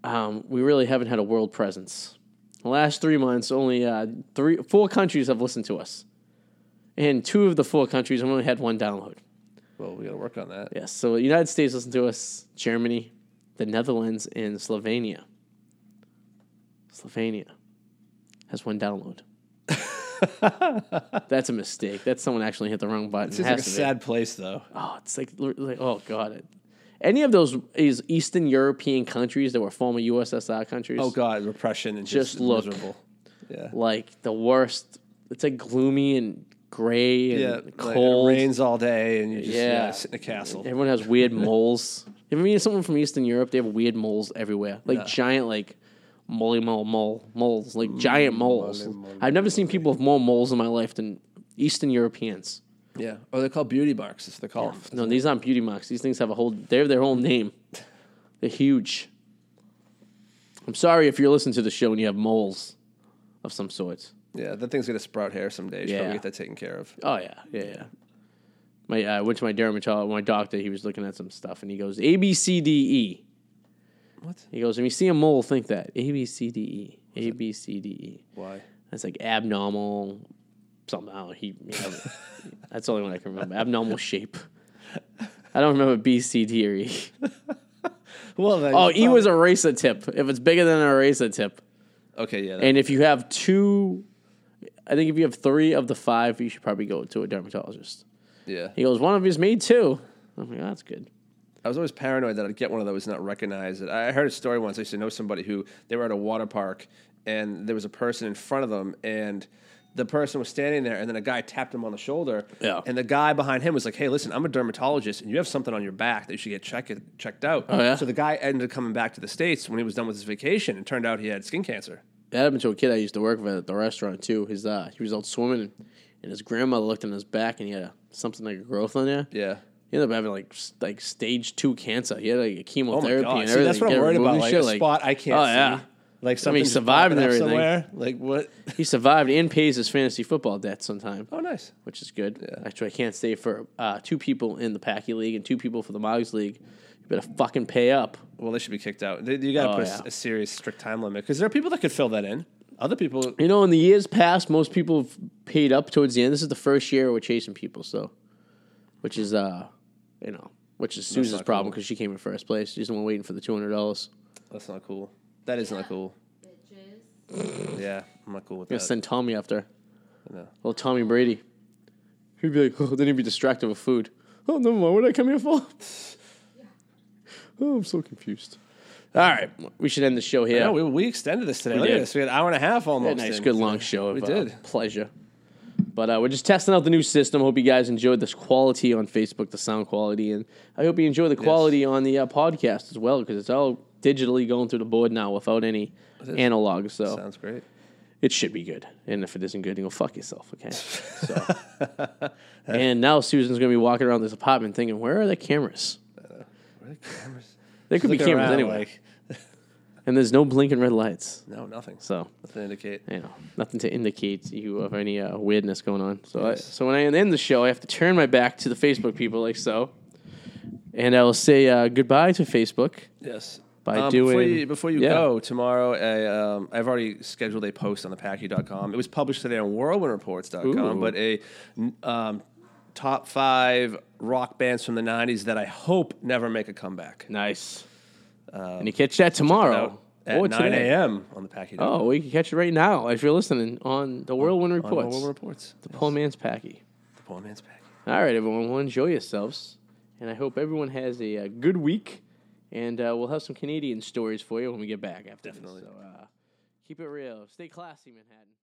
[SPEAKER 1] um, we really haven't had a world presence. The last three months, only uh, three, four countries have listened to us, and two of the four countries have only had one download.
[SPEAKER 2] Well, we gotta work on that.
[SPEAKER 1] Yes, so the United States listened to us, Germany, the Netherlands, and Slovenia. Slovenia has one download. That's a mistake. That's someone actually hit the wrong button.
[SPEAKER 2] It's
[SPEAKER 1] It
[SPEAKER 2] like a
[SPEAKER 1] has to be.
[SPEAKER 2] sad place though.
[SPEAKER 1] Oh, it's like, like oh god. Any of those is Eastern European countries that were former USSR countries.
[SPEAKER 2] Oh god, repression and just,
[SPEAKER 1] Just look.
[SPEAKER 2] miserable. Yeah.
[SPEAKER 1] Like the worst. It's like gloomy and gray and
[SPEAKER 2] Yeah. Like,
[SPEAKER 1] cold.
[SPEAKER 2] it rains all day and you just yeah.
[SPEAKER 1] Yeah.
[SPEAKER 2] sit in a castle.
[SPEAKER 1] Everyone has weird moles. If you meet someone from Eastern Europe, they have weird moles everywhere. Like giant, like moly mole mole moles, like
[SPEAKER 2] Mm,
[SPEAKER 1] giant moles. I've never seen people with more moles in my life than Eastern Europeans.
[SPEAKER 2] Yeah. Oh, they're called beauty marks. That's what they call them.
[SPEAKER 1] No, these aren't beauty marks. These things have a whole. They have their whole name. They're huge. I'm sorry if you're listening to the show and you have moles. of some sorts.
[SPEAKER 2] Yeah, that thing's gonna sprout hair someday. Should
[SPEAKER 1] Yeah.
[SPEAKER 2] probably get that taken care of.
[SPEAKER 1] Oh yeah, yeah, yeah. My uh, I went to my dermatologist, my doctor. He was looking at some stuff, and he goes A B C D E.
[SPEAKER 2] What?
[SPEAKER 1] He goes, if you see a mole, think that A B C D E A B C D E.
[SPEAKER 2] Why?
[SPEAKER 1] That's like abnormal, something. I don't know. He, he had it. that's the only one I can remember. Abnormal shape. I don't remember B C D or E.
[SPEAKER 2] Well, then
[SPEAKER 1] Oh, E was a racer tip. If it's bigger than a racer tip,
[SPEAKER 2] okay. Yeah, that-
[SPEAKER 1] and if you have two, I think if you have three of the five, you should probably go to a dermatologist.
[SPEAKER 2] yeah.
[SPEAKER 1] He goes, one of you's me too. I'm like, oh, that's good.
[SPEAKER 2] I was always paranoid that I'd get one of those and not recognize it. I I heard a story once. I used to know somebody who they were at a water park and there was a person in front of them and the person was standing there and then a guy tapped him on the shoulder.
[SPEAKER 1] Yeah.
[SPEAKER 2] And the guy behind him was like, "Hey, listen, I'm a dermatologist and you have something on your back that you should get checked checked out." Oh,
[SPEAKER 1] yeah?
[SPEAKER 2] So the guy ended up coming back to the states when he was done with his vacation and turned out he had skin cancer.
[SPEAKER 1] That happened to a kid I used to work with at the restaurant too. His uh, he was out swimming, and his grandmother looked in his back, and he had a, something like a growth on there.
[SPEAKER 2] Yeah.
[SPEAKER 1] He ended up having like s- like stage two cancer. He had like a
[SPEAKER 2] Oh my
[SPEAKER 1] chemotherapy
[SPEAKER 2] god.
[SPEAKER 1] and
[SPEAKER 2] See,
[SPEAKER 1] everything.
[SPEAKER 2] that's what
[SPEAKER 1] Get
[SPEAKER 2] I'm
[SPEAKER 1] it
[SPEAKER 2] worried
[SPEAKER 1] removed
[SPEAKER 2] about.
[SPEAKER 1] and
[SPEAKER 2] Like
[SPEAKER 1] shit,
[SPEAKER 2] a spot I can't
[SPEAKER 1] oh,
[SPEAKER 2] see.
[SPEAKER 1] yeah.
[SPEAKER 2] Like something just
[SPEAKER 1] survived
[SPEAKER 2] popping
[SPEAKER 1] and everything.
[SPEAKER 2] up somewhere. Like what?
[SPEAKER 1] He survived and pays his fantasy football debt sometime,
[SPEAKER 2] Oh, nice.
[SPEAKER 1] which is good. Actually, I can't say for uh, two people in the Packy League and two people for the Moggs League. You better fucking pay up.
[SPEAKER 2] Well, they should be kicked out. They, you got to
[SPEAKER 1] Oh,
[SPEAKER 2] put a s-
[SPEAKER 1] yeah.
[SPEAKER 2] a serious, strict time limit because there are people that could fill that in. Other people,
[SPEAKER 1] You know, in the years past, most people have paid up towards the end. This is the first year we're chasing people, so which is uh, you know, which is Susan's
[SPEAKER 2] not
[SPEAKER 1] problem
[SPEAKER 2] cool.
[SPEAKER 1] because she came in first place. She's the one waiting for the two hundred dollars.
[SPEAKER 2] that's not cool. That is not cool.
[SPEAKER 3] Bitches.
[SPEAKER 2] Yeah, I'm not cool with
[SPEAKER 1] Gonna
[SPEAKER 2] that.
[SPEAKER 1] send Tommy after
[SPEAKER 2] No.
[SPEAKER 1] little Tommy Brady. He'd be like, oh, then he'd be distracted with food. Oh no, what did I come here for? oh, I'm so confused. All right, we should end the show here.
[SPEAKER 2] Yeah, we, we extended this today. Look at
[SPEAKER 1] did.
[SPEAKER 2] this. We had an hour and a half
[SPEAKER 1] Yeah,
[SPEAKER 2] almost.
[SPEAKER 1] nice,
[SPEAKER 2] in.
[SPEAKER 1] good long show. Of,
[SPEAKER 2] We
[SPEAKER 1] uh,
[SPEAKER 2] did.
[SPEAKER 1] pleasure. But uh, we're just testing out the new system. Hope you guys enjoyed this quality on Facebook, the sound quality, and I hope you enjoy the quality on the uh, podcast as well because it's all digitally going through the board now without any analog. So
[SPEAKER 2] Sounds great.
[SPEAKER 1] it should be good. And if it isn't good, then go fuck yourself. Okay. So. and now Susan's gonna be walking around this apartment thinking, where are the cameras?
[SPEAKER 2] Uh, Where are the cameras?
[SPEAKER 1] There could be
[SPEAKER 2] Looking
[SPEAKER 1] cameras
[SPEAKER 2] around,
[SPEAKER 1] anyway,
[SPEAKER 2] like,
[SPEAKER 1] and there's no blinking red lights.
[SPEAKER 2] no, nothing.
[SPEAKER 1] So
[SPEAKER 2] Nothing to indicate.
[SPEAKER 1] you know, nothing to indicate you of any uh, weirdness going on. So, I, so when I end the show, I have to turn my back to the Facebook people, like so, and I will say uh, goodbye to Facebook.
[SPEAKER 2] Yes.
[SPEAKER 1] By
[SPEAKER 2] um, before
[SPEAKER 1] doing-
[SPEAKER 2] you, before you
[SPEAKER 1] yeah.
[SPEAKER 2] go tomorrow, I, um, I've already scheduled a post on the Packy.com. It was published today on WhirlwindReports.com,
[SPEAKER 1] Ooh.
[SPEAKER 2] but a n- um, top five rock bands from the '90s that I hope never make a comeback.
[SPEAKER 1] Nice. and you catch that tomorrow
[SPEAKER 2] Out at
[SPEAKER 1] or
[SPEAKER 2] 9
[SPEAKER 1] today.
[SPEAKER 2] a.m. on the Packy.
[SPEAKER 1] Oh, we can catch it right now if you're listening on the Whirlwind
[SPEAKER 2] on
[SPEAKER 1] Reports,
[SPEAKER 2] Whirlwind Reports.
[SPEAKER 1] the Poor Man's Packy.
[SPEAKER 2] The poor man's Packy.
[SPEAKER 1] All right, everyone. Well, enjoy yourselves, and I hope everyone has a, uh good week. And uh, we'll have some Canadian stories for you when we get back after
[SPEAKER 2] Definitely.
[SPEAKER 1] this. So uh, keep it real. Stay classy, Manhattan.